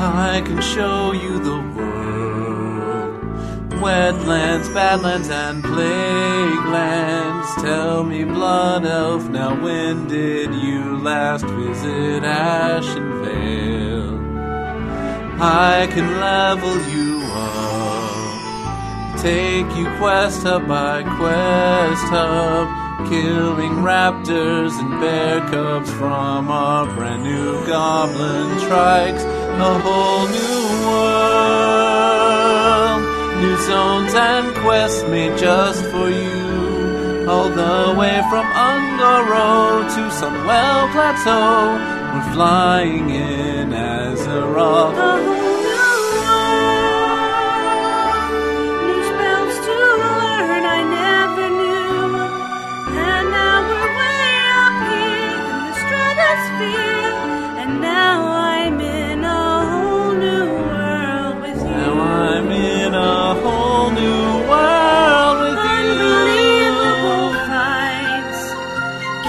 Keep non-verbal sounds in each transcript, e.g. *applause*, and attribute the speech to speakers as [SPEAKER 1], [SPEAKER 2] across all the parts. [SPEAKER 1] I can show you the world. Wetlands, badlands, and plaguelands. Tell me, Blood Elf, now when did you last visit Ashenvale? I can level you up. Take you quest hub by quest hub. Killing raptors and bear cubs from our brand new goblin trikes. A whole new world. New zones and quests made just for you. All the way from Ungaro to Sunwell Plateau. We're flying in as a
[SPEAKER 2] New spells to learn I never knew. And now we're way up here in the stratosphere. And now I'm in a whole new world with you.
[SPEAKER 1] Now I'm in a whole new world with
[SPEAKER 2] Unbelievable
[SPEAKER 1] you.
[SPEAKER 2] fights.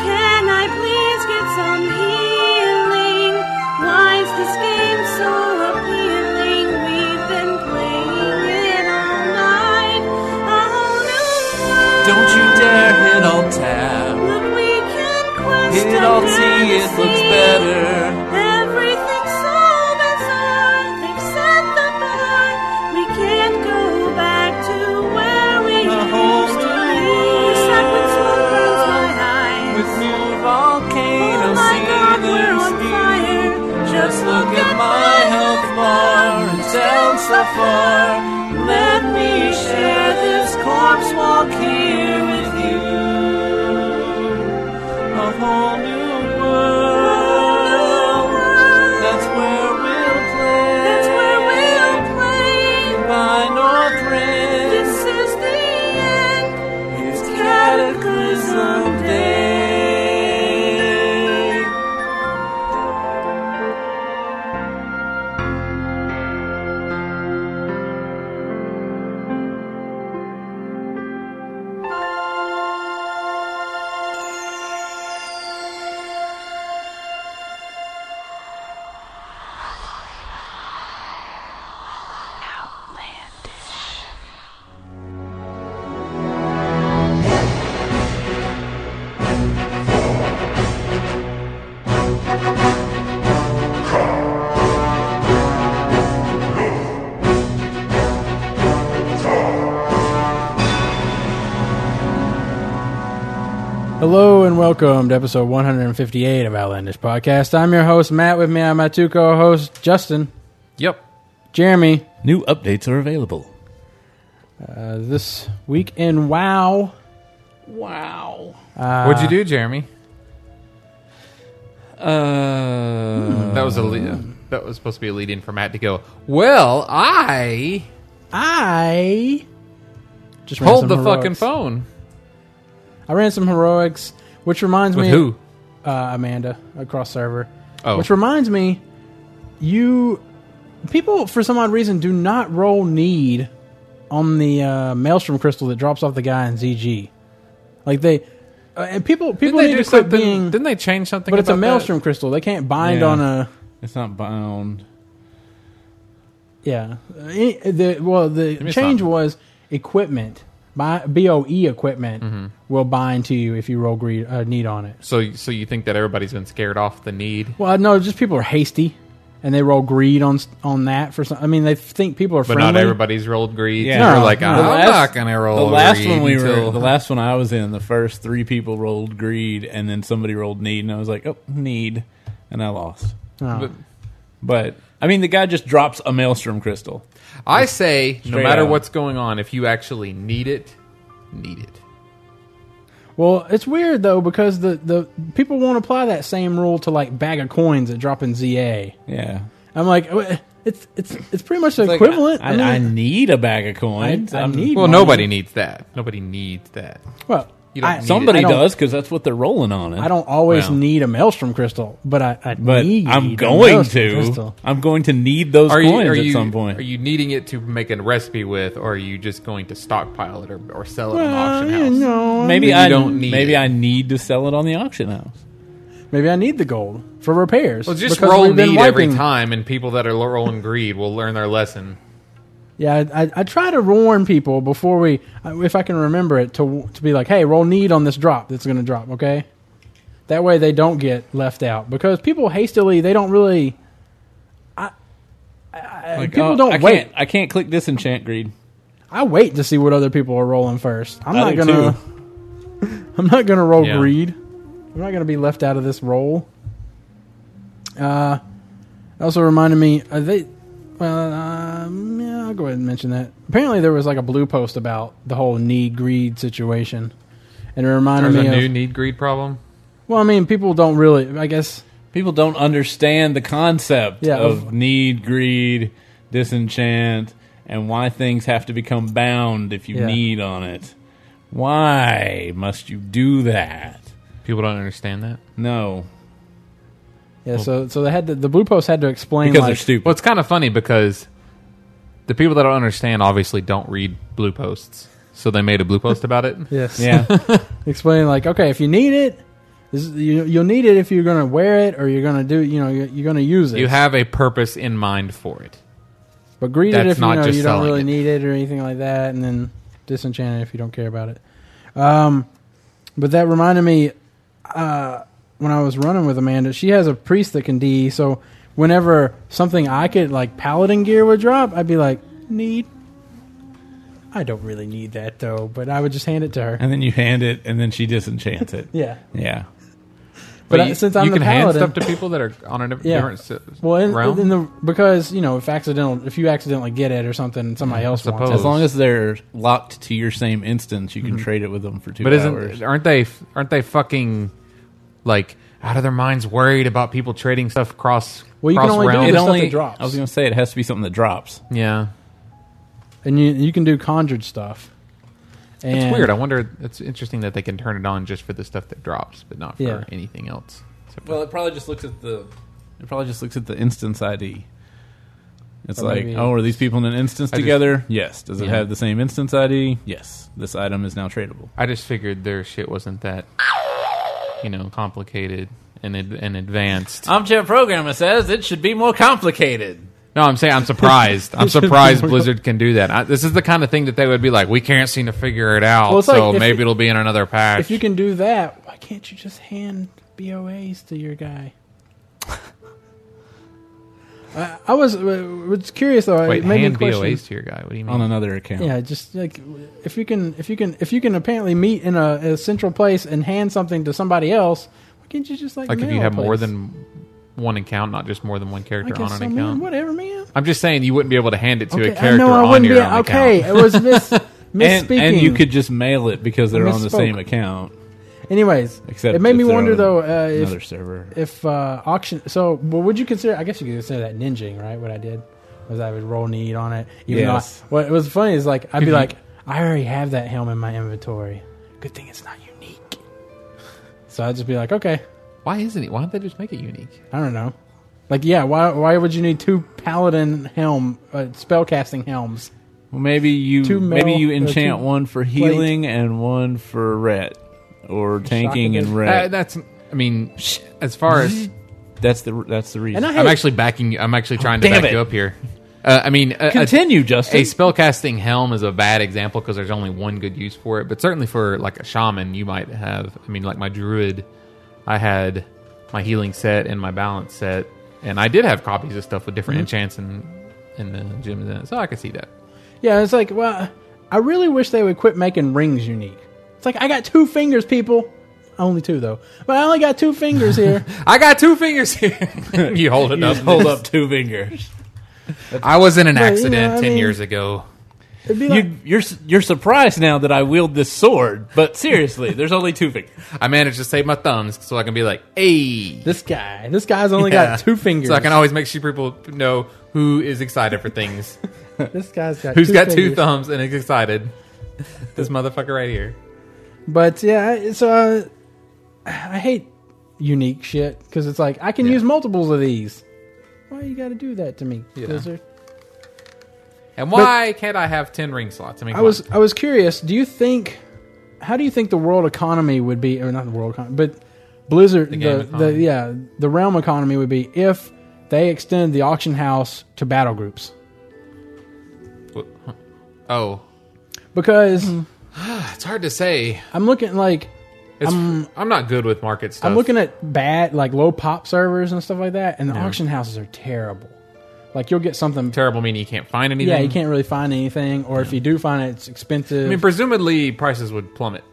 [SPEAKER 2] Can I please get some healing? Why's this game so appealing? We've been playing it all night. Oh, A whole new world.
[SPEAKER 1] Don't you dare hit alt tab.
[SPEAKER 2] But we can quest
[SPEAKER 1] Hit alt Z,
[SPEAKER 2] under the
[SPEAKER 1] it looks
[SPEAKER 2] sea.
[SPEAKER 1] better.
[SPEAKER 2] Everything's so bizarre. They've set the bar. We can't go back to where we
[SPEAKER 1] The whole
[SPEAKER 2] used to
[SPEAKER 1] new
[SPEAKER 2] be. The silence burns my eyes.
[SPEAKER 1] With new volcanoes,
[SPEAKER 2] Oh my
[SPEAKER 1] see
[SPEAKER 2] God,
[SPEAKER 1] them
[SPEAKER 2] we're on
[SPEAKER 1] spew.
[SPEAKER 2] fire.
[SPEAKER 1] Just look at my health bar. and down so far. Let me share this corpse walk here with you. A whole new world. That's where we'll play.
[SPEAKER 2] That's where we'll play.
[SPEAKER 1] By Northrend.
[SPEAKER 2] This is the end.
[SPEAKER 1] It's Cataclysm Day.
[SPEAKER 3] Hello and welcome to episode 158 of Outlandish Podcast. I'm your host, Matt. With me, I'm my two co hosts, Justin,
[SPEAKER 4] Yep.
[SPEAKER 3] Jeremy.
[SPEAKER 4] New updates are available.
[SPEAKER 3] Uh, this week in WoW. Wow.
[SPEAKER 5] What'd you do, Jeremy?
[SPEAKER 4] Uh,
[SPEAKER 5] That was a lead, that was supposed to be a lead in for Matt to go. Well, I
[SPEAKER 3] I just ran
[SPEAKER 5] hold
[SPEAKER 3] some
[SPEAKER 5] the
[SPEAKER 3] heroics.
[SPEAKER 5] fucking phone
[SPEAKER 3] I ran some heroics, which reminds
[SPEAKER 5] with
[SPEAKER 3] me.
[SPEAKER 5] who?
[SPEAKER 3] Uh, Amanda, across server.
[SPEAKER 5] Oh.
[SPEAKER 3] Which reminds me, you. People, for some odd reason, do not roll need on the uh, Maelstrom crystal that drops off the guy in ZG. Like they. Uh, and people people
[SPEAKER 5] Didn't they
[SPEAKER 3] need
[SPEAKER 5] do
[SPEAKER 3] to quit
[SPEAKER 5] something?
[SPEAKER 3] being.
[SPEAKER 5] Didn't they change something?
[SPEAKER 3] But it's a
[SPEAKER 5] about that?
[SPEAKER 3] Maelstrom crystal. They can't bind
[SPEAKER 4] Yeah.
[SPEAKER 3] on a.
[SPEAKER 4] it's not bound.
[SPEAKER 3] Yeah. Uh, i- The, well, the
[SPEAKER 5] me
[SPEAKER 3] change
[SPEAKER 5] something.
[SPEAKER 3] was equipment. My BOE E equipment
[SPEAKER 5] Mm-hmm.
[SPEAKER 3] will bind to you if you roll greed, uh, need on it.
[SPEAKER 5] So so you think that everybody's been scared off the need,
[SPEAKER 3] Well, no, just people are hasty, and they roll greed on on that for some. I mean, they think people are
[SPEAKER 5] but
[SPEAKER 3] friendly.
[SPEAKER 5] not everybody's rolled greed.
[SPEAKER 4] Yeah.
[SPEAKER 5] They're
[SPEAKER 3] No,
[SPEAKER 5] like
[SPEAKER 3] no.
[SPEAKER 5] I'm
[SPEAKER 3] The
[SPEAKER 4] last-
[SPEAKER 5] not gonna roll.
[SPEAKER 4] the last
[SPEAKER 5] greed
[SPEAKER 4] one we were,
[SPEAKER 5] until- *laughs*
[SPEAKER 4] the last one I was in, the first three people rolled greed, and then somebody rolled need, and I was like, oh, need, and I lost.
[SPEAKER 3] No.
[SPEAKER 5] but-
[SPEAKER 4] But I mean, the guy just drops a maelstrom crystal.
[SPEAKER 5] I say, no
[SPEAKER 4] Straight
[SPEAKER 5] matter
[SPEAKER 4] out.
[SPEAKER 5] what's going on, if you actually need it, need it.
[SPEAKER 3] Well, it's weird though because the the people won't apply that same rule to like bag of coins that drop in ZA.
[SPEAKER 4] Yeah,
[SPEAKER 3] I'm like, "Oh, it's it's it's pretty much the
[SPEAKER 4] Like,
[SPEAKER 3] equivalent.
[SPEAKER 4] I, I, I need a bag of coins.
[SPEAKER 3] I
[SPEAKER 4] I'm-
[SPEAKER 3] need
[SPEAKER 5] Well,
[SPEAKER 3] money.
[SPEAKER 5] nobody needs that. Nobody needs that.
[SPEAKER 3] Well,
[SPEAKER 5] You don't
[SPEAKER 3] I-
[SPEAKER 5] need it.
[SPEAKER 4] somebody
[SPEAKER 3] I don't-
[SPEAKER 4] does because that's what they're rolling on. It.
[SPEAKER 3] I don't always
[SPEAKER 5] Well.
[SPEAKER 3] need a maelstrom crystal, but I, I
[SPEAKER 4] But
[SPEAKER 3] need
[SPEAKER 4] I'm
[SPEAKER 3] a
[SPEAKER 4] going
[SPEAKER 3] Maelstrom
[SPEAKER 4] to.
[SPEAKER 3] crystal.
[SPEAKER 4] I'm going to need those
[SPEAKER 5] Are you,
[SPEAKER 4] coins
[SPEAKER 5] are
[SPEAKER 4] at
[SPEAKER 5] you
[SPEAKER 4] some point.
[SPEAKER 5] are you needing it to make a recipe with, or are you just going to stockpile it or, or sell it at an
[SPEAKER 3] Well,
[SPEAKER 5] auction
[SPEAKER 3] you
[SPEAKER 5] house?
[SPEAKER 3] know, I
[SPEAKER 4] maybe
[SPEAKER 3] mean,
[SPEAKER 4] I
[SPEAKER 5] don't need
[SPEAKER 4] Maybe
[SPEAKER 5] it.
[SPEAKER 4] I need to sell it on the auction house.
[SPEAKER 3] Maybe I need the gold for repairs.
[SPEAKER 5] Well, just
[SPEAKER 3] because
[SPEAKER 5] roll
[SPEAKER 3] we've been
[SPEAKER 5] need every
[SPEAKER 3] wiping-
[SPEAKER 5] time, and people that are rolling greed will learn their lesson.
[SPEAKER 3] Yeah, I, I, I try to warn people before we, uh, if I can remember it, to to be like, hey, roll need on this drop that's going to drop. Okay, that way they don't get left out because people hastily they don't really.
[SPEAKER 4] Like,
[SPEAKER 3] Uh, people
[SPEAKER 4] oh,
[SPEAKER 3] don't
[SPEAKER 4] I
[SPEAKER 3] wait.
[SPEAKER 4] Can't, I can't click disenchant greed.
[SPEAKER 3] I wait to see what other people are rolling first. I'm
[SPEAKER 4] I
[SPEAKER 3] not
[SPEAKER 4] do
[SPEAKER 3] gonna.
[SPEAKER 4] too.
[SPEAKER 3] I'm not gonna roll
[SPEAKER 5] Yeah.
[SPEAKER 3] greed. I'm not gonna be left out of this roll. Uh, it also reminded me. Are they? Well, um, yeah, I'll go ahead and mention that. Apparently, there was like a blue post about the whole need greed situation, and it reminded
[SPEAKER 5] There's a
[SPEAKER 3] me of.
[SPEAKER 5] new need greed problem.
[SPEAKER 3] well, I mean, people don't really. I guess.
[SPEAKER 4] People don't understand the concept
[SPEAKER 3] Yeah,
[SPEAKER 4] of,
[SPEAKER 3] of-
[SPEAKER 4] need, greed, disenchant, and why things have to become bound if you
[SPEAKER 3] Yeah.
[SPEAKER 4] need on it. Why must you do that?
[SPEAKER 5] People don't understand that.
[SPEAKER 4] No,
[SPEAKER 3] Yeah. so, so they had to, the blue post had to explain
[SPEAKER 4] because
[SPEAKER 3] like,
[SPEAKER 4] they're stupid.
[SPEAKER 5] Well, it's kind of funny because the people that don't understand obviously don't read blue posts, so they made a blue
[SPEAKER 3] *laughs*
[SPEAKER 5] post about it.
[SPEAKER 3] Yes.
[SPEAKER 5] *laughs*
[SPEAKER 4] *laughs* yeah,
[SPEAKER 3] explain like okay if you need it this, is- you, you'll need it if you're going to wear it or you're going to do you know you're, you're going to use it
[SPEAKER 5] You have a purpose in mind for it.
[SPEAKER 3] but greet it
[SPEAKER 5] that's
[SPEAKER 3] if you
[SPEAKER 5] not
[SPEAKER 3] know
[SPEAKER 5] just
[SPEAKER 3] you don't
[SPEAKER 5] selling
[SPEAKER 3] really
[SPEAKER 5] it.
[SPEAKER 3] need it or anything like that and then disenchant it if you don't care about it um, but that reminded me uh, when i was running with amanda she has a priest that can de so whenever something i could like paladin gear would drop i'd be like need i don't really need that though but i would just hand it to her
[SPEAKER 4] and then you hand it, and then she disenchants it.
[SPEAKER 3] yeah
[SPEAKER 4] Yeah,
[SPEAKER 3] but,
[SPEAKER 5] But
[SPEAKER 3] I-
[SPEAKER 5] you,
[SPEAKER 3] since
[SPEAKER 5] you
[SPEAKER 3] i'm the
[SPEAKER 5] can hand
[SPEAKER 3] paladin
[SPEAKER 5] stuff to people that are on a
[SPEAKER 3] *laughs*
[SPEAKER 5] diff-
[SPEAKER 3] Yeah.
[SPEAKER 5] different s-
[SPEAKER 3] Well, in,
[SPEAKER 5] realm.
[SPEAKER 3] in the because you know if accidental if you accidentally get it or something, somebody else wants
[SPEAKER 5] suppose.
[SPEAKER 4] As
[SPEAKER 3] it.
[SPEAKER 4] long as they're locked to your same instance, you can
[SPEAKER 3] Mm-hmm.
[SPEAKER 4] trade it with them for two
[SPEAKER 5] but isn't
[SPEAKER 4] hours.
[SPEAKER 5] aren't they aren't they fucking like out of their minds worried about people trading stuff cross
[SPEAKER 3] Well, you can
[SPEAKER 5] cross
[SPEAKER 3] only do
[SPEAKER 5] realm?
[SPEAKER 3] it
[SPEAKER 4] It
[SPEAKER 3] stuff
[SPEAKER 4] only
[SPEAKER 3] that drops.
[SPEAKER 4] I was going to say it has to be something that drops.
[SPEAKER 5] yeah.
[SPEAKER 3] and you you can do conjured stuff. And
[SPEAKER 5] It's weird. I wonder. It's interesting that they can turn it on just for the stuff that drops, but not for
[SPEAKER 3] Yeah.
[SPEAKER 5] anything else. Except for-
[SPEAKER 4] Well, it probably just looks at the it probably just looks at the instance ID. It's
[SPEAKER 3] Or
[SPEAKER 4] like,
[SPEAKER 3] maybe-
[SPEAKER 4] oh, are these people in an instance
[SPEAKER 5] just-
[SPEAKER 4] together? yes. Does it
[SPEAKER 5] Yeah.
[SPEAKER 4] have the same instance ID? Yes. This item is now tradable.
[SPEAKER 5] I just figured their shit wasn't that, you know, complicated and ad- and advanced.
[SPEAKER 3] Uh,
[SPEAKER 4] Armchair programmer says it should be more complicated.
[SPEAKER 5] No, I'm saying I'm surprised.
[SPEAKER 3] *laughs*
[SPEAKER 5] I'm surprised Blizzard can do that. I, this is the kind of thing that they would be like, we can't seem to figure it out,
[SPEAKER 3] Well, it's like
[SPEAKER 5] so
[SPEAKER 3] if
[SPEAKER 5] maybe
[SPEAKER 3] you-
[SPEAKER 5] it'll be in another patch.
[SPEAKER 3] If you can do that, why can't you just hand BOAs to your guy? I, I was uh, was curious though.
[SPEAKER 5] Wait,
[SPEAKER 3] it made me
[SPEAKER 5] hand
[SPEAKER 3] uh, question-
[SPEAKER 5] BOAs to your guy. What do you mean?
[SPEAKER 4] On another account.
[SPEAKER 3] Yeah, just like if you can if you can if you can apparently meet in a, a central place and hand something to somebody else, why can't you just like
[SPEAKER 5] like if
[SPEAKER 3] mail
[SPEAKER 5] you
[SPEAKER 3] a
[SPEAKER 5] have more
[SPEAKER 3] place?
[SPEAKER 5] than one account, not just more than one
[SPEAKER 3] I
[SPEAKER 5] character
[SPEAKER 3] guess
[SPEAKER 5] on an
[SPEAKER 3] so,
[SPEAKER 5] account.
[SPEAKER 3] man. Whatever, man.
[SPEAKER 5] I'm just saying you wouldn't be able to hand it to a
[SPEAKER 3] Okay,
[SPEAKER 5] character
[SPEAKER 3] I know I
[SPEAKER 5] on
[SPEAKER 3] wouldn't
[SPEAKER 5] your
[SPEAKER 3] be
[SPEAKER 5] own
[SPEAKER 3] okay.
[SPEAKER 5] account.
[SPEAKER 3] It was
[SPEAKER 5] *laughs*
[SPEAKER 3] mis-
[SPEAKER 4] And,
[SPEAKER 3] misspeaking.
[SPEAKER 4] and you could just mail it because they're on the
[SPEAKER 3] Misspoke.
[SPEAKER 4] same account.
[SPEAKER 3] anyways.
[SPEAKER 4] Except
[SPEAKER 3] it made
[SPEAKER 4] if
[SPEAKER 3] me
[SPEAKER 4] they're
[SPEAKER 3] wonder
[SPEAKER 4] on
[SPEAKER 3] though uh,
[SPEAKER 4] Another
[SPEAKER 3] if
[SPEAKER 4] server.
[SPEAKER 3] if uh, auction. So, well, would you consider? I guess you could consider that ninjing, right? What I did was I would roll need on it. Even though I-
[SPEAKER 4] Yes.
[SPEAKER 3] what was funny is like I'd be
[SPEAKER 5] you-
[SPEAKER 3] like, I already have that helm in my inventory. Good thing it's not unique. So I'd just be like, okay,
[SPEAKER 5] Why isn't it? Why don't they just make it unique?
[SPEAKER 3] I don't know. Like, yeah, why why would you need two paladin helm uh, spellcasting helms?
[SPEAKER 4] Well, maybe you
[SPEAKER 3] Two
[SPEAKER 4] maybe
[SPEAKER 3] mail-
[SPEAKER 4] you
[SPEAKER 3] uh,
[SPEAKER 4] enchant
[SPEAKER 3] two
[SPEAKER 4] one for healing and one for ret or tanking and
[SPEAKER 3] it.
[SPEAKER 5] Uh,
[SPEAKER 4] ret.
[SPEAKER 5] that's. I mean, sh- as far
[SPEAKER 3] Uh,
[SPEAKER 5] as
[SPEAKER 4] That's the that's the reason.
[SPEAKER 3] And I
[SPEAKER 5] I'm
[SPEAKER 3] hate-
[SPEAKER 5] actually backing. you- I'm actually trying to
[SPEAKER 4] damn
[SPEAKER 5] back
[SPEAKER 4] it.
[SPEAKER 5] you up here. Uh, I mean, a, a,
[SPEAKER 4] Continue,
[SPEAKER 5] a
[SPEAKER 4] Justin.
[SPEAKER 5] spellcasting helm is a bad example because there's only one good use for it. But certainly for like a shaman, you might have. I mean, like my druid, I had my healing set and my balance set, and I did have copies of stuff with different
[SPEAKER 4] Mm-hmm.
[SPEAKER 5] enchants and and the gems in it, so I could see that.
[SPEAKER 3] Yeah, it's like, well, I really wish they would quit making rings unique. It's like I got two fingers, people. Only two though, but I only got two fingers here.
[SPEAKER 5] I got two fingers here. *laughs* you hold it up.
[SPEAKER 4] *laughs* hold up two fingers.
[SPEAKER 5] I was in an
[SPEAKER 3] you know,
[SPEAKER 5] accident
[SPEAKER 3] I
[SPEAKER 5] ten
[SPEAKER 3] mean-
[SPEAKER 5] years ago.
[SPEAKER 3] It'd be like,
[SPEAKER 4] You, you're s- you're surprised now that I wield this sword, but seriously, *laughs* there's only two fingers.
[SPEAKER 5] I managed to save my thumbs so I can be like, "Hey."
[SPEAKER 3] this guy, this guy's only
[SPEAKER 5] Yeah.
[SPEAKER 3] got two fingers.
[SPEAKER 5] So I can always make sure people know who is excited for things.
[SPEAKER 3] *laughs* this guy's got
[SPEAKER 5] Who's
[SPEAKER 3] two
[SPEAKER 5] got two
[SPEAKER 3] fingers.
[SPEAKER 5] thumbs and is excited? *laughs* This motherfucker right here.
[SPEAKER 3] But yeah, I- so I, I hate unique shit because it's like I can use multiples of these. Why you got to do that to me, Blizzard?
[SPEAKER 5] And why can't I have ten ring slots? I mean,
[SPEAKER 3] I was I was curious. Do you think? How do you think the world economy would be, or not the world economy, but Blizzard, the,
[SPEAKER 5] game
[SPEAKER 3] the,
[SPEAKER 5] economy.
[SPEAKER 3] yeah, the realm economy would be if they extended the auction house to battle groups
[SPEAKER 5] Oh,
[SPEAKER 3] because
[SPEAKER 5] Mm-hmm. it's hard to say.
[SPEAKER 3] I'm looking like
[SPEAKER 5] It's, I'm not good with market stuff.
[SPEAKER 3] I'm looking at bad like low pop servers and stuff like that, and the auction houses are terrible. Like you'll get something,
[SPEAKER 5] terrible. Meaning you can't find anything.
[SPEAKER 3] yeah, you can't really find anything, or if you do find it, it's expensive.
[SPEAKER 5] I mean, presumably prices would plummet.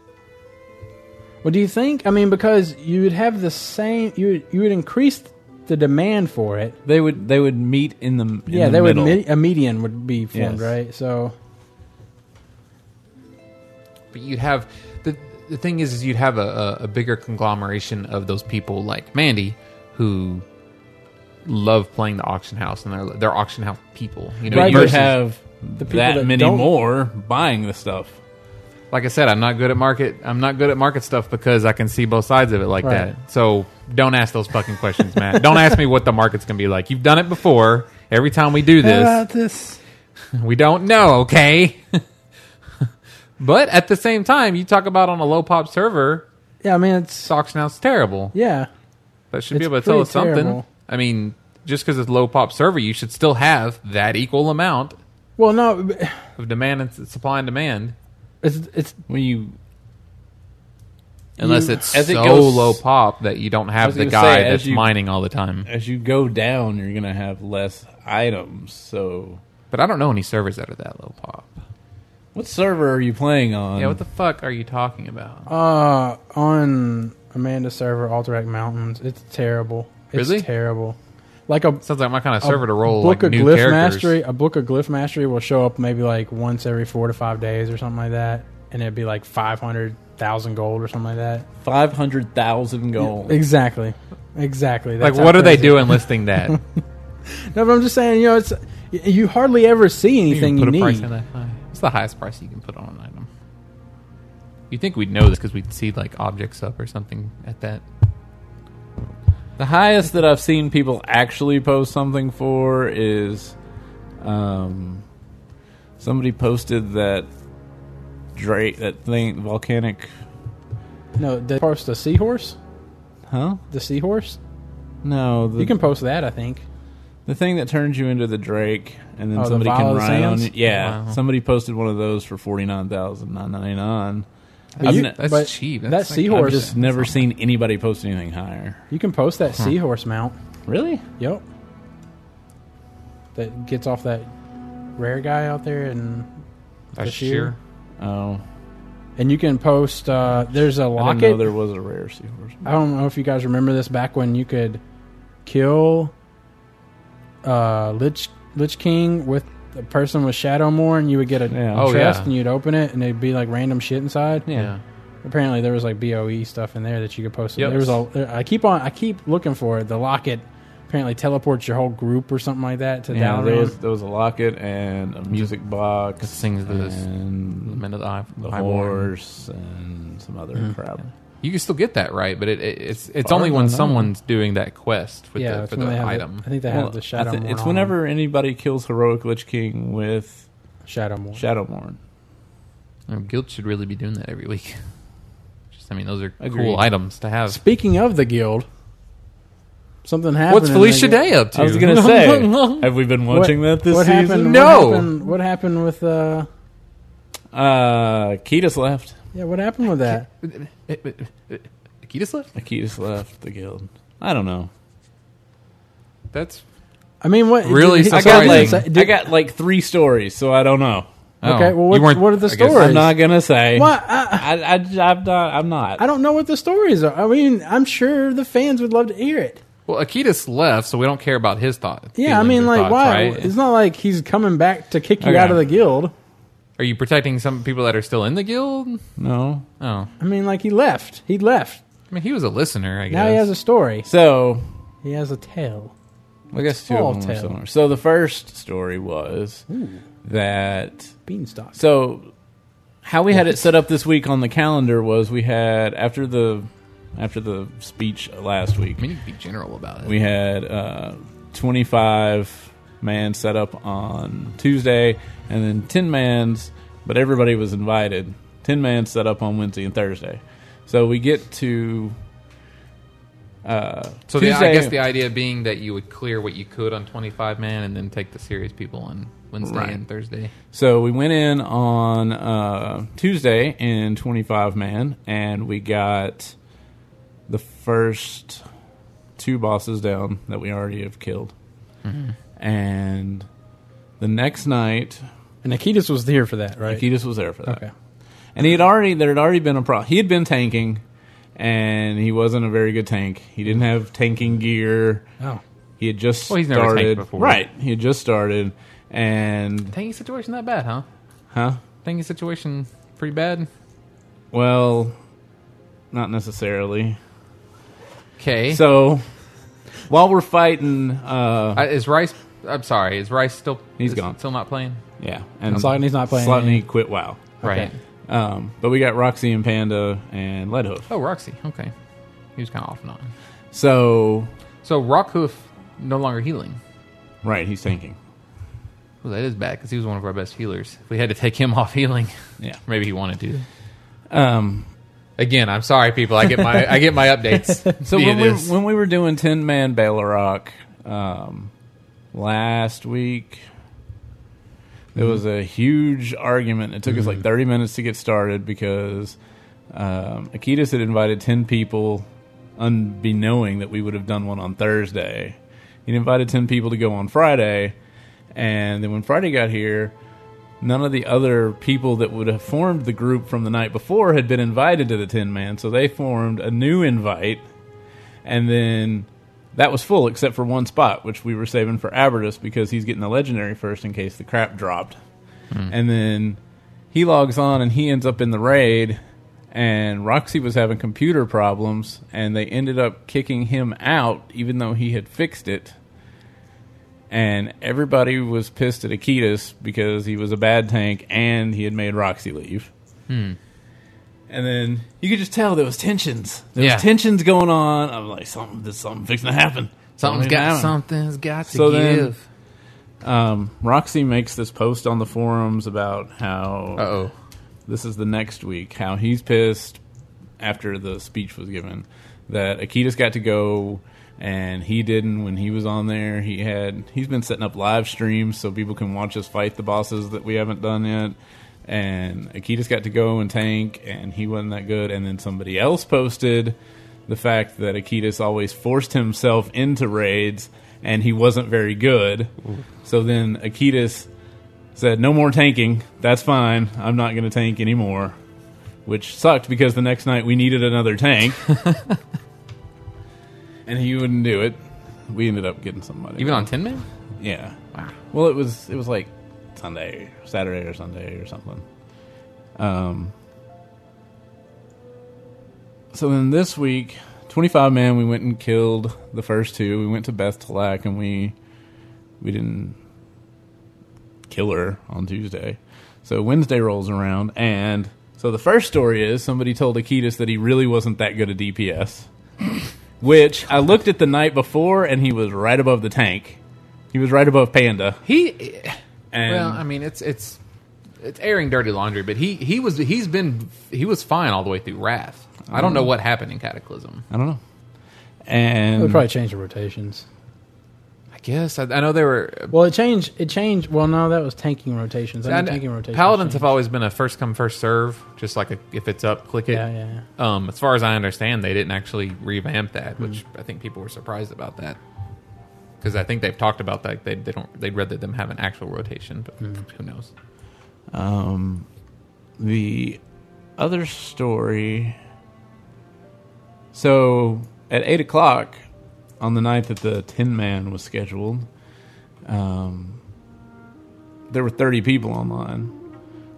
[SPEAKER 3] Well, do you think? I mean, because you would have the same, you would, you would increase the demand for it.
[SPEAKER 4] They would they would meet in the in
[SPEAKER 3] yeah,
[SPEAKER 4] the
[SPEAKER 3] they
[SPEAKER 4] middle.
[SPEAKER 3] would medi- a median would be formed,
[SPEAKER 4] Yes.
[SPEAKER 3] right? So
[SPEAKER 5] But you'd have the the thing is, is you'd have a, a, a bigger conglomeration of those people like Mandy who love playing the auction house and they're they're auction house people. You know,
[SPEAKER 4] But
[SPEAKER 3] Right,
[SPEAKER 4] you
[SPEAKER 3] versus
[SPEAKER 4] have
[SPEAKER 3] people
[SPEAKER 4] that
[SPEAKER 3] that
[SPEAKER 4] many
[SPEAKER 3] don't-
[SPEAKER 4] more buying the stuff.
[SPEAKER 5] like I said, I'm not good at market. I'm not good at market stuff because I can see both sides of it like
[SPEAKER 3] Right.
[SPEAKER 5] that. So don't ask those fucking questions, Matt. don't ask me what the market's gonna be like. You've done it before. Every time we do this,
[SPEAKER 4] this
[SPEAKER 5] we don't know. Okay. *laughs* But at the same time, you talk about on a low pop server,
[SPEAKER 3] yeah, I mean, it's
[SPEAKER 5] Sox now's terrible.
[SPEAKER 3] yeah,
[SPEAKER 5] That should be
[SPEAKER 3] It's
[SPEAKER 5] able to tell us
[SPEAKER 3] pretty
[SPEAKER 5] something.
[SPEAKER 3] terrible.
[SPEAKER 5] I mean, just because it's low pop server, you should still have that equal amount
[SPEAKER 3] well, no, but-
[SPEAKER 5] of demand and s- supply and demand,
[SPEAKER 3] it's it's
[SPEAKER 4] when you
[SPEAKER 5] unless it's
[SPEAKER 4] as it
[SPEAKER 5] so
[SPEAKER 4] goes-
[SPEAKER 5] low pop that you don't have
[SPEAKER 4] was
[SPEAKER 5] the
[SPEAKER 4] gonna
[SPEAKER 5] guy
[SPEAKER 4] say, as
[SPEAKER 5] that's
[SPEAKER 4] you-
[SPEAKER 5] mining all the time.
[SPEAKER 4] as you go down, you're gonna have less items. So
[SPEAKER 5] But I don't know any servers that are that low pop.
[SPEAKER 4] what server are you playing on?
[SPEAKER 5] Yeah, what the fuck are you talking about?
[SPEAKER 3] uh on Amanda server, Alterac Mountains. It's terrible. It's
[SPEAKER 5] Really?
[SPEAKER 3] terrible. Like a
[SPEAKER 5] Sounds like my kind of server to roll
[SPEAKER 3] book
[SPEAKER 5] like
[SPEAKER 3] of
[SPEAKER 5] new
[SPEAKER 3] glyph
[SPEAKER 5] characters.
[SPEAKER 3] mastery. A book of glyph mastery will show up maybe like once every four to five days or something like that, and it'd be like five hundred thousand gold or something like that.
[SPEAKER 4] Five hundred thousand gold.
[SPEAKER 3] Exactly. Exactly.
[SPEAKER 5] Like,
[SPEAKER 3] That's
[SPEAKER 5] what
[SPEAKER 3] how
[SPEAKER 5] are they
[SPEAKER 3] crazy-
[SPEAKER 5] doing
[SPEAKER 3] *laughs*
[SPEAKER 5] listing that? You
[SPEAKER 3] No, but I'm just saying, you know, it's y- you hardly ever see anything
[SPEAKER 5] can
[SPEAKER 3] you,
[SPEAKER 5] put a price
[SPEAKER 3] need.
[SPEAKER 5] on that high. What's the highest price you can put on an item? You think we'd know this because we'd see like objects up or something at that?
[SPEAKER 4] The highest that I've seen people actually post something for is um, somebody posted that Drake that thing volcanic
[SPEAKER 3] No, the post the seahorse,
[SPEAKER 4] huh?
[SPEAKER 3] the seahorse.
[SPEAKER 4] No, the,
[SPEAKER 3] You can post that, I think.
[SPEAKER 4] the thing that turns you into the Drake and then
[SPEAKER 3] Oh, the
[SPEAKER 4] somebody can
[SPEAKER 3] Viola
[SPEAKER 4] ride on
[SPEAKER 3] Sands?
[SPEAKER 4] it. Yeah.
[SPEAKER 5] Wow.
[SPEAKER 4] Somebody posted one of those for forty nine thousand nine ninety nine.
[SPEAKER 3] But you-
[SPEAKER 4] I've
[SPEAKER 5] That's
[SPEAKER 3] but
[SPEAKER 5] cheap.
[SPEAKER 3] that
[SPEAKER 5] That's like-
[SPEAKER 3] seahorse,
[SPEAKER 4] I've just never seen anybody post anything higher.
[SPEAKER 3] you can post that seahorse mount.
[SPEAKER 4] Really?
[SPEAKER 3] Yep. That gets off that rare guy out there, and
[SPEAKER 5] That's
[SPEAKER 3] This year?
[SPEAKER 5] sheer.
[SPEAKER 4] Oh,
[SPEAKER 3] and you can post. Uh, there's a
[SPEAKER 4] I didn't know
[SPEAKER 3] locket.
[SPEAKER 4] there was a rare seahorse.
[SPEAKER 3] I don't know if you guys remember this back when you could kill uh, Lich Lich King with the person with Shadowmoor, and you would get a
[SPEAKER 4] Yeah.
[SPEAKER 5] Oh,
[SPEAKER 3] chest,
[SPEAKER 5] yeah.
[SPEAKER 3] and you'd open it, and it'd be like random shit inside.
[SPEAKER 5] Yeah.
[SPEAKER 3] Apparently, there was like BOE stuff in there that you could post.
[SPEAKER 5] Yep.
[SPEAKER 3] There was a. there- I keep on. I keep looking for it. the locket. Apparently, teleports your whole group or something like that to
[SPEAKER 4] Yeah, there
[SPEAKER 3] Dalaran.
[SPEAKER 4] was, there was a locket and a music box.
[SPEAKER 5] Sings the
[SPEAKER 4] and
[SPEAKER 5] men of the eye.
[SPEAKER 4] the
[SPEAKER 5] High Born.
[SPEAKER 4] horse and some other
[SPEAKER 3] Mm.
[SPEAKER 4] crap.
[SPEAKER 5] You can still get that right, but it, it, it's it's
[SPEAKER 4] Or
[SPEAKER 5] only when
[SPEAKER 4] another.
[SPEAKER 5] someone's doing that quest with
[SPEAKER 3] yeah,
[SPEAKER 5] the,
[SPEAKER 3] it's
[SPEAKER 5] for
[SPEAKER 3] when
[SPEAKER 5] the
[SPEAKER 3] they have the-
[SPEAKER 5] item.
[SPEAKER 3] I think they
[SPEAKER 4] Well,
[SPEAKER 3] have the
[SPEAKER 4] I
[SPEAKER 3] Shadowmoor.
[SPEAKER 4] thi- it's
[SPEAKER 3] on
[SPEAKER 4] whenever anybody kills heroic Lich King with
[SPEAKER 3] them. Shadowmoor.
[SPEAKER 4] Shadowmourne.
[SPEAKER 5] Oh, Guild should really be doing that every week. *laughs* Just, I mean, those are
[SPEAKER 4] Agreed.
[SPEAKER 5] cool items to have.
[SPEAKER 3] Speaking of the guild, something happened.
[SPEAKER 5] What's
[SPEAKER 3] in the
[SPEAKER 5] Felicia
[SPEAKER 3] guild.
[SPEAKER 5] Day up to?
[SPEAKER 4] I was gonna say, *laughs* have we been watching that this
[SPEAKER 3] happened-
[SPEAKER 4] season?
[SPEAKER 5] No.
[SPEAKER 3] What happened, what happened with uh?
[SPEAKER 4] Uh, Akitas left.
[SPEAKER 3] Yeah, what happened with that?
[SPEAKER 5] *laughs* Akitas left.
[SPEAKER 4] Akitas left the guild. I don't know.
[SPEAKER 5] That's
[SPEAKER 3] I mean, what
[SPEAKER 5] Really
[SPEAKER 3] did-
[SPEAKER 4] I
[SPEAKER 3] did-
[SPEAKER 4] got
[SPEAKER 5] Surprising.
[SPEAKER 4] like
[SPEAKER 3] did-
[SPEAKER 4] I got like three stories, so I don't know.
[SPEAKER 5] oh,
[SPEAKER 3] Okay, well,
[SPEAKER 5] you
[SPEAKER 3] what-
[SPEAKER 5] weren't-
[SPEAKER 3] what are the
[SPEAKER 5] I guess-
[SPEAKER 3] stories?
[SPEAKER 4] I'm not gonna say.
[SPEAKER 3] Why- I,
[SPEAKER 4] I, I, I'm not. I'm not.
[SPEAKER 3] I don't know what the stories are. I mean, I'm sure the fans would love to hear it.
[SPEAKER 5] Well, Akitas left, so we don't care about his thought.
[SPEAKER 3] Yeah, I
[SPEAKER 5] feelings
[SPEAKER 3] mean,
[SPEAKER 5] or
[SPEAKER 3] like,
[SPEAKER 5] thoughts,
[SPEAKER 3] why?
[SPEAKER 5] right?
[SPEAKER 3] It's not like he's coming back to kick you
[SPEAKER 4] Okay.
[SPEAKER 3] out of the guild.
[SPEAKER 5] Are you protecting some people that are still in the guild?
[SPEAKER 4] no.
[SPEAKER 5] Oh,
[SPEAKER 3] I mean, like, he left. He left.
[SPEAKER 5] I mean, he was a listener. I guess.
[SPEAKER 3] Now he has a story.
[SPEAKER 4] So
[SPEAKER 3] He has a tale.
[SPEAKER 4] I guess two
[SPEAKER 3] Small
[SPEAKER 4] of them were
[SPEAKER 3] town.
[SPEAKER 4] similar. So the first story was that
[SPEAKER 3] Beanstalk.
[SPEAKER 4] so how we had it set up this week on the calendar was we had after the after the speech last week
[SPEAKER 5] I mean, you can be general about it.
[SPEAKER 4] we had uh, 25 man set up on Tuesday and then 10 mans, but everybody was invited. 10 man set up on Wednesday and Thursday. So we get to Uh,
[SPEAKER 5] So the, I
[SPEAKER 4] Tuesday-
[SPEAKER 5] guess the idea being that you would clear what you could on 25 man and then take the serious people on Wednesday
[SPEAKER 4] Right.
[SPEAKER 5] and Thursday.
[SPEAKER 4] So we went in on uh, Tuesday in 25 man, and we got the first two bosses down that we already have killed.
[SPEAKER 5] Mm-hmm.
[SPEAKER 4] And the next night,
[SPEAKER 3] And Nikitas was here for that, right?
[SPEAKER 4] Akitas was there for that.
[SPEAKER 3] Okay.
[SPEAKER 4] And he had already there had already been a problem. He had been tanking, and he wasn't a very good tank. He didn't have tanking gear.
[SPEAKER 3] Oh.
[SPEAKER 4] He had just
[SPEAKER 5] Well, he's never tanked
[SPEAKER 4] started.
[SPEAKER 5] before.
[SPEAKER 4] Right. He had just started, and
[SPEAKER 5] Tangy situation that bad, huh?
[SPEAKER 4] huh.
[SPEAKER 5] Tangy situation pretty bad.
[SPEAKER 4] Well, not necessarily.
[SPEAKER 5] Okay. So
[SPEAKER 4] So, while we're fighting, uh,
[SPEAKER 5] is Rice? I'm sorry. Is Rice still?
[SPEAKER 4] He's
[SPEAKER 5] is
[SPEAKER 4] gone.
[SPEAKER 5] Still not playing.
[SPEAKER 4] yeah, and
[SPEAKER 3] Slotny's not playing.
[SPEAKER 4] Slotny quit WoW.
[SPEAKER 5] Right.
[SPEAKER 4] Um, but we got Roxy and Panda and Leadhoof.
[SPEAKER 5] Oh, Roxy. Okay. He was kind of off and on.
[SPEAKER 4] So,
[SPEAKER 5] So Rockhoof no longer healing.
[SPEAKER 4] right, he's tanking.
[SPEAKER 5] Well, that is bad because he was one of our best healers. If we had to take him *laughs* off healing,
[SPEAKER 4] Yeah.
[SPEAKER 5] maybe he wanted to.
[SPEAKER 4] Um,
[SPEAKER 5] Again, I'm sorry, people. I get my I get my updates.
[SPEAKER 4] *laughs* So
[SPEAKER 5] Be
[SPEAKER 4] when
[SPEAKER 5] it
[SPEAKER 4] we,
[SPEAKER 5] is.
[SPEAKER 4] when we were doing Tin Man Balorok um, last week, there was a huge argument. It took us
[SPEAKER 5] Mm-hmm.
[SPEAKER 4] like 30 minutes to get started because um, Akitas had invited 10 people, unbeknowing that we would have done one on Thursday. He invited 10 people to go on Friday. And then when Friday got here, none of the other people that would have formed the group from the night before had been invited to the Tin Man, so they formed a new invite, and then that was full except for one spot, which we were saving for Abertus because he's getting the legendary first in case the crap dropped. And then he logs on and he ends up in the raid, and Roxy was having computer problems, and they ended up kicking him out, even though he had fixed it and everybody was pissed at Akitas because he was a bad tank and he had made Roxy leave.
[SPEAKER 5] Hmm.
[SPEAKER 4] And then you could just tell there was tensions. There
[SPEAKER 5] Yeah.
[SPEAKER 4] was tensions going on. I'm like, something, this, something fixing to happen.
[SPEAKER 5] something's
[SPEAKER 4] to
[SPEAKER 5] got
[SPEAKER 4] happen.
[SPEAKER 5] something's got to
[SPEAKER 4] So then-
[SPEAKER 5] give.
[SPEAKER 4] Um, Roxy makes this post on the forums about how
[SPEAKER 5] Uh oh.
[SPEAKER 4] this is the next week. How he's pissed after the speech was given that Akitas got to go and he didn't when he was on there. He had he's been setting up live streams so people can watch us fight the bosses that we haven't done yet. And Akitas got to go and tank, and he wasn't that good. And then somebody else posted the fact that Akitas always forced himself into raids, and he wasn't very good. So then Akitas said, "No more tanking. That's fine. I'm not going to tank anymore," which sucked because the next night we needed another tank, and he wouldn't do it. We ended up getting somebody.
[SPEAKER 5] Even on Tin Man.
[SPEAKER 4] yeah.
[SPEAKER 5] Wow.
[SPEAKER 4] Well, it was it was like Sunday, Saturday or Sunday or something. Um. So then this week, twenty five man, we went and killed the first two. We went to Beth Talak and we we didn't kill her on Tuesday. So Wednesday rolls around and so the first story is somebody told Akitas that he really wasn't that good a DPS. *laughs* Which I looked at the night before and he was right above the tank. He was right above Panda.
[SPEAKER 5] He.
[SPEAKER 4] And
[SPEAKER 5] Well, I mean, it's it's it's airing dirty laundry, but he he was he's been he was fine all the way through Wrath. I don't know
[SPEAKER 3] Mm-hmm.
[SPEAKER 5] what happened in Cataclysm.
[SPEAKER 3] Oh.
[SPEAKER 4] I don't know.
[SPEAKER 3] It would
[SPEAKER 4] And
[SPEAKER 3] probably change the rotations.
[SPEAKER 5] I guess I, I know they were.
[SPEAKER 3] Well, it changed. It changed. Well, no, that was tanking rotations. I
[SPEAKER 5] I
[SPEAKER 3] mean,
[SPEAKER 5] kn-
[SPEAKER 3] tanking rotations.
[SPEAKER 5] Paladins have
[SPEAKER 3] changed.
[SPEAKER 5] always been a first come first serve. Just like a, if it's up, click it.
[SPEAKER 3] Yeah, yeah, yeah.
[SPEAKER 5] Um, as far as I understand, they didn't actually revamp that, which
[SPEAKER 3] Mm.
[SPEAKER 5] I think people were surprised about that. Because I think they've talked about that they, they don't they'd rather them have an actual rotation, but
[SPEAKER 3] Mm.
[SPEAKER 5] who knows?
[SPEAKER 4] um, the other story. So at eight o'clock on the night that the Tin Man was scheduled, um, there were thirty people online.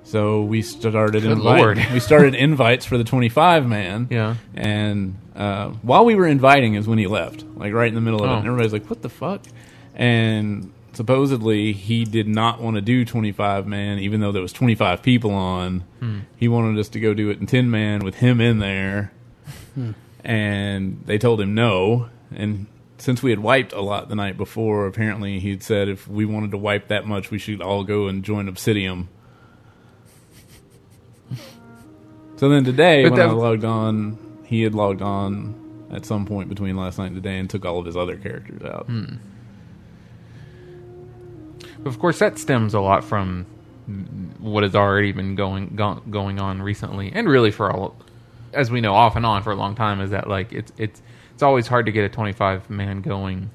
[SPEAKER 4] So we started
[SPEAKER 5] Good
[SPEAKER 4] invite-
[SPEAKER 5] Lord.
[SPEAKER 4] we started invites for the twenty five man.
[SPEAKER 5] Yeah.
[SPEAKER 4] And uh, while we were inviting is when he left, like right in the middle of it.
[SPEAKER 5] Oh.
[SPEAKER 4] And everybody's like, what the fuck? And supposedly he did not want to do 25 man, even though there was 25 people on. He wanted us to go do it in 10 man with him in there. And they told him no. And since we had wiped a lot the night before, apparently he'd said if we wanted to wipe that much, we should all go and join Obsidium. So then today,
[SPEAKER 5] But
[SPEAKER 4] when
[SPEAKER 5] that-
[SPEAKER 4] I logged on, he had logged on at some point between last night and today and took all of his other characters out.
[SPEAKER 5] Of course, that stems a lot from what has already been going go, going on recently, and really for all, as we know, off and on for a long time, is that like it's it's it's always hard to get a twenty five man going,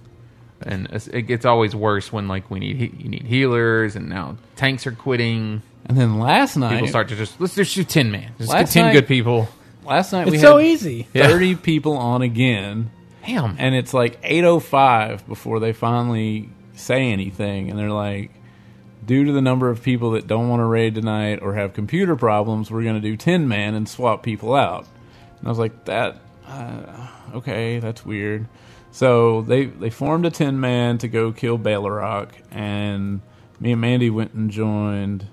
[SPEAKER 5] and it's- it gets always worse when like we need he- you need healers, and now tanks are quitting.
[SPEAKER 4] And then last night,
[SPEAKER 5] People start to just let's just shoot ten man, just get
[SPEAKER 4] Last
[SPEAKER 5] ten
[SPEAKER 4] night-
[SPEAKER 5] good people.
[SPEAKER 4] last night we
[SPEAKER 3] It's so
[SPEAKER 4] had
[SPEAKER 3] easy.
[SPEAKER 5] Yeah.
[SPEAKER 4] thirty people on again,
[SPEAKER 5] Damn,
[SPEAKER 4] and it's like eight oh five before they finally say anything, and they're like. Due to the number of people that don't want to raid tonight or have computer problems, we're going to do 10 man and swap people out. And I was like, that, uh, okay, that's weird. So they they formed a ten man to go kill Balorok, and me and Mandy went and joined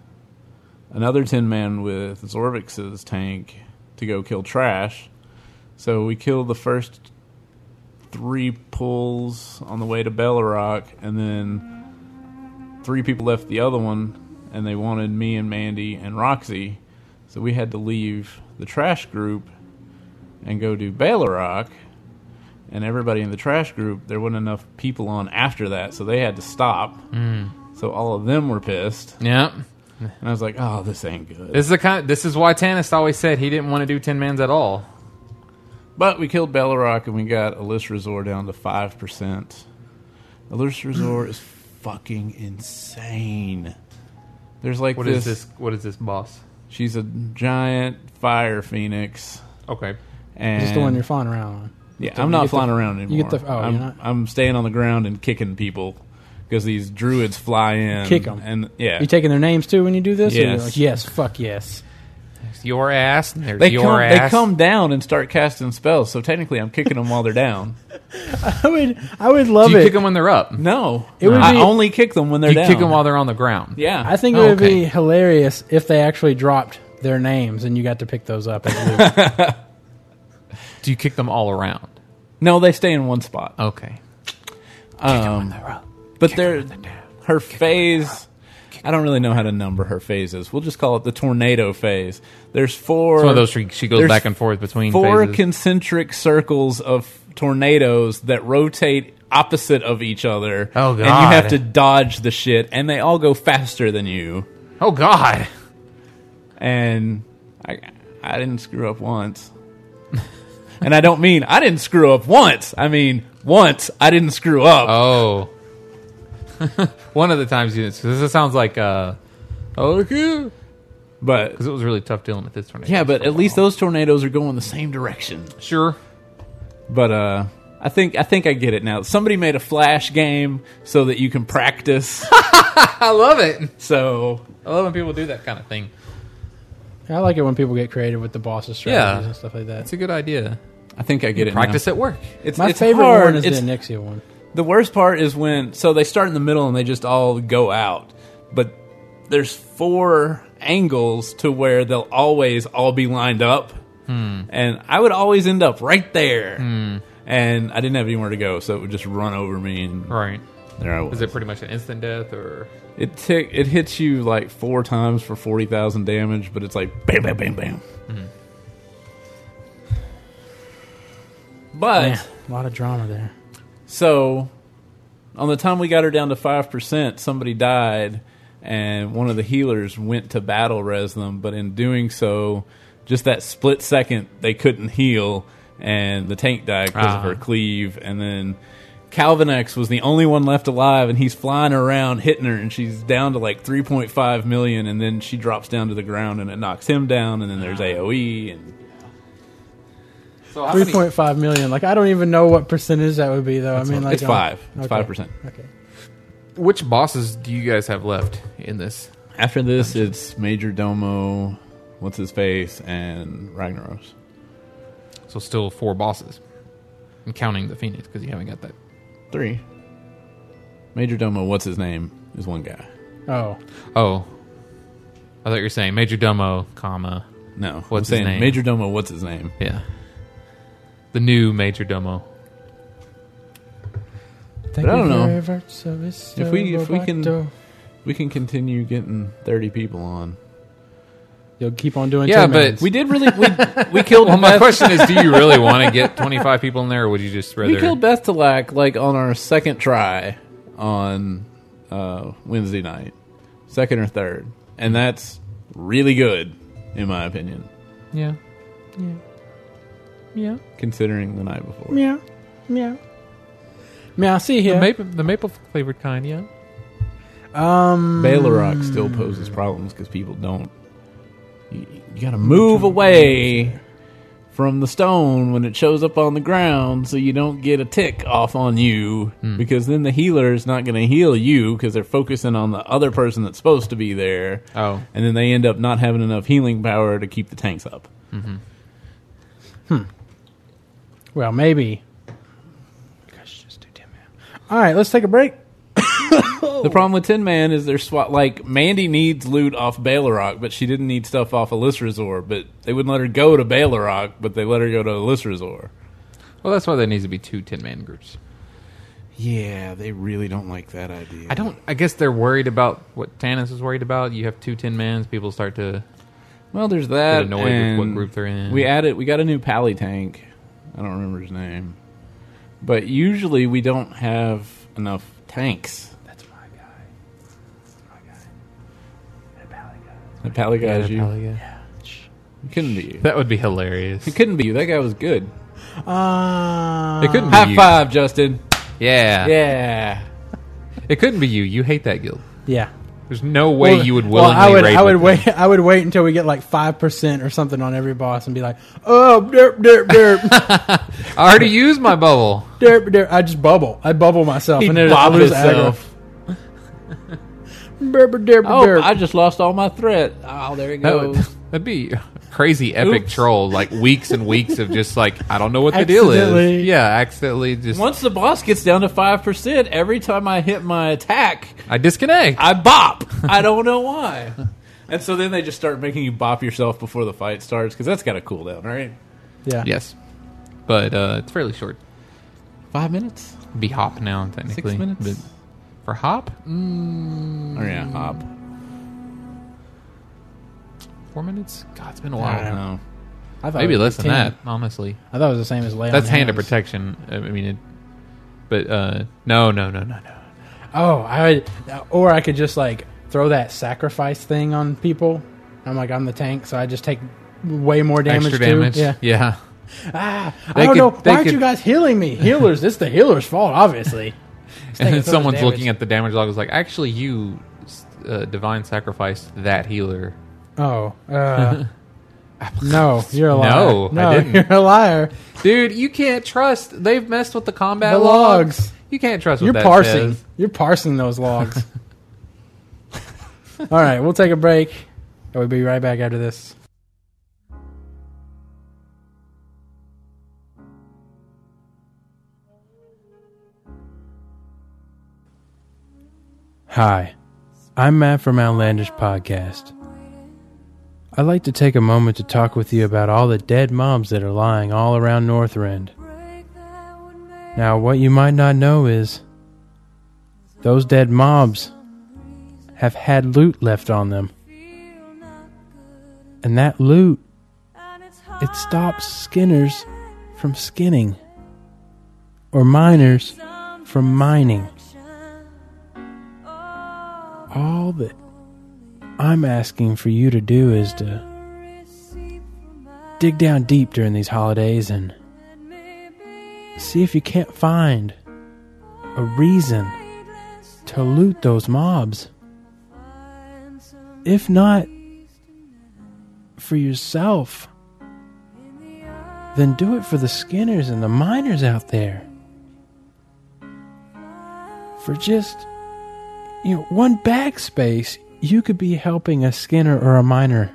[SPEAKER 4] another ten man with Zorvix's tank to go kill Trash. So we killed the first three pulls on the way to Balorok, and then three people left the other one, and they wanted me and Mandy and Roxy. So we had to leave the Trash group and go do Balorok, and everybody in the trash group, there wasn't enough people on after that, so they had to stop. So all of them were pissed,
[SPEAKER 5] yeah.
[SPEAKER 4] and I was like, "Oh, this ain't good."
[SPEAKER 5] This is the kind. This is why Tannis always said he didn't want to do ten mans at all.
[SPEAKER 4] but we killed Balorok, and we got Elysrazor down to five percent. Elysrazor is fucking insane. There's like
[SPEAKER 5] What
[SPEAKER 4] this,
[SPEAKER 5] is this? What is this boss?
[SPEAKER 4] She's a giant fire phoenix,
[SPEAKER 5] Okay,
[SPEAKER 4] and
[SPEAKER 3] It's just the one you're flying around on.
[SPEAKER 4] Yeah,
[SPEAKER 3] So
[SPEAKER 4] I'm
[SPEAKER 3] you
[SPEAKER 4] not
[SPEAKER 3] get the-
[SPEAKER 4] flying around anymore.
[SPEAKER 3] you get the- oh,
[SPEAKER 4] I'm,
[SPEAKER 3] you're not?
[SPEAKER 4] I'm staying on the ground and kicking people because these druids fly in,
[SPEAKER 3] Kick 'em.
[SPEAKER 4] and yeah,
[SPEAKER 3] You taking their names too when you do this? Or you're
[SPEAKER 4] Yes.
[SPEAKER 3] like, yes, fuck yes. *laughs*
[SPEAKER 5] There's your ass. And there's
[SPEAKER 4] they
[SPEAKER 5] your
[SPEAKER 4] come,
[SPEAKER 5] ass.
[SPEAKER 4] they come down and start casting spells. So technically, I'm kicking them while they're down.
[SPEAKER 3] I would, I would love
[SPEAKER 5] Do you
[SPEAKER 3] it.
[SPEAKER 5] kick them when they're up?
[SPEAKER 4] No,
[SPEAKER 3] It would
[SPEAKER 4] I
[SPEAKER 3] be-
[SPEAKER 4] only kick them when they're
[SPEAKER 5] you
[SPEAKER 4] down.
[SPEAKER 5] kick them while they're on the ground.
[SPEAKER 4] yeah.
[SPEAKER 3] I think it
[SPEAKER 5] Oh,
[SPEAKER 3] would
[SPEAKER 5] okay.
[SPEAKER 3] be hilarious if they actually dropped their names and you got to pick those up. As
[SPEAKER 4] *laughs*
[SPEAKER 3] loot.
[SPEAKER 5] Do you kick them all around?
[SPEAKER 4] no, they stay in one spot.
[SPEAKER 5] Okay.
[SPEAKER 4] Um, but they're her phase. I don't really know how to number her phases. We'll just call it the tornado phase. There's four.
[SPEAKER 5] It's one of those she, she goes
[SPEAKER 4] there's
[SPEAKER 5] back and forth between
[SPEAKER 4] four
[SPEAKER 5] phases.
[SPEAKER 4] concentric circles of tornadoes that rotate opposite of each other.
[SPEAKER 5] Oh,
[SPEAKER 4] And you
[SPEAKER 5] God.
[SPEAKER 4] have to dodge the shit, and they all go faster than you.
[SPEAKER 5] oh God!
[SPEAKER 4] And I, I didn't screw
[SPEAKER 5] *laughs*
[SPEAKER 4] up once. and I don't mean I didn't screw up once. I mean once I didn't screw up.
[SPEAKER 5] Oh, *laughs* one of the times you. This this sounds like uh, okay,
[SPEAKER 4] But
[SPEAKER 5] because it was really tough dealing with this tornado.
[SPEAKER 4] yeah, but
[SPEAKER 5] for a
[SPEAKER 4] at least
[SPEAKER 5] while.
[SPEAKER 4] those tornadoes are going the same direction.
[SPEAKER 5] sure.
[SPEAKER 4] But uh, I think I think I get it now. Somebody made a flash game so that you can *laughs* practice.
[SPEAKER 5] I love it.
[SPEAKER 4] so
[SPEAKER 5] I love when people do that kind of thing.
[SPEAKER 3] I like it when people get creative with the boss's strategies
[SPEAKER 5] Yeah.
[SPEAKER 3] and stuff like
[SPEAKER 5] It's
[SPEAKER 3] that.
[SPEAKER 5] a good idea.
[SPEAKER 4] I think I get it. now.
[SPEAKER 5] Practice at work.
[SPEAKER 4] It's
[SPEAKER 3] My
[SPEAKER 4] it's
[SPEAKER 3] favorite
[SPEAKER 4] hard.
[SPEAKER 3] one is
[SPEAKER 4] It's-
[SPEAKER 3] the Anixia one.
[SPEAKER 4] the worst part is when so they start in the middle and they just all go out, but there's four angles to where they'll always all be lined up, and I would always end up right there, and I didn't have anywhere to go, so it would just run over me, and
[SPEAKER 5] Right.
[SPEAKER 4] there I was.
[SPEAKER 5] Is it pretty much an instant death or?
[SPEAKER 4] It tick, it hits you like four times for forty thousand damage, but it's like bam, bam, bam, bam. But
[SPEAKER 3] Man, a lot of drama there.
[SPEAKER 4] So, on the time we got her down to 5%, somebody died, and one of the healers went to battle res them, but in doing so, just that split second, they couldn't heal, and the tank died because
[SPEAKER 5] Ah.
[SPEAKER 4] of her cleave, and then. Calvin X was the only one left alive, and he's flying around hitting her, and she's down to like 3.5 million, and then she drops down to the ground, and it knocks him down, and then
[SPEAKER 3] Ah.
[SPEAKER 4] there's AOE, and
[SPEAKER 5] So how
[SPEAKER 3] Three
[SPEAKER 5] many,
[SPEAKER 3] point five million. Like I don't even know what percentage that would be though. I mean, like
[SPEAKER 4] it's
[SPEAKER 3] I'm-
[SPEAKER 4] five, it's
[SPEAKER 3] okay.
[SPEAKER 4] five percent.
[SPEAKER 3] Okay.
[SPEAKER 5] which bosses do you guys have left in this?
[SPEAKER 4] After this, it's Major Domo, what's his face, and Ragnaros.
[SPEAKER 5] So still four bosses, and counting the Phoenix because you haven't got that.
[SPEAKER 4] Three. Major Domo, what's his name, is one guy.
[SPEAKER 3] Oh,
[SPEAKER 5] Oh, I thought you were saying Major Domo, comma
[SPEAKER 4] No,
[SPEAKER 5] What's
[SPEAKER 4] I'm
[SPEAKER 5] his
[SPEAKER 4] saying
[SPEAKER 5] name?
[SPEAKER 4] Major Domo, what's his name?
[SPEAKER 5] yeah, the new Major Domo.
[SPEAKER 3] Thank
[SPEAKER 4] I
[SPEAKER 3] you
[SPEAKER 4] don't know.
[SPEAKER 3] very much, so it's
[SPEAKER 4] If we- if we
[SPEAKER 3] Roberto.
[SPEAKER 4] can- We can continue getting thirty people on.
[SPEAKER 3] You'll keep on doing.
[SPEAKER 5] Yeah,
[SPEAKER 3] two
[SPEAKER 5] but
[SPEAKER 3] minutes.
[SPEAKER 4] We did really. We,
[SPEAKER 5] *laughs*
[SPEAKER 4] we killed.
[SPEAKER 5] Well, my
[SPEAKER 4] Beth-
[SPEAKER 5] question is, do you really want to get 25 people in there, or would you just rather?
[SPEAKER 4] We killed Bestalak like on our second try on uh, Wednesday night, second or third, and that's really good in my opinion,
[SPEAKER 5] yeah, yeah,
[SPEAKER 4] considering the night before.
[SPEAKER 3] meow, meow, meow. See
[SPEAKER 5] yeah.
[SPEAKER 3] here.
[SPEAKER 5] Maple, the maple flavored kind, yeah.
[SPEAKER 3] um,
[SPEAKER 4] Baylor Rock still poses problems because people don't. You, you got to move away from the stone when it shows up on the ground so you don't get a tick off on you because then the healer is not going to heal you because they're focusing on the other person that's supposed to be there.
[SPEAKER 5] Oh.
[SPEAKER 4] And then they end up not having enough healing power to keep the tanks up.
[SPEAKER 3] well, maybe. Gosh, just do ten minutes. All right, let's take a break.
[SPEAKER 4] The problem with Tin Man is they're swat like Mandy needs loot off Balorok, but she didn't need stuff off Elysrazor, but they wouldn't let her go to Balorok, but they let her go to Elysrazor.
[SPEAKER 5] Well, that's why there needs to be two 10 man groups.
[SPEAKER 4] Yeah, they really don't like that idea.
[SPEAKER 5] I don't. I guess they're worried about what Tanis is worried about. You have two 10 mans, people start to.
[SPEAKER 4] Well, there's that.
[SPEAKER 5] Get annoyed with what
[SPEAKER 4] and
[SPEAKER 5] group they're in.
[SPEAKER 4] We added. We got a new pally tank. I don't remember his name, but usually we don't have enough tanks.
[SPEAKER 3] That's my guy. That's my guy. That pally guy.
[SPEAKER 4] The pally guy is you.
[SPEAKER 5] That
[SPEAKER 4] It couldn't be you.
[SPEAKER 5] would be hilarious.
[SPEAKER 4] It couldn't be you. That guy was good.
[SPEAKER 3] Uh,
[SPEAKER 5] It couldn't be
[SPEAKER 4] High
[SPEAKER 5] you.
[SPEAKER 4] five, Justin.
[SPEAKER 5] Yeah.
[SPEAKER 4] Yeah.
[SPEAKER 5] It couldn't be you. You hate that guild.
[SPEAKER 3] Yeah.
[SPEAKER 5] There's no way you would
[SPEAKER 3] Well,
[SPEAKER 5] willingly
[SPEAKER 3] I would,
[SPEAKER 5] raid
[SPEAKER 3] I would
[SPEAKER 5] with
[SPEAKER 3] wait. *laughs* I would wait until we get like five percent or something on every boss and be like, oh, derp, derp, derp,
[SPEAKER 5] *laughs* them. I already used
[SPEAKER 3] *laughs*
[SPEAKER 5] my bubble.
[SPEAKER 3] derp, derp. I just bubble. I bubble myself and then I
[SPEAKER 4] Bob
[SPEAKER 3] lose
[SPEAKER 4] himself.
[SPEAKER 3] aggro. Derp, derp,
[SPEAKER 4] Oh,
[SPEAKER 3] derp.
[SPEAKER 4] I just lost all my threat. Oh, there it
[SPEAKER 5] That would,
[SPEAKER 4] goes.
[SPEAKER 5] that'd be a crazy epic
[SPEAKER 4] Oops.
[SPEAKER 5] troll. Like weeks and weeks of just like I don't know what the deal
[SPEAKER 3] Accidentally.
[SPEAKER 5] is. Yeah, accidentally just
[SPEAKER 4] Once the boss gets down to five percent, every time I hit my attack,
[SPEAKER 5] I disconnect.
[SPEAKER 4] I bop. I don't know why. And so then they just start making you bop yourself before the fight starts because that's got a cooldown, right?
[SPEAKER 3] yeah.
[SPEAKER 5] yes, but uh, it's fairly short.
[SPEAKER 4] Five minutes,
[SPEAKER 5] It'd be hop now technically.
[SPEAKER 4] six minutes.
[SPEAKER 5] but for hop, Mm,
[SPEAKER 4] Or Oh, yeah, hop.
[SPEAKER 5] four minutes. God, it's been a
[SPEAKER 4] I
[SPEAKER 5] while.
[SPEAKER 4] don't know.
[SPEAKER 3] I thought
[SPEAKER 5] Maybe
[SPEAKER 3] it was
[SPEAKER 5] less than
[SPEAKER 3] 10.
[SPEAKER 5] that. Honestly,
[SPEAKER 3] I thought it was the same as lay. on
[SPEAKER 5] that's hand of
[SPEAKER 3] hands.
[SPEAKER 5] protection. I mean, it, but uh, no, no, no, no, no.
[SPEAKER 3] Oh, I would, or I could just like throw that sacrifice thing on people. I'm like, I'm the tank, so I just take way more damage.
[SPEAKER 5] Extra
[SPEAKER 3] too.
[SPEAKER 5] damage.
[SPEAKER 3] Yeah.
[SPEAKER 5] yeah.
[SPEAKER 3] Ah,
[SPEAKER 5] They
[SPEAKER 3] I don't
[SPEAKER 5] could-
[SPEAKER 3] know.
[SPEAKER 5] they
[SPEAKER 3] Why aren't
[SPEAKER 5] could-
[SPEAKER 3] you guys healing me? Healers, it's the healer's fault, obviously.
[SPEAKER 5] *laughs* and then someone's looking at the damage log is like actually you uh, divine sacrificed that healer
[SPEAKER 3] Oh,
[SPEAKER 5] *laughs*
[SPEAKER 3] uh, no, you're a liar.
[SPEAKER 5] No, I didn't.
[SPEAKER 3] you're a liar.
[SPEAKER 5] dude you can't trust they've messed with the combat
[SPEAKER 3] The
[SPEAKER 5] logs.
[SPEAKER 3] logs.
[SPEAKER 5] you can't trust what
[SPEAKER 3] You're
[SPEAKER 5] that
[SPEAKER 3] parsing.
[SPEAKER 5] says.
[SPEAKER 3] You're parsing those
[SPEAKER 6] *laughs*
[SPEAKER 3] logs. All right, we'll take a break. and We'll be right back after this.
[SPEAKER 6] Hi, I'm Matt from Outlandish Podcast. I'd like to take a moment to talk with you about all the dead mobs that are lying all around Northrend. Now, what you might not know is those dead mobs have had loot left on them, and that loot it stops skinners from skinning or miners from mining. all that I'm asking for you to do is to dig down deep during these holidays and see if you can't find a reason to loot those mobs. If not for yourself, then do it for the skinners and the miners out there. For just you know, one backspace, you could be helping a skinner or a miner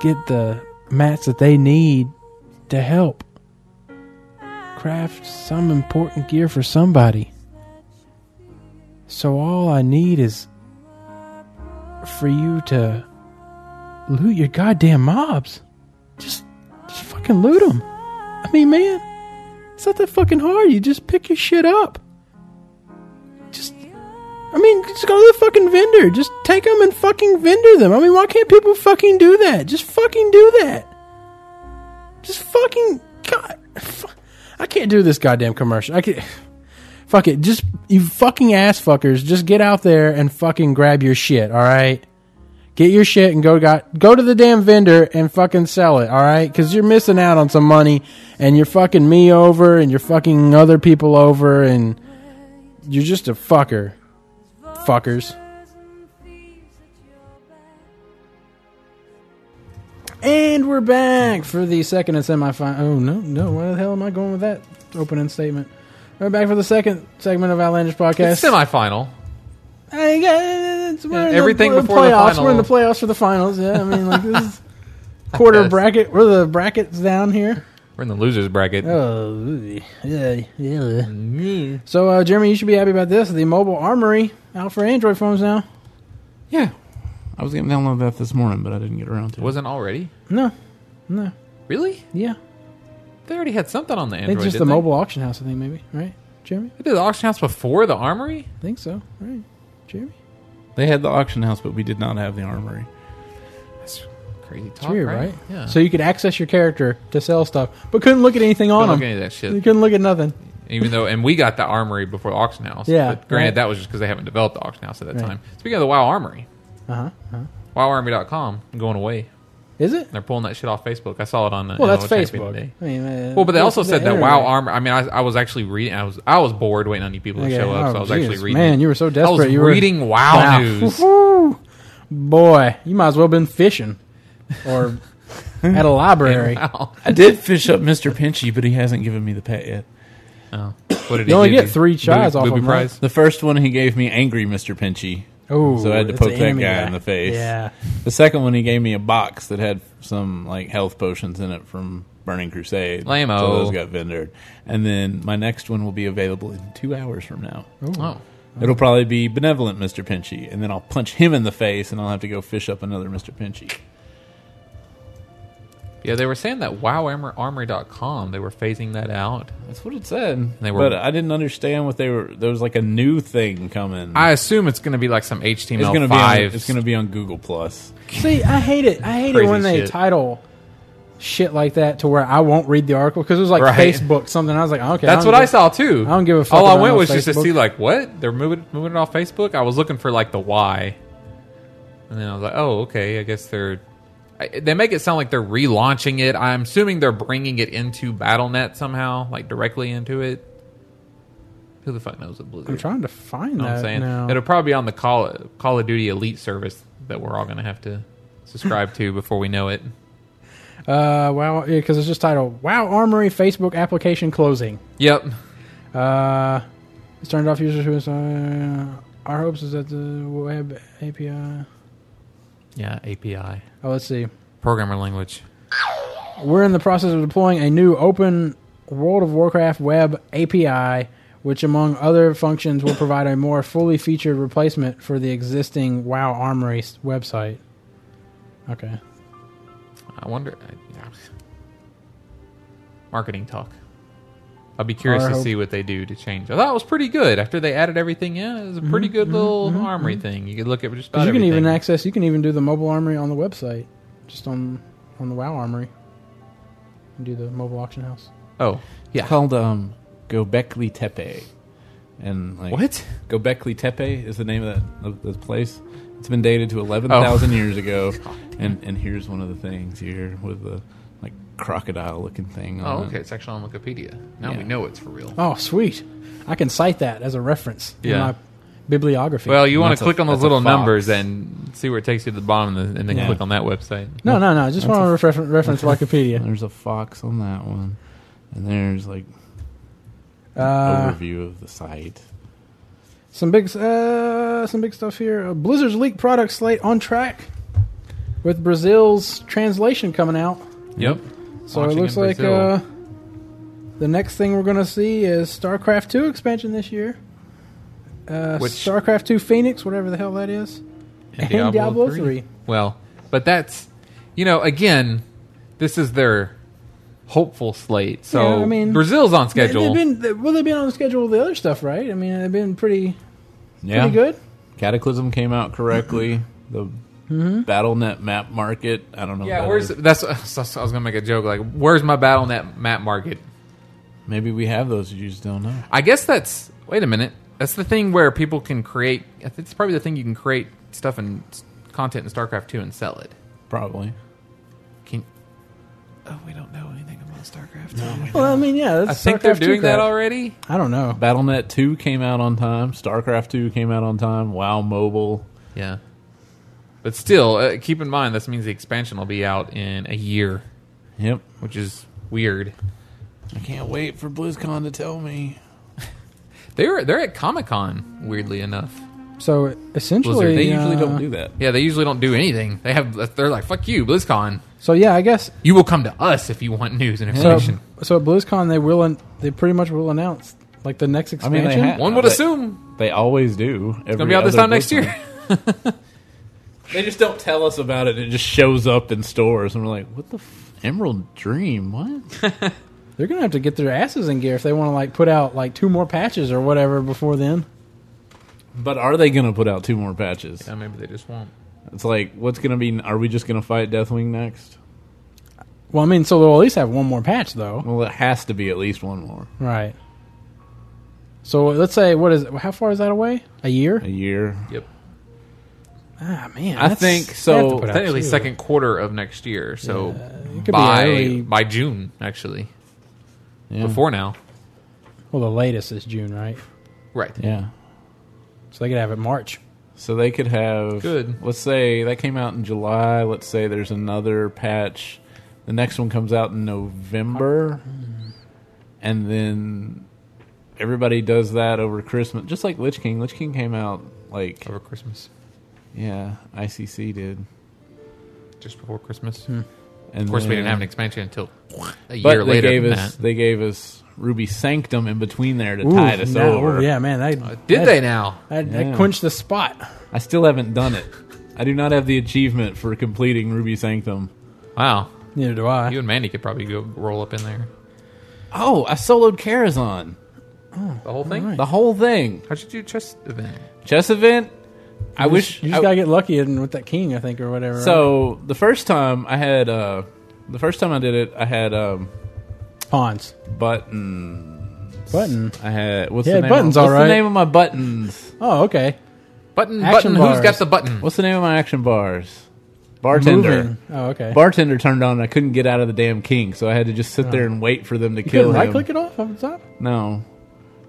[SPEAKER 6] get the mats that they need to help craft some important gear for somebody. So all I need is for you to loot your goddamn mobs. Just just fucking loot them. I mean, man, it's not that fucking hard. You just pick your shit up. Just I mean, just go to the fucking vendor. Just take them and fucking vendor them. I mean, why can't people fucking do that? Just fucking do that. Just fucking God. *laughs* fu- I can't do this goddamn commercial. I can. Fuck it. Just you fucking ass fuckers. Just get out there and fucking grab your shit. All right. Get your shit and go got go to the damn vendor and fucking sell it. All right, because you're missing out on some money and you're fucking me over and you're fucking other people over and you're just a fucker. Fuckers.
[SPEAKER 3] And we're back for the second and semifinal. Oh no, no! Why the hell am I going with that opening statement? We're back for the second segment of Outlandish
[SPEAKER 5] It's
[SPEAKER 3] podcast.
[SPEAKER 5] semifinal.
[SPEAKER 3] I guess we're in the-
[SPEAKER 5] everything
[SPEAKER 3] we're in
[SPEAKER 5] before the
[SPEAKER 3] playoffs. We're in the
[SPEAKER 5] final.
[SPEAKER 3] playoffs for the finals. Yeah, I mean, like
[SPEAKER 5] *laughs*
[SPEAKER 3] this is quarter
[SPEAKER 5] guess.
[SPEAKER 3] bracket. We're the brackets down here.
[SPEAKER 5] We're in the losers bracket.
[SPEAKER 3] Oh, yeah, yeah. So, uh, Jeremy, you should be happy about this. The mobile armory out for Android phones now.
[SPEAKER 4] Yeah. I was going to download that this morning, but I didn't get around to it.
[SPEAKER 5] Wasn't already?
[SPEAKER 3] No, no,
[SPEAKER 5] Really?
[SPEAKER 3] yeah.
[SPEAKER 5] They already had something on the
[SPEAKER 3] I think
[SPEAKER 5] Android.
[SPEAKER 3] it's just the
[SPEAKER 5] didn't they?
[SPEAKER 3] mobile auction house. I think maybe right, Jeremy.
[SPEAKER 5] They did the auction house before the armory.
[SPEAKER 3] I think so. Right, Jeremy.
[SPEAKER 4] They had the auction house, but we did not have the armory.
[SPEAKER 5] That's crazy talk,
[SPEAKER 3] It's weird,
[SPEAKER 5] right?
[SPEAKER 3] right?
[SPEAKER 5] Yeah.
[SPEAKER 3] So you could access your character to sell stuff, but couldn't look at anything on
[SPEAKER 5] Don't look
[SPEAKER 3] them.
[SPEAKER 5] at any of that
[SPEAKER 3] You
[SPEAKER 5] shit.
[SPEAKER 3] couldn't look at nothing.
[SPEAKER 5] Even though, and we got the armory before the auction house.
[SPEAKER 3] Yeah,
[SPEAKER 5] But granted,
[SPEAKER 3] right.
[SPEAKER 5] that was just because they haven't developed the auction house at that
[SPEAKER 3] Right.
[SPEAKER 5] time. Speaking of the WoW Armory,
[SPEAKER 3] Uh huh. Uh-huh.
[SPEAKER 5] WoWArmory.com going away.
[SPEAKER 3] Is it?
[SPEAKER 5] They're pulling that shit off Facebook. I saw it on the
[SPEAKER 3] Well, that's
[SPEAKER 5] NLO Champion
[SPEAKER 3] Facebook.
[SPEAKER 5] today.
[SPEAKER 3] I mean, uh,
[SPEAKER 5] Well, but they also
[SPEAKER 3] it's
[SPEAKER 5] said
[SPEAKER 3] the
[SPEAKER 5] that
[SPEAKER 3] internet.
[SPEAKER 5] WoW Armor. I mean, I, I was actually reading. I was I was bored waiting on you people to
[SPEAKER 3] Okay.
[SPEAKER 5] show up,
[SPEAKER 3] Oh,
[SPEAKER 5] so I was
[SPEAKER 3] geez.
[SPEAKER 5] actually reading.
[SPEAKER 3] Man, you were so desperate.
[SPEAKER 5] I was
[SPEAKER 3] you were
[SPEAKER 5] reading WoW,
[SPEAKER 3] Wow. *laughs*
[SPEAKER 5] news. *laughs*
[SPEAKER 3] Woo-hoo. Boy, you might as well have been fishing
[SPEAKER 5] *laughs*
[SPEAKER 3] or at a library. *laughs*
[SPEAKER 5] Wow.
[SPEAKER 4] I did fish up Mr. Pinchy, but he hasn't given me the pet yet.
[SPEAKER 5] Oh. What did
[SPEAKER 3] You
[SPEAKER 5] he
[SPEAKER 3] only
[SPEAKER 5] give
[SPEAKER 3] get three shots
[SPEAKER 5] Booby-
[SPEAKER 3] off
[SPEAKER 5] booby
[SPEAKER 3] of 'em, right?
[SPEAKER 5] prize.
[SPEAKER 4] The first one he gave me angry Mr. Pinchy.
[SPEAKER 3] Oh,
[SPEAKER 4] So I had to
[SPEAKER 3] that's
[SPEAKER 4] poke
[SPEAKER 3] an
[SPEAKER 4] that
[SPEAKER 3] enemy
[SPEAKER 4] guy in the face. *laughs*
[SPEAKER 3] Yeah,
[SPEAKER 4] The second one he gave me a box that had some like health potions in it from Burning Crusade.
[SPEAKER 5] Lame-o.
[SPEAKER 4] So those got vendored. And then my next one will be available in two hours from now.
[SPEAKER 5] Oh,
[SPEAKER 4] It'll probably be benevolent Mr. Pinchy, and then I'll punch him in the face, and I'll have to go fish up another Mr. Pinchy.
[SPEAKER 5] yeah. They were saying that WoWArmory.com. They were phasing that out.
[SPEAKER 4] That's what it said.
[SPEAKER 5] They were-
[SPEAKER 4] but I didn't understand what they were. There was like a new thing coming.
[SPEAKER 5] I assume it's going to be like some HTML5.
[SPEAKER 4] it's gonna be on, it's going to be on Google Plus.
[SPEAKER 3] See, I hate it. I hate it
[SPEAKER 5] Crazy
[SPEAKER 3] when they
[SPEAKER 5] shit.
[SPEAKER 3] title shit like that to where I won't read the article because it was like
[SPEAKER 5] Right.
[SPEAKER 3] Facebook something. I was like, "Oh, okay,
[SPEAKER 5] That's
[SPEAKER 3] don't
[SPEAKER 5] what I
[SPEAKER 3] get-
[SPEAKER 5] saw too.
[SPEAKER 3] I don't give a fuck
[SPEAKER 5] All
[SPEAKER 3] about
[SPEAKER 5] I went
[SPEAKER 3] no
[SPEAKER 5] was just to
[SPEAKER 3] Facebook.
[SPEAKER 5] see like what they're moving moving it off Facebook. I was looking for like the why, and then I was like, oh okay, I guess they're I, they make it sound like they're relaunching it. I'm assuming they're bringing it into BattleNet somehow, like directly into it. Who the fuck knows what Blizzard?
[SPEAKER 3] I'm trying to find
[SPEAKER 5] You know what
[SPEAKER 3] that.
[SPEAKER 5] I'm saying
[SPEAKER 3] now.
[SPEAKER 5] it'll probably be on the Call Call of Duty Elite service that we're all going to
[SPEAKER 3] *laughs*
[SPEAKER 5] have to subscribe to before we know it.
[SPEAKER 3] Uh, wow, yeah, because it's just titled "Wow Armory Facebook Application Closing."
[SPEAKER 5] Yep.
[SPEAKER 3] Uh, it's turned off users who. Uh, our hopes is that the web API.
[SPEAKER 5] Yeah, API
[SPEAKER 3] Oh, let's see.
[SPEAKER 5] programmer language.
[SPEAKER 3] We're in the process of deploying a new open World of Warcraft web API, which, among other functions, will provide a more fully featured replacement for the existing WoW Armory s- website. Okay.
[SPEAKER 5] I wonder. I, yeah. Marketing talk. I'll be curious
[SPEAKER 3] Our
[SPEAKER 5] to
[SPEAKER 3] hope-
[SPEAKER 5] see what they do to change. I thought it was pretty good after they added everything in. It was a
[SPEAKER 3] Mm-hmm,
[SPEAKER 5] pretty good little armory thing. You could look at just about
[SPEAKER 3] Because mm-hmm. you can even
[SPEAKER 5] everything.
[SPEAKER 3] access, you can even do the mobile armory on the website, just on on the WoW Armory. You do the mobile auction house.
[SPEAKER 5] Oh,
[SPEAKER 4] Yeah, called um, Gobekli Tepe, and like
[SPEAKER 5] what?
[SPEAKER 4] Gobekli Tepe is the name of that of this place. It's been dated to eleven thousand
[SPEAKER 3] Oh. *laughs*
[SPEAKER 4] years ago, and and here's one of the things here with the like crocodile looking thing.
[SPEAKER 5] Oh,
[SPEAKER 4] On
[SPEAKER 5] okay.
[SPEAKER 4] It.
[SPEAKER 5] It's actually on Wikipedia. Now we
[SPEAKER 4] Yeah.
[SPEAKER 5] know it's for real.
[SPEAKER 3] Uh, Oh, sweet! I can cite that as a reference in
[SPEAKER 5] Yeah.
[SPEAKER 3] my bibliography.
[SPEAKER 5] Well, you want
[SPEAKER 4] That's
[SPEAKER 5] to
[SPEAKER 4] a-
[SPEAKER 5] click on those
[SPEAKER 4] that's a
[SPEAKER 5] little
[SPEAKER 4] fox.
[SPEAKER 5] numbers and see where it takes you to the bottom, and then- and then
[SPEAKER 4] Yeah.
[SPEAKER 5] click on that website.
[SPEAKER 3] no, no, no. I just
[SPEAKER 4] That's
[SPEAKER 3] want to refer-
[SPEAKER 5] *laughs*
[SPEAKER 3] reference Wikipedia.
[SPEAKER 4] There's a fox on that one, and there's like
[SPEAKER 3] Uh,
[SPEAKER 4] overview of the site.
[SPEAKER 3] Some big, uh, some big stuff here. Uh, Blizzard's leaked product slate on track with Brazil's translation coming out.
[SPEAKER 5] Yep.
[SPEAKER 3] So
[SPEAKER 5] Launching
[SPEAKER 3] it looks
[SPEAKER 5] in
[SPEAKER 3] like
[SPEAKER 5] Brazil.
[SPEAKER 3] uh, the next thing we're going to see is StarCraft Two expansion this year. Uh,
[SPEAKER 5] Which-
[SPEAKER 3] StarCraft Two Phoenix, whatever the hell that is, and Diablo, Three.
[SPEAKER 5] Well, but that's you know again, this is their hopeful slate. So
[SPEAKER 3] Yeah, I mean-
[SPEAKER 5] Brazil's on
[SPEAKER 3] They,
[SPEAKER 5] schedule.
[SPEAKER 3] have been they, well, they've been on schedule with the other stuff, right? I mean, they've been pretty
[SPEAKER 4] Yeah,
[SPEAKER 3] pretty good.
[SPEAKER 4] Cataclysm came
[SPEAKER 3] *clears throat*
[SPEAKER 4] out correctly. The
[SPEAKER 3] Mm-hmm.
[SPEAKER 4] BattleNet map market. I don't know. what
[SPEAKER 5] Yeah,
[SPEAKER 4] that
[SPEAKER 5] where's
[SPEAKER 4] is.
[SPEAKER 5] that's? I was gonna make a joke like, where's my BattleNet map market?
[SPEAKER 4] maybe we have those you just don't know.
[SPEAKER 5] I guess that's. Wait a minute. That's the thing where people can create. It's probably the thing you can create stuff and s- content in StarCraft Two and sell it.
[SPEAKER 4] Probably.
[SPEAKER 5] Can. Oh, we don't know anything about StarCraft.
[SPEAKER 3] Well, I mean, yeah, that's
[SPEAKER 5] I think they're
[SPEAKER 3] StarCraft two
[SPEAKER 5] doing that
[SPEAKER 3] crap.
[SPEAKER 5] already.
[SPEAKER 3] I don't know.
[SPEAKER 4] BattleNet Two came out on time. StarCraft Two came out on time. WoW Mobile.
[SPEAKER 5] Yeah. But still, uh, keep in mind this means the expansion will be out in a year,
[SPEAKER 4] Yep.
[SPEAKER 5] which is weird.
[SPEAKER 4] I can't wait for BlizzCon to tell me.
[SPEAKER 5] They're they're at Comic Con, weirdly enough.
[SPEAKER 3] So essentially,
[SPEAKER 5] Blizzard,
[SPEAKER 4] They usually
[SPEAKER 3] uh,
[SPEAKER 4] don't do that.
[SPEAKER 5] Yeah, they usually don't do anything. They have they're like fuck you, BlizzCon.
[SPEAKER 3] So yeah, I guess
[SPEAKER 5] You will come to us if you want news and
[SPEAKER 3] so.
[SPEAKER 5] information.
[SPEAKER 3] So at BlizzCon, they will. an- They pretty much will announce like the next
[SPEAKER 4] I mean,
[SPEAKER 3] expansion.
[SPEAKER 4] they ha-
[SPEAKER 5] One would
[SPEAKER 4] they-
[SPEAKER 5] assume
[SPEAKER 4] They always do.
[SPEAKER 5] it's gonna be out this time next year.
[SPEAKER 4] They just don't tell us about it. It just shows up in stores, and we're like, "What the f- Emerald Dream? What?"
[SPEAKER 5] *laughs*
[SPEAKER 3] They're gonna have to get their asses in gear if they want to like put out like two more patches or whatever before then.
[SPEAKER 4] but are they going to put out two more patches?
[SPEAKER 5] *laughs* yeah, maybe they just won't.
[SPEAKER 4] It's like, what's going to be? Are we just going to fight Deathwing next?
[SPEAKER 3] Well, I mean, so they'll at least have one more patch though,
[SPEAKER 4] Well, it has to be at least one more.
[SPEAKER 3] right? So let's say what is how far is that away? A year?
[SPEAKER 4] A year.
[SPEAKER 5] Yep.
[SPEAKER 3] Ah man,
[SPEAKER 4] I
[SPEAKER 3] that's-
[SPEAKER 4] think
[SPEAKER 3] they have
[SPEAKER 4] so.
[SPEAKER 3] to put out
[SPEAKER 5] Technically,
[SPEAKER 3] two.
[SPEAKER 5] second quarter of next year. So
[SPEAKER 3] It could
[SPEAKER 5] by
[SPEAKER 3] be early.
[SPEAKER 5] by June, actually,
[SPEAKER 4] Yeah.
[SPEAKER 5] before now.
[SPEAKER 3] Well, the latest is June, right?
[SPEAKER 5] Right.
[SPEAKER 4] Yeah.
[SPEAKER 3] So they could have it March.
[SPEAKER 4] So they could have
[SPEAKER 5] Good.
[SPEAKER 4] Let's say that came out in July. Let's say there's another patch. The next one comes out in November,
[SPEAKER 5] Hmm.
[SPEAKER 4] and then everybody does that over Christmas, just like Lich King. Lich King came out like
[SPEAKER 5] Over Christmas,
[SPEAKER 4] yeah, ICC did.
[SPEAKER 5] just before Christmas.
[SPEAKER 3] Hmm.
[SPEAKER 4] And
[SPEAKER 5] Of course, we didn't have an
[SPEAKER 4] an
[SPEAKER 5] expansion until a year
[SPEAKER 4] but they
[SPEAKER 5] later.
[SPEAKER 4] gave
[SPEAKER 5] than
[SPEAKER 4] us
[SPEAKER 5] that.
[SPEAKER 4] they gave us Ruby Sanctum in between there to tide us
[SPEAKER 3] no,
[SPEAKER 4] over.
[SPEAKER 3] Yeah, man, that,
[SPEAKER 5] Did
[SPEAKER 3] that-
[SPEAKER 5] they now?
[SPEAKER 3] That,
[SPEAKER 4] Yeah.
[SPEAKER 3] that quenched the spot.
[SPEAKER 4] I still haven't done it. I do not have the achievement for completing Ruby Sanctum.
[SPEAKER 5] Wow.
[SPEAKER 3] Neither do I.
[SPEAKER 5] You and Mandy could probably go roll up in there.
[SPEAKER 4] Oh, I soloed Karazhan.
[SPEAKER 5] The whole thing?
[SPEAKER 4] The whole thing.
[SPEAKER 5] How'd you do chess event?
[SPEAKER 4] Chess event. I wish.
[SPEAKER 3] you just
[SPEAKER 4] I-
[SPEAKER 3] gotta get lucky in with that king, I think, or whatever. right?
[SPEAKER 4] so the first time I had, uh, the first time I did it, I had um,
[SPEAKER 3] pawns,
[SPEAKER 4] button.
[SPEAKER 3] button.
[SPEAKER 4] I had what's
[SPEAKER 3] Yeah,
[SPEAKER 4] the name?
[SPEAKER 3] buttons,
[SPEAKER 4] Of, what's
[SPEAKER 3] all right.
[SPEAKER 4] the name of my buttons?
[SPEAKER 3] Oh, okay.
[SPEAKER 5] Button,
[SPEAKER 3] Action
[SPEAKER 5] button. Who's
[SPEAKER 3] bars.
[SPEAKER 5] got the button?
[SPEAKER 4] What's the name of my action bars? Bartender.
[SPEAKER 3] Moving. Oh, okay.
[SPEAKER 4] Bartender turned on. and I couldn't get out of the damn king, so I had to just sit there and wait for them to
[SPEAKER 3] Oh. you
[SPEAKER 4] kill
[SPEAKER 3] could
[SPEAKER 4] him.
[SPEAKER 3] right click it off up the top.
[SPEAKER 4] No,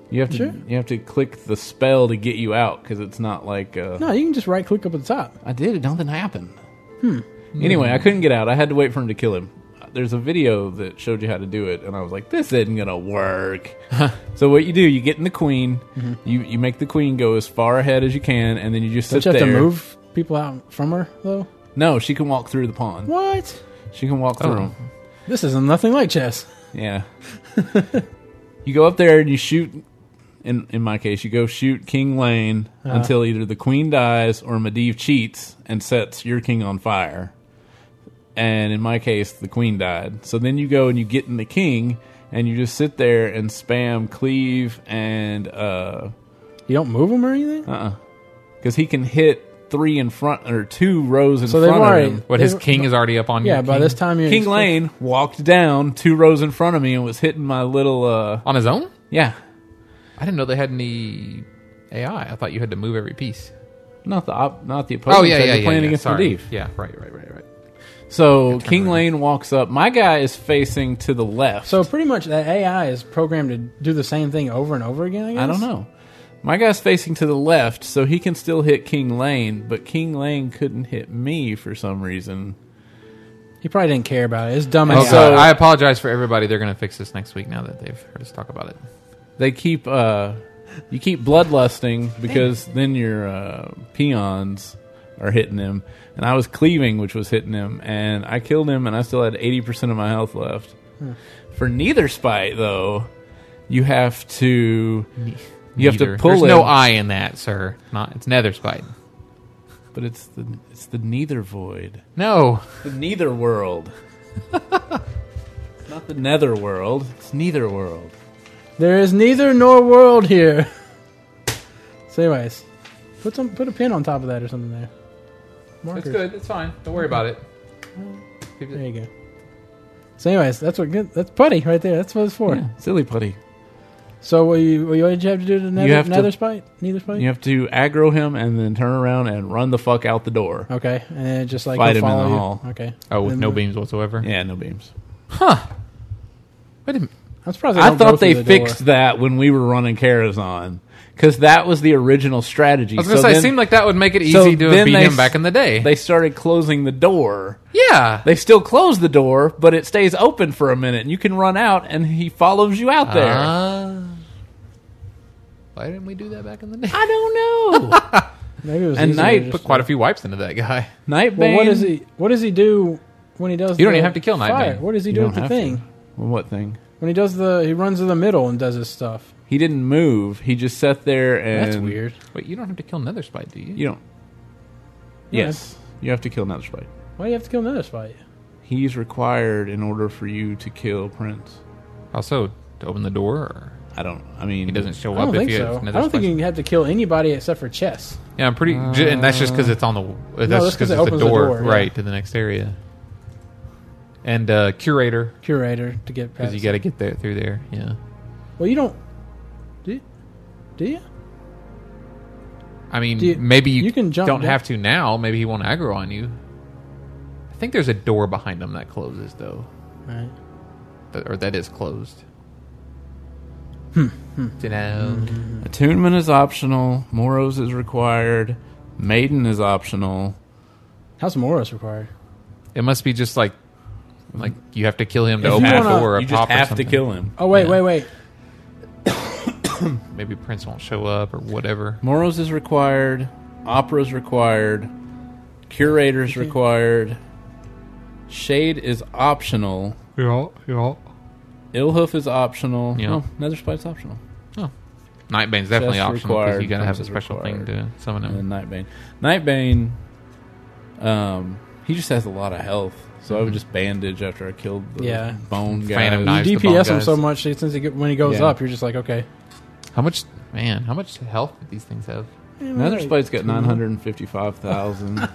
[SPEAKER 4] you have to.
[SPEAKER 3] Sure.
[SPEAKER 4] You have to click the spell to get you out because it's not like. Uh,
[SPEAKER 3] No, you can just right click up at the top.
[SPEAKER 4] I did. It nothing happened. Hmm. Anyway, I couldn't get out. I had to wait for him to kill him. There's a video that showed you how to do it, and I was like, "This isn't gonna work." so what you do? You get in the queen.
[SPEAKER 3] Mm-hmm.
[SPEAKER 4] You you make the queen go as far ahead as you can, and then you just
[SPEAKER 3] Don't
[SPEAKER 4] sit
[SPEAKER 3] you have
[SPEAKER 4] there.
[SPEAKER 3] to move people out from her though?
[SPEAKER 4] No, she can walk through the pawn.
[SPEAKER 3] What? Oh.
[SPEAKER 4] She can walk through 'em.
[SPEAKER 3] This is nothing like chess.
[SPEAKER 4] Yeah. you go up there and you shoot. In in my case, you go shoot King Lane until either the queen dies or Medivh cheats and sets your king on fire. And in my case, the queen died. So then you go and you get in the king and you just sit there and spam cleave and uh
[SPEAKER 3] You don't move them or anything.
[SPEAKER 4] because he can hit three in front or two rows in
[SPEAKER 3] So they've
[SPEAKER 4] front of
[SPEAKER 3] already-
[SPEAKER 4] him.
[SPEAKER 5] What, his king is already up on
[SPEAKER 3] yeah,
[SPEAKER 5] your
[SPEAKER 3] by
[SPEAKER 5] king?
[SPEAKER 3] this time you're
[SPEAKER 4] King Lane walked down two rows in front of me and was hitting my little uh
[SPEAKER 5] On his own?
[SPEAKER 4] yeah
[SPEAKER 5] I didn't know they had any AI. I thought you had to move every piece.
[SPEAKER 4] Not the op- not the opponent.
[SPEAKER 5] Oh, yeah,
[SPEAKER 4] side,
[SPEAKER 5] yeah,
[SPEAKER 4] you're
[SPEAKER 5] yeah.
[SPEAKER 4] playing
[SPEAKER 5] yeah,
[SPEAKER 4] against
[SPEAKER 5] sorry.
[SPEAKER 4] Medivh.
[SPEAKER 5] Yeah, right, right, right, right.
[SPEAKER 4] So King Lane walks up. My guy is facing to the left.
[SPEAKER 3] So pretty much that AI is programmed to do the same thing over and over again. I, guess?
[SPEAKER 4] I don't know. My guy's facing to the left, so he can still hit King Lane, but King Lane couldn't hit me for some reason.
[SPEAKER 3] He probably didn't care about it. It's dumb.
[SPEAKER 5] Oh,
[SPEAKER 3] AI.
[SPEAKER 5] God. I apologize for everybody. They're going to fix this next week now that they've heard us talk about it.
[SPEAKER 4] They keep uh you keep bloodlusting because then your uh, peons are hitting him, and I was cleaving, which was hitting him, and I killed him, and I still had eighty percent of my health left.
[SPEAKER 5] Hmm.
[SPEAKER 4] For neither spite, though, you have to you have
[SPEAKER 5] Neither.
[SPEAKER 4] to pull
[SPEAKER 5] There's
[SPEAKER 4] him,
[SPEAKER 5] no I in that, sir. Not It's Nether Spite.
[SPEAKER 4] but it's the it's the neither void,
[SPEAKER 5] No.
[SPEAKER 4] the neither *laughs* world. it's not the nether world. It's neither world.
[SPEAKER 3] *laughs* There is neither nor world here. So, anyways, Put some put a pin on top of that or something there. Markers.
[SPEAKER 5] It's good. It's fine. Don't worry about it. Keep
[SPEAKER 3] There
[SPEAKER 5] it.
[SPEAKER 3] you go. So, anyways, that's what good. That's putty right there. That's what it's for.
[SPEAKER 4] Yeah, silly putty.
[SPEAKER 3] So, what you what you what did you have to do to nether,
[SPEAKER 4] have to-
[SPEAKER 3] nether spite? Neither spite.
[SPEAKER 4] You have to aggro him and then turn around and run the fuck out the door.
[SPEAKER 3] Okay, and then it just like
[SPEAKER 4] Fight
[SPEAKER 3] will
[SPEAKER 4] him in
[SPEAKER 3] follow
[SPEAKER 4] the
[SPEAKER 3] you.
[SPEAKER 4] hall.
[SPEAKER 3] Okay.
[SPEAKER 5] Oh, with
[SPEAKER 3] And
[SPEAKER 5] no
[SPEAKER 3] the-
[SPEAKER 5] beams whatsoever.
[SPEAKER 4] Yeah, no beams.
[SPEAKER 5] Wait a minute.
[SPEAKER 3] I'm surprised.
[SPEAKER 4] I
[SPEAKER 3] don't go
[SPEAKER 4] thought they
[SPEAKER 3] through the
[SPEAKER 4] fixed that when we were running Karazhan because that was the original strategy.
[SPEAKER 5] I was gonna
[SPEAKER 4] So
[SPEAKER 5] say,
[SPEAKER 4] then
[SPEAKER 5] it seemed like that would make it easy
[SPEAKER 4] so
[SPEAKER 5] to
[SPEAKER 4] then
[SPEAKER 5] have beat
[SPEAKER 4] they
[SPEAKER 5] him
[SPEAKER 4] s-
[SPEAKER 5] back in the day.
[SPEAKER 4] they started closing the door.
[SPEAKER 5] yeah,
[SPEAKER 4] They still close the door, but it stays open for a minute, and you can run out, and he follows you out there.
[SPEAKER 5] Ah. why didn't we do that back in the day?
[SPEAKER 4] I don't
[SPEAKER 3] *laughs*
[SPEAKER 4] know.
[SPEAKER 3] door. Maybe it was
[SPEAKER 4] And
[SPEAKER 3] easier
[SPEAKER 4] Knight
[SPEAKER 3] to
[SPEAKER 5] Put
[SPEAKER 3] just-
[SPEAKER 5] quite a few wipes into that guy.
[SPEAKER 4] Nightbane.
[SPEAKER 3] Well, what does he? What does he do when he does?
[SPEAKER 5] You don't
[SPEAKER 3] the
[SPEAKER 5] even have to kill
[SPEAKER 3] fire?
[SPEAKER 5] Nightbane.
[SPEAKER 3] What does he
[SPEAKER 4] You
[SPEAKER 3] do
[SPEAKER 4] don't
[SPEAKER 3] with the
[SPEAKER 4] have to.
[SPEAKER 3] thing?
[SPEAKER 4] What thing?
[SPEAKER 3] When he does the, he runs to the middle and does his stuff.
[SPEAKER 4] He didn't move. He just sat there, and
[SPEAKER 3] That's weird.
[SPEAKER 5] *laughs* Wait, you don't have to kill Nether Spite, do you?
[SPEAKER 4] You don't.
[SPEAKER 3] Yeah.
[SPEAKER 4] Yes, you have to kill Nether Spite.
[SPEAKER 3] Why do you have to kill Nether spite?
[SPEAKER 4] He's required in order for you to kill Prince.
[SPEAKER 5] Also, to open the door, or
[SPEAKER 4] I don't. I mean,
[SPEAKER 5] he doesn't show
[SPEAKER 3] I
[SPEAKER 5] up
[SPEAKER 3] don't
[SPEAKER 5] if
[SPEAKER 3] think
[SPEAKER 5] you
[SPEAKER 3] so.
[SPEAKER 5] have
[SPEAKER 3] I
[SPEAKER 5] Nether
[SPEAKER 3] don't think
[SPEAKER 5] Spite.
[SPEAKER 3] you have to kill anybody except for Chess.
[SPEAKER 5] Yeah, I'm pretty. ju- and that's just because it's on the. That's
[SPEAKER 3] that's
[SPEAKER 5] just
[SPEAKER 3] 'cause
[SPEAKER 5] because
[SPEAKER 3] it
[SPEAKER 5] it's the
[SPEAKER 3] opens the
[SPEAKER 5] door,
[SPEAKER 3] door, yeah.
[SPEAKER 5] right to the next area. And uh, curator,
[SPEAKER 3] Curator to get
[SPEAKER 5] because
[SPEAKER 3] past.
[SPEAKER 5] you got to get there through there. Yeah,
[SPEAKER 3] well, you don't. Do you? Do you?
[SPEAKER 5] I mean,
[SPEAKER 3] Do you-
[SPEAKER 5] maybe you,
[SPEAKER 3] you can jump
[SPEAKER 5] Don't
[SPEAKER 3] down-
[SPEAKER 5] have to now. Maybe he won't aggro on you. I think there's a door behind him that closes though,
[SPEAKER 3] All right.
[SPEAKER 5] that, or that is closed. You know,
[SPEAKER 4] Attunement is optional. Moros is required. Maiden is optional.
[SPEAKER 3] How's Moros required?
[SPEAKER 5] it must be just like, like you have to kill him to
[SPEAKER 3] If you
[SPEAKER 5] open a
[SPEAKER 3] wanna-
[SPEAKER 5] door. Oh, Or a
[SPEAKER 4] you just
[SPEAKER 5] pop or
[SPEAKER 4] have to
[SPEAKER 5] something.
[SPEAKER 4] kill him.
[SPEAKER 3] Oh wait,
[SPEAKER 5] Yeah.
[SPEAKER 3] wait, wait.
[SPEAKER 5] Maybe Prince won't show up or whatever.
[SPEAKER 4] Moros is required. Opera is required. Curator is required. Shade is optional.
[SPEAKER 5] Yeah, yeah.
[SPEAKER 4] Ilhoof is optional.
[SPEAKER 5] Yeah.
[SPEAKER 4] Oh, Nether Spite's optional.
[SPEAKER 5] Nightbane's definitely
[SPEAKER 4] Chest
[SPEAKER 5] optional because
[SPEAKER 4] required,
[SPEAKER 5] you gotta have a
[SPEAKER 4] Prince is
[SPEAKER 5] special thing to summon him.
[SPEAKER 4] And then Nightbane. Nightbane, um, he just has a lot of health. So
[SPEAKER 5] Mm-hmm.
[SPEAKER 4] I would just bandage after I killed the
[SPEAKER 3] Yeah.
[SPEAKER 4] bone guy.
[SPEAKER 5] Phantom knife. Knives the
[SPEAKER 3] You DPS
[SPEAKER 5] bone
[SPEAKER 3] him so
[SPEAKER 5] guys.
[SPEAKER 3] much that since he, get- when he goes
[SPEAKER 4] Yeah.
[SPEAKER 3] up, you're just like, okay.
[SPEAKER 5] How much, man? How much health do these things have?
[SPEAKER 4] Nether Spite's got 955,000.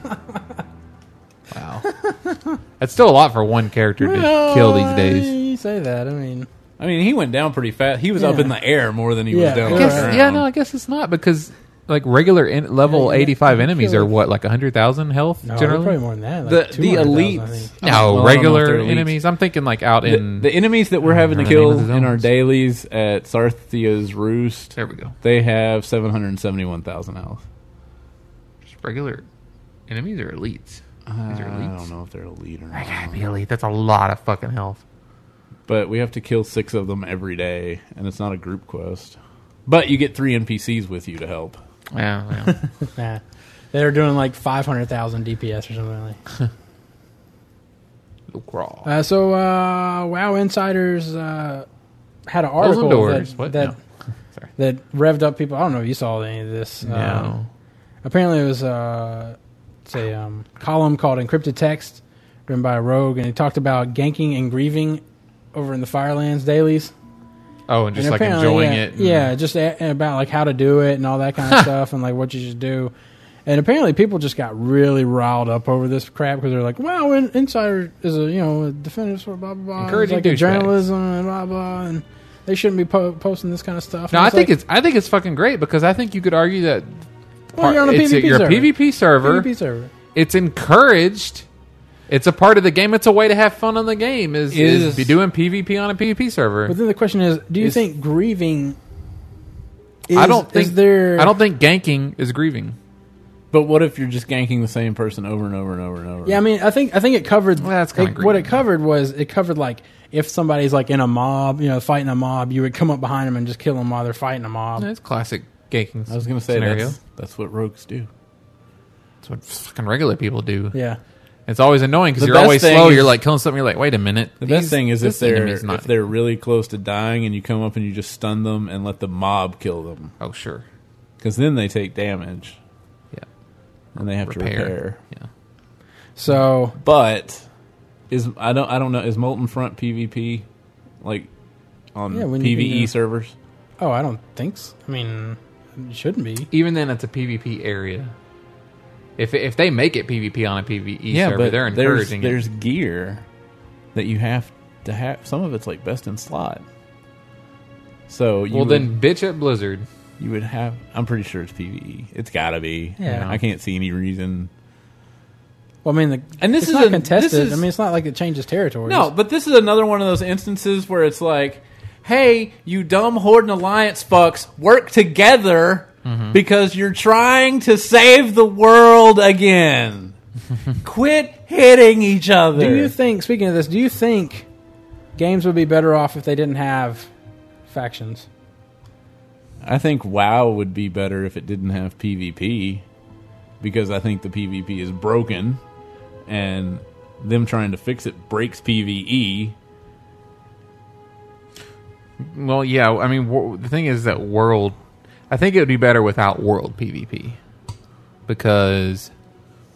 [SPEAKER 5] Wow, *laughs* that's still a lot for one character to kill
[SPEAKER 4] *laughs*
[SPEAKER 5] these days.
[SPEAKER 3] You say that. I mean,
[SPEAKER 4] I mean, he went down pretty fast. He was up
[SPEAKER 3] Yeah.
[SPEAKER 4] in the air more than he
[SPEAKER 3] Yeah,
[SPEAKER 4] was down Uh,
[SPEAKER 3] I
[SPEAKER 4] on
[SPEAKER 3] guess-
[SPEAKER 4] the ground.
[SPEAKER 5] Yeah, no, I guess it's not because like regular en- level
[SPEAKER 3] Yeah, you-
[SPEAKER 5] eighty five
[SPEAKER 3] you
[SPEAKER 5] enemies
[SPEAKER 3] feel
[SPEAKER 5] are
[SPEAKER 3] like-
[SPEAKER 5] what like hundred thousand health
[SPEAKER 3] no,
[SPEAKER 5] generally.
[SPEAKER 3] probably more than that.
[SPEAKER 4] the
[SPEAKER 3] Like
[SPEAKER 4] the
[SPEAKER 3] 200,000, I
[SPEAKER 4] elites.
[SPEAKER 3] think.
[SPEAKER 5] no,
[SPEAKER 4] Well, I don't know if
[SPEAKER 5] regular
[SPEAKER 4] they're elites.
[SPEAKER 5] enemies. I'm thinking like out
[SPEAKER 4] The,
[SPEAKER 5] in.
[SPEAKER 4] the e enemies that we're having to
[SPEAKER 5] I don't remember the name
[SPEAKER 4] kill
[SPEAKER 5] of the
[SPEAKER 4] in our
[SPEAKER 5] zones.
[SPEAKER 4] dailies at Sarthia's Roost,
[SPEAKER 5] there we go.
[SPEAKER 4] they have 771,000 health.
[SPEAKER 5] Just regular enemies or elites.
[SPEAKER 3] Uh,
[SPEAKER 5] These are
[SPEAKER 4] I
[SPEAKER 5] elites.
[SPEAKER 4] don't know if they're elite or
[SPEAKER 5] I
[SPEAKER 4] not.
[SPEAKER 5] gotta be elite. That's a lot of fucking health.
[SPEAKER 4] But we have to kill six of them every day, and it's not a group quest. But you get three NPCs with you to help.
[SPEAKER 5] Yeah, *laughs* yeah.
[SPEAKER 3] Nah. They were doing like 500,000 DPS or something like that.
[SPEAKER 5] Little crawl.
[SPEAKER 3] Uh, so, uh, WoW Insiders uh, had an article
[SPEAKER 5] doors.
[SPEAKER 3] that,
[SPEAKER 5] What?
[SPEAKER 3] that,
[SPEAKER 5] No. Sorry.
[SPEAKER 3] that revved up people. I don't know if you saw any of this. Um,
[SPEAKER 5] No.
[SPEAKER 3] apparently it was uh, it's a um, column called encrypted text written by a rogue and he talked about ganking and grieving over in the firelands dailies
[SPEAKER 5] Oh, and just
[SPEAKER 3] and
[SPEAKER 5] like
[SPEAKER 3] apparently,
[SPEAKER 5] enjoying
[SPEAKER 3] yeah,
[SPEAKER 5] it. and-
[SPEAKER 3] yeah just a- about like how to do it and all that kind of
[SPEAKER 5] *laughs*
[SPEAKER 3] stuff and like what you should do and apparently people just got really riled up over this crap because they're like wow in- insider is a you know a definitive sort of blah blah blah
[SPEAKER 5] Encouraging
[SPEAKER 3] it's like a
[SPEAKER 5] douchebags.
[SPEAKER 3] journalism and blah blah and they shouldn't be po- posting this kind of stuff
[SPEAKER 5] No,
[SPEAKER 3] And
[SPEAKER 5] I think
[SPEAKER 3] like,
[SPEAKER 5] it's I think it's fucking great because I think you could argue that
[SPEAKER 3] well, you're on a
[SPEAKER 5] it's-
[SPEAKER 3] PvP
[SPEAKER 5] you're
[SPEAKER 3] server.
[SPEAKER 5] a PvP server.
[SPEAKER 3] PvP server
[SPEAKER 5] it's encouraged. It's a part of the game. It's a way to have fun on the game. Is is,
[SPEAKER 4] Is-
[SPEAKER 5] be doing PvP on a PvP server.
[SPEAKER 3] But then the question is, do you
[SPEAKER 4] Is-
[SPEAKER 3] think grieving? Is,
[SPEAKER 5] I don't think
[SPEAKER 3] is there.
[SPEAKER 5] I don't think ganking is grieving.
[SPEAKER 4] But what if you're just ganking the same person over and over and over and over?
[SPEAKER 3] Yeah, I mean, I think I think it covered.
[SPEAKER 5] Well, that's kinda
[SPEAKER 3] it- what it
[SPEAKER 5] grieving.
[SPEAKER 3] covered was it covered like if somebody's like in a mob, you know, fighting a mob, you would come up behind them and just kill them while they're fighting a mob.
[SPEAKER 5] That's classic ganking.
[SPEAKER 4] I was going to say
[SPEAKER 5] scenario.
[SPEAKER 4] that's, that's what rogues do.
[SPEAKER 5] That's what fucking regular people do.
[SPEAKER 3] Yeah,
[SPEAKER 5] It's always annoying because
[SPEAKER 4] The
[SPEAKER 5] you're
[SPEAKER 4] best
[SPEAKER 5] always
[SPEAKER 4] thing
[SPEAKER 5] slow.
[SPEAKER 4] is-
[SPEAKER 5] you're like killing something. You're like, wait a minute.
[SPEAKER 4] The best thing is if they're
[SPEAKER 5] not.
[SPEAKER 4] if they're really close to dying and you come up and you just stun them and let the mob kill them
[SPEAKER 5] oh sure,
[SPEAKER 4] because then they take damage
[SPEAKER 5] yeah,
[SPEAKER 4] and they have to repair.
[SPEAKER 5] yeah.
[SPEAKER 3] so
[SPEAKER 4] But is I don't I don't know is Molten Front PvP like on
[SPEAKER 3] Yeah, when you can
[SPEAKER 4] PVE
[SPEAKER 3] do-
[SPEAKER 4] E
[SPEAKER 5] E
[SPEAKER 4] servers?
[SPEAKER 3] oh, I don't think. So. I mean, It shouldn't be.
[SPEAKER 5] Even then, it's a PvP area. If if they make it PvP on a PvE
[SPEAKER 4] yeah,
[SPEAKER 5] server,
[SPEAKER 4] but
[SPEAKER 5] they're
[SPEAKER 4] there's,
[SPEAKER 5] encouraging
[SPEAKER 4] there's gear that you have to have. Some of it's like best in slot. So
[SPEAKER 5] it.
[SPEAKER 4] you
[SPEAKER 5] Well,
[SPEAKER 4] would,
[SPEAKER 5] then bitch at Blizzard.
[SPEAKER 4] you would have. I'm pretty sure it's PVE. It's got to be.
[SPEAKER 3] Yeah.
[SPEAKER 4] I can't see any reason.
[SPEAKER 3] Well, I mean, the,
[SPEAKER 4] And this
[SPEAKER 3] it's
[SPEAKER 4] is
[SPEAKER 3] not
[SPEAKER 4] a-
[SPEAKER 3] contested.
[SPEAKER 4] this is-
[SPEAKER 3] I mean, it's not like it changes territories.
[SPEAKER 4] No, but this is another one of those instances where it's like, hey, you dumb Horde and Alliance fucks, work together because you're trying to save the world *laughs* again. Quit hitting each other.
[SPEAKER 3] Do you think? Speaking of this, do you think games would be better off if they didn't have factions?
[SPEAKER 4] I think WoW would be better if it didn't have PvP because I think the PvP is broken and them trying to fix it breaks E, PvE.
[SPEAKER 5] Well, yeah. I mean, wor- the thing is that world. I think it would be better without world PvP because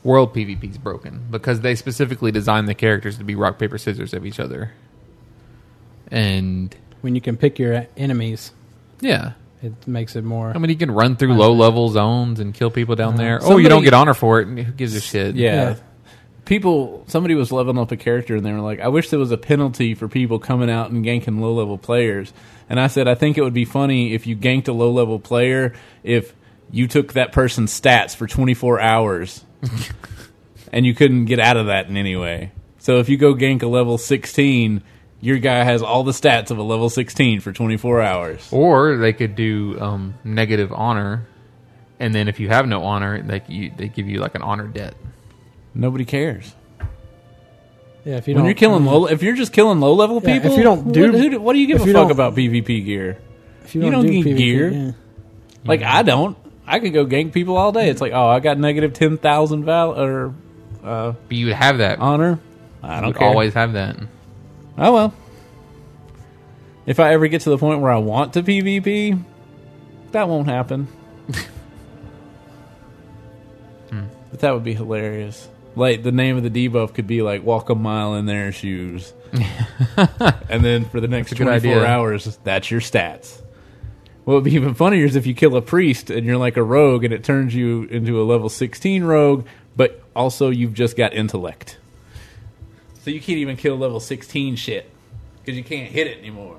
[SPEAKER 5] world PvP is broken because they specifically designed the characters to be rock paper scissors of each other. And
[SPEAKER 3] When you can pick your enemies,
[SPEAKER 5] yeah,
[SPEAKER 3] it makes it more.
[SPEAKER 5] I mean, you can run through low level zones and kill people down there. oh,
[SPEAKER 4] Somebody-
[SPEAKER 5] you don't get honor for it. and Who gives a shit?
[SPEAKER 4] Yeah.
[SPEAKER 3] Yeah.
[SPEAKER 4] People, somebody was leveling up a character and they were like, I wish there was a penalty for people coming out and ganking low level players. And I said, I think it would be funny if you ganked a low level player if you took that person's stats for 24
[SPEAKER 3] *laughs*
[SPEAKER 4] hours and you couldn't get out of that in any way. So if you go gank a level 16, your guy has all the stats of a level 16 for 24 hours.
[SPEAKER 5] Or they could do um, negative honor, and then if you have no honor, they you, they give you like an honor debt.
[SPEAKER 4] Nobody cares.
[SPEAKER 3] yeah, if you
[SPEAKER 4] when
[SPEAKER 3] don't,
[SPEAKER 4] you're killing low, if you're just killing low level
[SPEAKER 3] mm-hmm. Yeah, if
[SPEAKER 4] people,
[SPEAKER 3] you don't do-
[SPEAKER 4] what, who do- what do you give
[SPEAKER 3] if
[SPEAKER 4] a
[SPEAKER 3] you
[SPEAKER 4] fuck
[SPEAKER 3] don't-
[SPEAKER 4] about PvP gear?
[SPEAKER 3] if you
[SPEAKER 4] you
[SPEAKER 3] don't,
[SPEAKER 4] don't
[SPEAKER 3] do
[SPEAKER 4] need
[SPEAKER 3] PvP,
[SPEAKER 4] gear.
[SPEAKER 3] yeah.
[SPEAKER 4] Like I don't. I could go gank people all day. It's like, oh, I got negative ten thousand val or uh,
[SPEAKER 5] But you would have that.
[SPEAKER 4] honor. I
[SPEAKER 5] You
[SPEAKER 4] don't
[SPEAKER 5] would
[SPEAKER 4] care.
[SPEAKER 5] always have that.
[SPEAKER 4] Oh well. If I ever get to the point where I want to PvP, that won't *laughs* happen. but that would be hilarious. Like the name of the debuff could be like "Walk a mile in their *laughs* shoes," and then for the next
[SPEAKER 5] That's a good
[SPEAKER 4] twenty-four
[SPEAKER 5] idea.
[SPEAKER 4] hours, that's your stats. What would be even funnier is if you kill a priest and you're like a rogue, and it turns you into a level sixteen rogue, but also you've just got intellect. So you can't even kill level 16 shit because you can't hit it anymore.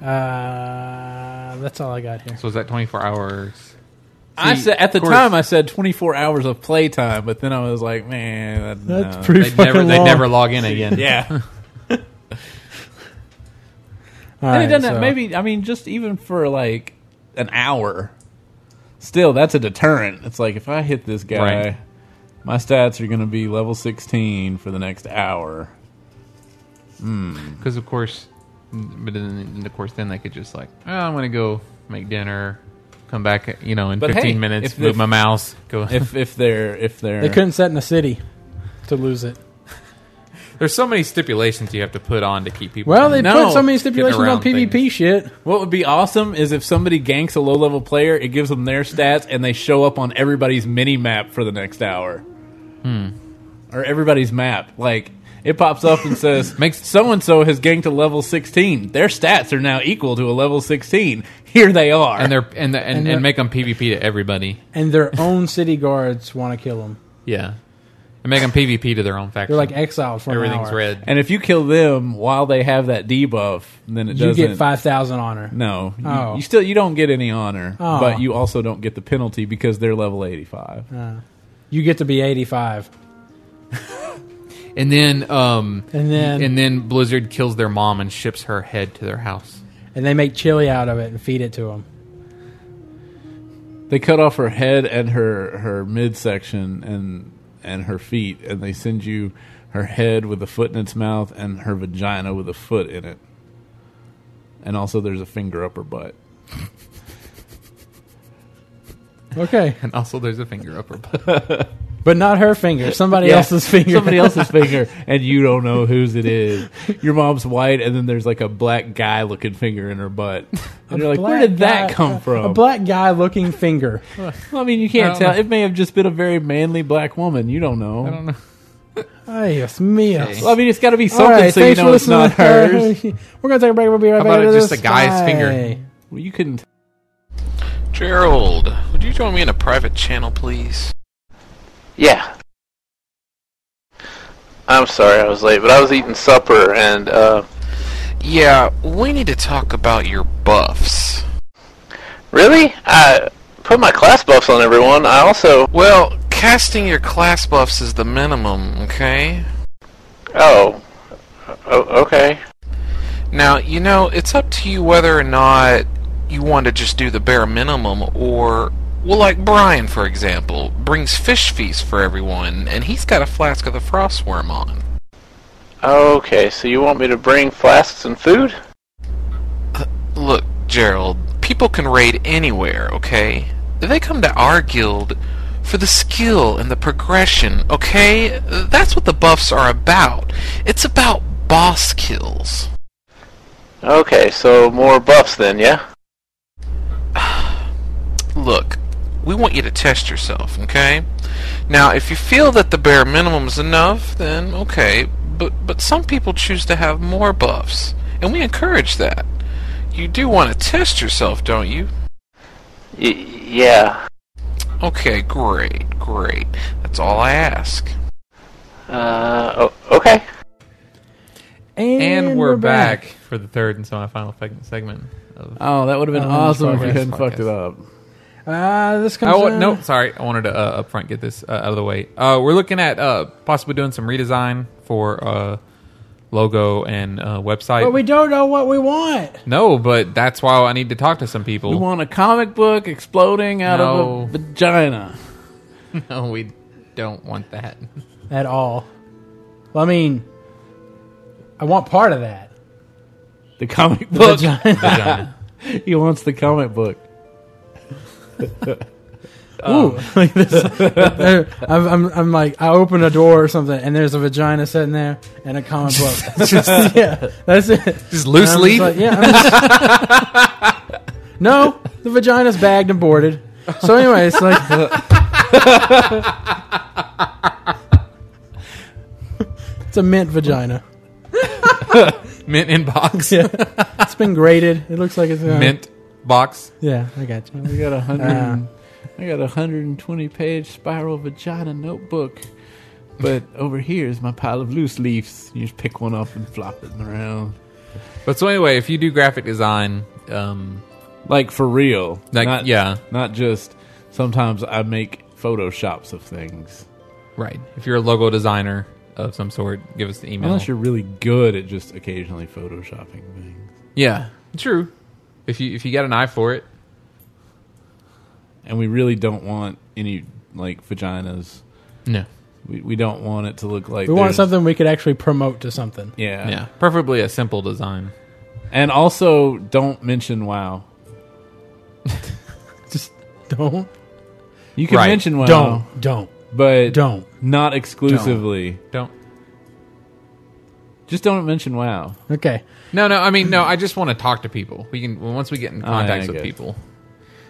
[SPEAKER 3] Uh, that's all I got here.
[SPEAKER 5] So is that twenty four hours?
[SPEAKER 4] I
[SPEAKER 5] See,
[SPEAKER 4] said at the
[SPEAKER 5] of course-
[SPEAKER 4] time I said 24 hours of playtime, but then I was like, man, that-
[SPEAKER 3] That's
[SPEAKER 4] no.
[SPEAKER 3] pretty
[SPEAKER 5] They
[SPEAKER 3] fucking
[SPEAKER 5] never they
[SPEAKER 3] long.
[SPEAKER 5] never log in
[SPEAKER 3] *laughs*
[SPEAKER 5] again.
[SPEAKER 4] yeah.
[SPEAKER 3] All
[SPEAKER 4] and it
[SPEAKER 3] right,
[SPEAKER 4] doesn't
[SPEAKER 3] so-
[SPEAKER 4] maybe I mean just even for like an hour. Still, that's a deterrent. It's like if I hit this guy,
[SPEAKER 5] Right.
[SPEAKER 4] my stats are going to be level 16 for the next hour.
[SPEAKER 5] Because of course, but then and of course then they could just like, oh, I'm gonna go make dinner, come back, you know, in
[SPEAKER 4] But
[SPEAKER 5] fifteen
[SPEAKER 4] hey,
[SPEAKER 5] minutes,
[SPEAKER 4] if-
[SPEAKER 5] move
[SPEAKER 4] if-
[SPEAKER 5] my mouse, go. *laughs*
[SPEAKER 4] If if they're if they're
[SPEAKER 3] They couldn't set in a city to lose it.
[SPEAKER 5] There's so many stipulations you have to put on to keep people.
[SPEAKER 3] Well,
[SPEAKER 5] from-
[SPEAKER 3] they
[SPEAKER 4] No.
[SPEAKER 3] put so many
[SPEAKER 5] Getting
[SPEAKER 3] stipulations on
[SPEAKER 5] around
[SPEAKER 3] PvP
[SPEAKER 5] things.
[SPEAKER 3] shit.
[SPEAKER 4] What would be awesome is if somebody ganks a low level player, it gives them their stats, and they show up on everybody's mini map for the next hour.
[SPEAKER 3] Hmm.
[SPEAKER 4] Or everybody's map. Like, it pops up and says, *laughs* makes so and so has ganked a level 16. Their stats are now equal to a level 16. Here they are.
[SPEAKER 5] and they're and the, and, and,
[SPEAKER 3] they're-
[SPEAKER 5] make them PvP to everybody.
[SPEAKER 3] And their own city guards want to kill them.
[SPEAKER 5] Yeah, and make them PvP to their own faction.
[SPEAKER 3] They're like exiled for an
[SPEAKER 5] everything's
[SPEAKER 3] hour.
[SPEAKER 5] red.
[SPEAKER 4] and if you kill them while they have that debuff, then it
[SPEAKER 3] You
[SPEAKER 4] doesn't.
[SPEAKER 3] get five thousand honor.
[SPEAKER 4] No, you,
[SPEAKER 3] Oh.
[SPEAKER 4] you still you don't get any honor,
[SPEAKER 3] Oh.
[SPEAKER 4] but you also don't get the penalty because they're level eighty five.
[SPEAKER 3] You get to be eighty-five,
[SPEAKER 5] And then, um,
[SPEAKER 3] and then
[SPEAKER 5] and
[SPEAKER 3] and,
[SPEAKER 5] then Blizzard kills their mom and ships her head to their house.
[SPEAKER 3] they make chili out of it and feed it to them.
[SPEAKER 4] They cut off her head and her her midsection and and her feet, and they send you her head with a foot in its mouth and her vagina with a foot in it. And also, there's a finger up her butt.
[SPEAKER 3] Okay,
[SPEAKER 5] And also, there's a finger up her butt.
[SPEAKER 3] but not her finger. Somebody
[SPEAKER 4] Yeah.
[SPEAKER 3] else's finger.
[SPEAKER 4] Somebody else's finger, *laughs* and you don't know whose it is. Your mom's white, and then there's like a black guy looking finger in
[SPEAKER 3] *laughs*
[SPEAKER 4] her butt. And you're like, where
[SPEAKER 3] Black
[SPEAKER 4] did that
[SPEAKER 3] guy-
[SPEAKER 4] come from?
[SPEAKER 3] A black guy looking
[SPEAKER 4] *laughs*
[SPEAKER 3] finger.
[SPEAKER 4] Well, I mean, you
[SPEAKER 5] I
[SPEAKER 4] can't
[SPEAKER 5] don't
[SPEAKER 4] tell.
[SPEAKER 5] know.
[SPEAKER 4] It may have just been a very manly black woman. You don't know.
[SPEAKER 5] I don't know.
[SPEAKER 3] Yes, me.
[SPEAKER 5] Okay.
[SPEAKER 4] Well, I mean, it's got to be
[SPEAKER 3] All
[SPEAKER 4] something
[SPEAKER 3] right,
[SPEAKER 4] so you
[SPEAKER 3] thanks
[SPEAKER 4] know
[SPEAKER 3] for
[SPEAKER 4] it's
[SPEAKER 3] listening. *laughs*
[SPEAKER 4] not hers.
[SPEAKER 3] We're gonna take a break. We'll be right
[SPEAKER 5] How
[SPEAKER 3] back.
[SPEAKER 5] about
[SPEAKER 3] after
[SPEAKER 5] just
[SPEAKER 3] this.
[SPEAKER 5] a guy's
[SPEAKER 3] Bye.
[SPEAKER 5] finger?
[SPEAKER 4] Well, you couldn't.
[SPEAKER 7] Gerald, would you join me in a private channel, please?
[SPEAKER 8] Yeah. I'm sorry I was late, but I was eating supper and uh
[SPEAKER 7] Yeah, we need to talk about your buffs.
[SPEAKER 8] really? I put my class buffs on everyone. I also
[SPEAKER 7] Well, casting your class buffs is the minimum, okay?
[SPEAKER 8] Oh. O- okay.
[SPEAKER 7] Now, you know, it's up to you whether or not you want to just do the bare minimum or. Well, like Brian, for example, brings fish feast for everyone, and he's got a flask of the frostworm on.
[SPEAKER 8] Okay, so you want me to bring flasks and food?
[SPEAKER 7] Uh, Look, Gerald, people can raid anywhere, okay? They come to our guild for the skill and the progression, okay? That's what the buffs are about. It's about boss kills.
[SPEAKER 8] Okay, so more buffs then, yeah?
[SPEAKER 7] Look, we want you to test yourself, okay? Now, if you feel that the bare minimum is enough, then okay, but but some people choose to have more buffs, and we encourage that. You do want to test yourself, don't you?
[SPEAKER 8] Y- yeah.
[SPEAKER 7] Okay, great, great. That's all I ask.
[SPEAKER 8] Uh o- okay.
[SPEAKER 3] And,
[SPEAKER 5] And we're back for the third and semifinal feg- segment. Of,
[SPEAKER 4] Oh, that would have been
[SPEAKER 3] Um,
[SPEAKER 4] awesome if
[SPEAKER 5] podcast,
[SPEAKER 4] you hadn't
[SPEAKER 5] podcast.
[SPEAKER 4] fucked it up.
[SPEAKER 3] Uh, this comes.
[SPEAKER 5] oh
[SPEAKER 3] in-
[SPEAKER 5] no, sorry, I wanted to uh, up front get this uh, out of the way. Uh, we're looking at uh, possibly doing some redesign for uh, logo and uh, website.
[SPEAKER 3] But we don't know what we want.
[SPEAKER 5] no, but that's why I need to talk to some people.
[SPEAKER 4] We want a comic book exploding out
[SPEAKER 5] No.
[SPEAKER 4] of a vagina.
[SPEAKER 5] *laughs* no, Oh, we don't want *laughs* that.
[SPEAKER 3] at all. Well, I mean, I want part of that. *laughs*
[SPEAKER 4] The comic book.
[SPEAKER 3] Vagina.
[SPEAKER 5] Vagina.
[SPEAKER 4] he wants the comic book.
[SPEAKER 3] Ooh, *laughs* like this. *laughs* there- I'm, I'm, I'm like, I open a door or something, and there's a vagina sitting there and a comic book. *laughs* yeah, that's it.
[SPEAKER 5] *laughs* Just loose
[SPEAKER 3] I'm just
[SPEAKER 5] leaf.
[SPEAKER 3] like, Um, yeah. I'm just- no, the vagina's bagged and boarded. So anyway, it's like. it's a mint vagina.
[SPEAKER 5] mint
[SPEAKER 3] *laughs*
[SPEAKER 5] in box.
[SPEAKER 3] Yeah, it's been graded. It looks like it's uh,
[SPEAKER 5] Mint box.
[SPEAKER 3] Yeah, I got you.
[SPEAKER 4] We got a hundred.
[SPEAKER 3] Uh.
[SPEAKER 4] and- I got a hundred and twenty page spiral vagina notebook.
[SPEAKER 5] *laughs*
[SPEAKER 4] But over here is my pile of loose leaves. You just pick one up and flop it around.
[SPEAKER 5] But so anyway, if you do graphic design, um,
[SPEAKER 4] Like for real.
[SPEAKER 5] Like,
[SPEAKER 4] not,
[SPEAKER 5] yeah.
[SPEAKER 4] Not just sometimes I make photoshops of things.
[SPEAKER 5] right? If you're a logo designer of some sort, give us the email.
[SPEAKER 4] Unless you're really good at just occasionally photoshopping things.
[SPEAKER 5] yeah, true. If you if you got an eye for it,
[SPEAKER 4] And we really don't want any like vaginas.
[SPEAKER 5] no,
[SPEAKER 4] We, we don't want it to look like
[SPEAKER 3] We want
[SPEAKER 4] there's-
[SPEAKER 3] something we could actually promote to something.
[SPEAKER 4] Yeah.
[SPEAKER 5] yeah, Uh, preferably a simple design.
[SPEAKER 4] And also don't mention wow.
[SPEAKER 3] Just don't,
[SPEAKER 4] You can
[SPEAKER 5] Right.
[SPEAKER 4] mention wow,
[SPEAKER 3] don't, don't,
[SPEAKER 4] but
[SPEAKER 3] don't.
[SPEAKER 4] not exclusively.
[SPEAKER 5] Don't.
[SPEAKER 4] Just don't mention wow.
[SPEAKER 3] Okay.
[SPEAKER 5] No, no. I mean, no. I just want to talk to people. We can well, once we get in
[SPEAKER 4] yeah,
[SPEAKER 5] contact
[SPEAKER 4] I
[SPEAKER 5] with
[SPEAKER 4] guess.
[SPEAKER 5] people.